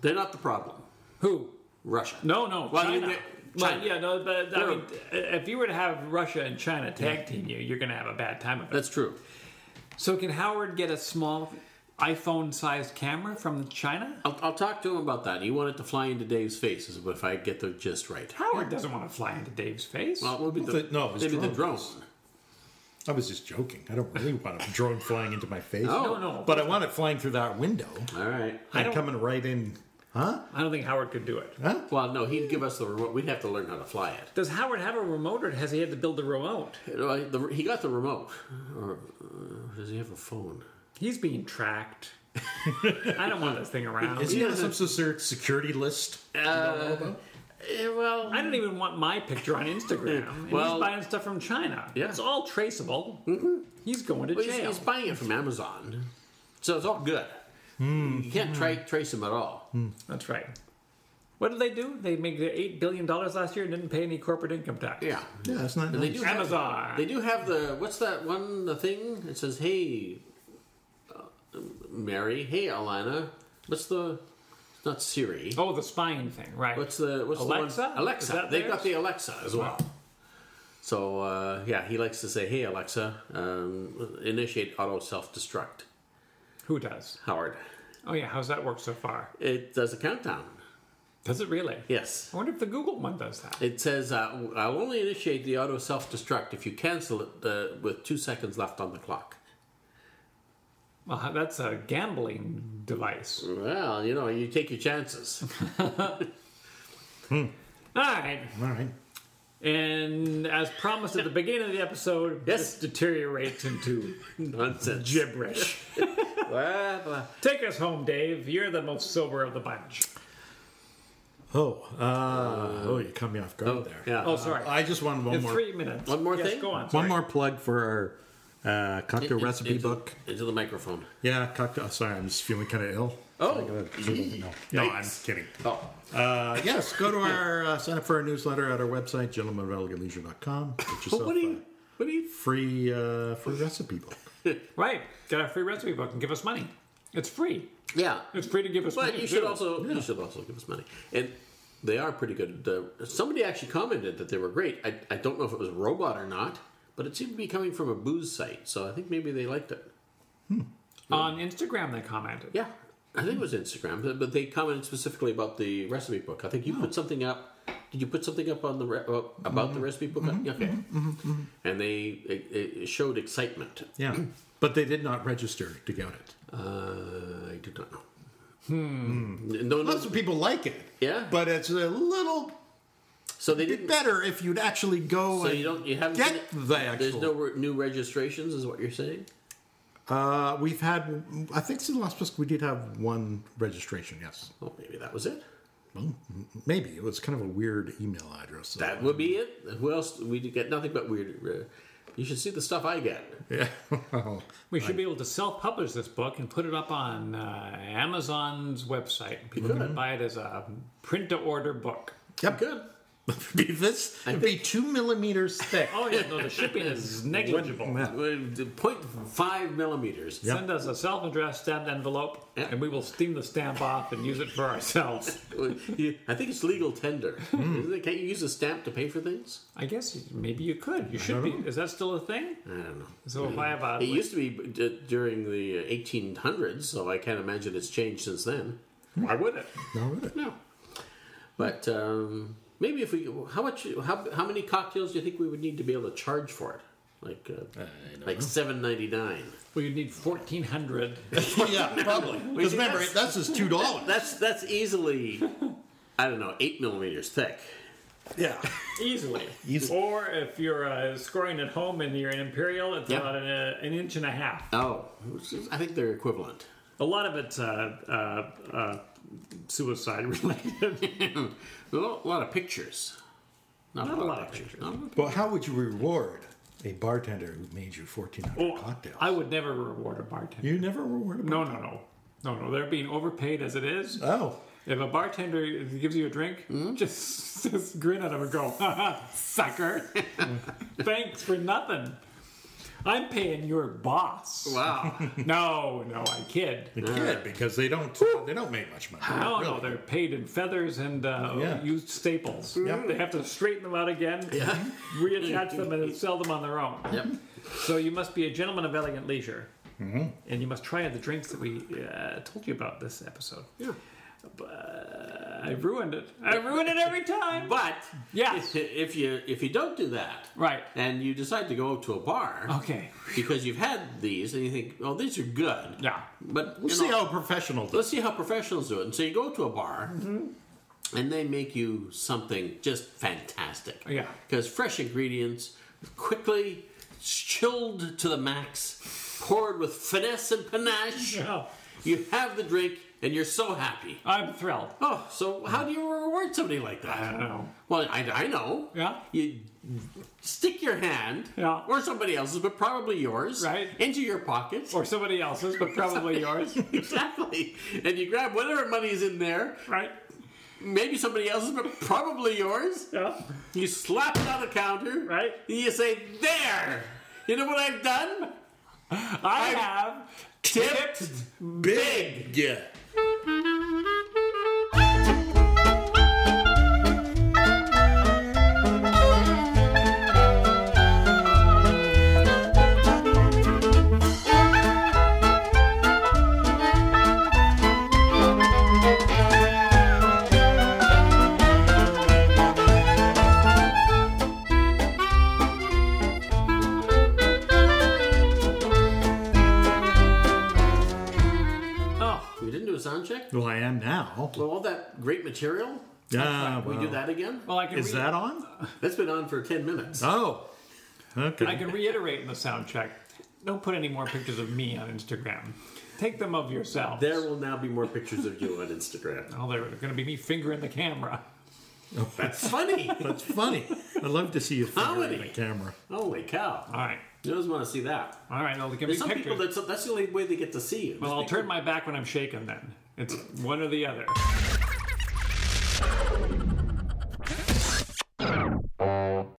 Speaker 1: they're not the problem.
Speaker 2: Who?
Speaker 1: Russia.
Speaker 2: No, no.
Speaker 1: Well, I mean,
Speaker 2: China.
Speaker 1: they-
Speaker 2: Well,
Speaker 1: China.
Speaker 2: yeah, no, but I
Speaker 1: They're-
Speaker 2: mean, if you were to have Russia and China tag team you, you're going to have a bad time of it.
Speaker 1: that's true.
Speaker 2: So, can Howard get a small iPhone-sized camera from China?
Speaker 1: I'll, I'll talk to him about that. He wanted to fly into Dave's face, is if I get the gist right.
Speaker 2: Howard doesn't want to fly into Dave's face.
Speaker 1: Well, we'll be
Speaker 3: Well,
Speaker 1: the,
Speaker 3: the- no, his
Speaker 1: maybe the drone.
Speaker 3: drone. I was just joking. I don't really want a drone flying into my face.
Speaker 1: Oh.
Speaker 2: no, no.
Speaker 3: But I want it flying through that window
Speaker 1: All right.
Speaker 3: and coming right in.
Speaker 2: I don't think Howard could do it.
Speaker 1: Well, no, he'd give us the remote. We'd have to learn how to fly it.
Speaker 2: Does Howard have a remote, or has he had to build a remote?
Speaker 1: You know, I- the- He got the remote. Or uh, does he have a phone?
Speaker 2: He's being tracked. I don't want this thing around.
Speaker 3: Is he on some sort of security list?
Speaker 1: Eh, well,
Speaker 2: I don't even want my picture on Instagram. And
Speaker 1: Well-
Speaker 2: he's buying stuff from China.
Speaker 1: Yeah. Mm-hmm.
Speaker 2: It's all traceable. He's going to
Speaker 1: Well, he's,
Speaker 2: jail.
Speaker 1: he's buying it from Amazon, so it's all good.
Speaker 2: Mm-hmm.
Speaker 1: You can't tra- trace him at all.
Speaker 2: That's right. What did they do? They made eight billion dollars last year and didn't pay any corporate income tax.
Speaker 1: Yeah,
Speaker 3: Yeah, that's not
Speaker 1: they
Speaker 3: nice.
Speaker 1: do. Have,
Speaker 2: Amazon.
Speaker 1: they do have the what's that one? The thing it says, "Hey, uh, Mary. Hey, Alana. What's the? It's not Siri.
Speaker 2: oh, the spying thing, right?
Speaker 1: What's the? What's the
Speaker 2: Alexa?
Speaker 1: one?
Speaker 2: Is
Speaker 1: Alexa.
Speaker 2: that
Speaker 1: They've got
Speaker 2: theirs?
Speaker 1: the Alexa as well. So uh, yeah, he likes to say, "Hey, Alexa, um, initiate auto self destruct."
Speaker 2: Who does?
Speaker 1: Howard,
Speaker 2: Oh yeah, how's that work so far?
Speaker 1: it does a countdown.
Speaker 2: Does it really?
Speaker 1: Yes.
Speaker 2: I wonder if the Google one does that.
Speaker 1: It says, uh, I'll only initiate the auto self destruct if you cancel it uh, with two seconds left on the clock.
Speaker 2: Well, that's a gambling device.
Speaker 1: Well, you know, you take your chances.
Speaker 2: All right.
Speaker 3: All right.
Speaker 2: And as promised at the beginning of the episode,
Speaker 1: Yes.
Speaker 2: this deteriorates into
Speaker 1: Nonsense.
Speaker 2: gibberish.
Speaker 1: Blah, blah.
Speaker 2: Take us home, Dave. You're the most sober of the bunch.
Speaker 1: Uh,
Speaker 3: Oh, uh, oh, you caught me off guard there.
Speaker 1: Yeah.
Speaker 2: Oh, sorry.
Speaker 3: I just wanted one
Speaker 2: In
Speaker 3: more
Speaker 2: three minutes.
Speaker 1: One more
Speaker 2: Yes,
Speaker 1: thing?
Speaker 2: Go on.
Speaker 3: one more plug for our uh, cocktail
Speaker 1: In-
Speaker 3: recipe
Speaker 1: into-
Speaker 3: book.
Speaker 1: Into the microphone.
Speaker 3: Yeah, cocktail. oh, Sorry, I'm just feeling kind of ill.
Speaker 1: Oh.
Speaker 3: No, no, I'm kidding.
Speaker 1: Oh.
Speaker 3: Uh, yes, go to our uh, sign up for our newsletter at our website, gentlemanrelegateleisure.com. Get yourself
Speaker 1: What do you.
Speaker 3: a
Speaker 1: What do you.
Speaker 3: free uh, free recipe book.
Speaker 2: Right. Get a free recipe book and give us money. It's free.
Speaker 1: Yeah.
Speaker 2: It's free to give us money.
Speaker 1: But you should
Speaker 2: too.
Speaker 1: also you should also give us money. And they are pretty good. The, somebody actually commented that they were great. I, I don't know if it was a robot or not, but it seemed to be coming from a booze site, so I think maybe they liked it.
Speaker 2: On Instagram, they commented.
Speaker 1: Yeah, I think it was Instagram, but- but they commented specifically about the recipe book. I think you
Speaker 3: Oh.
Speaker 1: put something up. Did you put something up on the re- uh, about the
Speaker 3: Mm-hmm.
Speaker 1: recipe book? Okay, and they it, it showed excitement.
Speaker 3: Yeah, but they did not register to get it.
Speaker 1: Uh, I do not know. Hmm. No, no.
Speaker 3: Lots of people like it.
Speaker 1: Yeah.
Speaker 3: but it's a little
Speaker 1: So they
Speaker 3: bit
Speaker 1: didn't.
Speaker 3: better if you'd actually go
Speaker 1: So
Speaker 3: and
Speaker 1: you don't. You haven't.
Speaker 3: get
Speaker 1: been-
Speaker 3: the actual.
Speaker 1: there's no re- new registrations, is what you're saying?
Speaker 3: uh, we've had, I think, since last week we did have one registration. Yes,
Speaker 1: Well, maybe that was it.
Speaker 3: well, maybe it was kind of a weird email address. so-
Speaker 1: That would be it. Who else? We did get nothing but weird. Uh, you should see the stuff I get.
Speaker 3: yeah. well,
Speaker 2: We should be able to self-publish this book and put it up on uh, Amazon's website. People can buy it as a print-to-order book.
Speaker 3: yep.
Speaker 1: Good.
Speaker 3: be this it'd be two millimeters thick.
Speaker 2: Oh yeah, no, the shipping is negligible.
Speaker 3: Yeah.
Speaker 1: Uh, Point five millimeters.
Speaker 2: Send us a self-addressed stamped envelope,
Speaker 1: Yeah.
Speaker 2: and we will steam the stamp off and use it for ourselves.
Speaker 1: Well, you- I think it's legal tender. Isn't it? Can't you use a stamp to pay for things?
Speaker 2: I guess you- maybe you could. You should be. Is that still a thing?
Speaker 1: I don't know.
Speaker 2: So if I have a
Speaker 1: It used to be d- during the 1800s, so I can't imagine it's changed since then.
Speaker 2: why would it?
Speaker 3: No, really.
Speaker 1: No, but um, maybe if we how much how, how many cocktails do you think we would need to be able to charge for it? Like uh, like seven ninety nine.
Speaker 2: Well, you'd need fourteen hundred.
Speaker 3: yeah, probably. Because
Speaker 1: see,
Speaker 3: remember,
Speaker 1: that's-
Speaker 3: that's just two dollars.
Speaker 1: That's that's easily I don't know eight millimeters thick.
Speaker 3: Yeah,
Speaker 2: Easily. Or if you're uh, scoring at home and you're an Imperial, it's
Speaker 1: Yeah.
Speaker 2: about an, uh, an inch and a half.
Speaker 1: Oh, which is- I think they're equivalent.
Speaker 2: A lot of it's uh, uh, uh, suicide related.
Speaker 1: A lot, lot of pictures.
Speaker 2: Not a lot of pictures.
Speaker 1: Not a lot of-
Speaker 3: But how would you reward a bartender who made you 1,400
Speaker 2: Oh,
Speaker 3: cocktails?
Speaker 2: I would never reward a bartender.
Speaker 3: you never reward a
Speaker 2: No, no, no. No, no. They're being overpaid as it is.
Speaker 3: Oh,
Speaker 2: If a bartender gives you a drink, just, just grin at him and go, "Ha, ha, sucker. Thanks for nothing. I'm paying your boss.
Speaker 1: Wow.
Speaker 2: No, no, I kid.
Speaker 3: the kid, because they don't they don't make much money.
Speaker 2: Oh, No, no, they're paid in feathers and uh,
Speaker 3: Yeah.
Speaker 2: used staples.
Speaker 3: Yep.
Speaker 2: They have to straighten them out again, reattach them, and then sell them on their own.
Speaker 1: yep.
Speaker 2: So you must be a gentleman of elegant leisure,
Speaker 3: Mm-hmm.
Speaker 2: and you must try the drinks that we uh, told you about this episode.
Speaker 1: Yeah.
Speaker 2: But I ruined it. I ruined it every time.
Speaker 1: But
Speaker 2: Yeah.
Speaker 1: if you if you don't do that,
Speaker 2: Right. Oh.
Speaker 1: and you decide to go to a bar
Speaker 2: Okay.
Speaker 1: because you've had these and you think, oh, these are good.
Speaker 2: Yeah.
Speaker 1: But
Speaker 3: We'll
Speaker 1: you
Speaker 3: see
Speaker 1: know,
Speaker 3: how professional this
Speaker 1: let's see how professionals do it. And so you go to a bar,
Speaker 2: Mm-hmm.
Speaker 1: and they make you something just fantastic.
Speaker 2: Yeah.
Speaker 1: because fresh ingredients, quickly chilled to the max, poured with finesse and panache.
Speaker 2: Oh,
Speaker 1: You have the drink, and you're so happy.
Speaker 2: I'm thrilled.
Speaker 1: Oh, so how do you reward somebody like that?
Speaker 2: I don't know.
Speaker 1: Well, I, I know.
Speaker 2: Uh, Yeah.
Speaker 1: You stick your hand,
Speaker 2: Yeah.
Speaker 1: or somebody else's, but probably yours,
Speaker 2: Right.
Speaker 1: into your pocket.
Speaker 2: Or somebody else's, but probably yours.
Speaker 1: exactly. And you grab whatever money's in there,
Speaker 2: Right?
Speaker 1: maybe somebody else's, but probably yours.
Speaker 2: Yeah.
Speaker 1: You slap it on the counter.
Speaker 2: Right.
Speaker 1: And you say, There! You know what I've done?
Speaker 2: I have
Speaker 1: Tipped big!
Speaker 3: kid. Yeah.
Speaker 2: Oh,
Speaker 1: We didn't do a sound check.
Speaker 3: Well, I am now.
Speaker 1: Well, all that great material,
Speaker 3: Yeah,
Speaker 1: we do that again?
Speaker 2: Oh, well, I can,
Speaker 3: Is
Speaker 2: re-
Speaker 3: that on?
Speaker 1: That's been on for 10 minutes.
Speaker 3: Oh, okay.
Speaker 2: I can reiterate in the sound check don't put any more pictures of me on Instagram. Take them of yourself.
Speaker 1: There will now be more pictures of you on Instagram.
Speaker 2: Oh, they're going to be me fingering the camera.
Speaker 1: That's funny.
Speaker 3: That's funny. I'd love to see you finger
Speaker 1: Comedy.
Speaker 3: in the camera.
Speaker 1: Holy cow.
Speaker 2: All right.
Speaker 1: You always want to see that.
Speaker 2: All right. Well, give me
Speaker 1: There's some
Speaker 2: pictures.
Speaker 1: people that's that's the only way they get to see you.
Speaker 2: well, I'll turn my back when I'm shaken then. It's one or the other.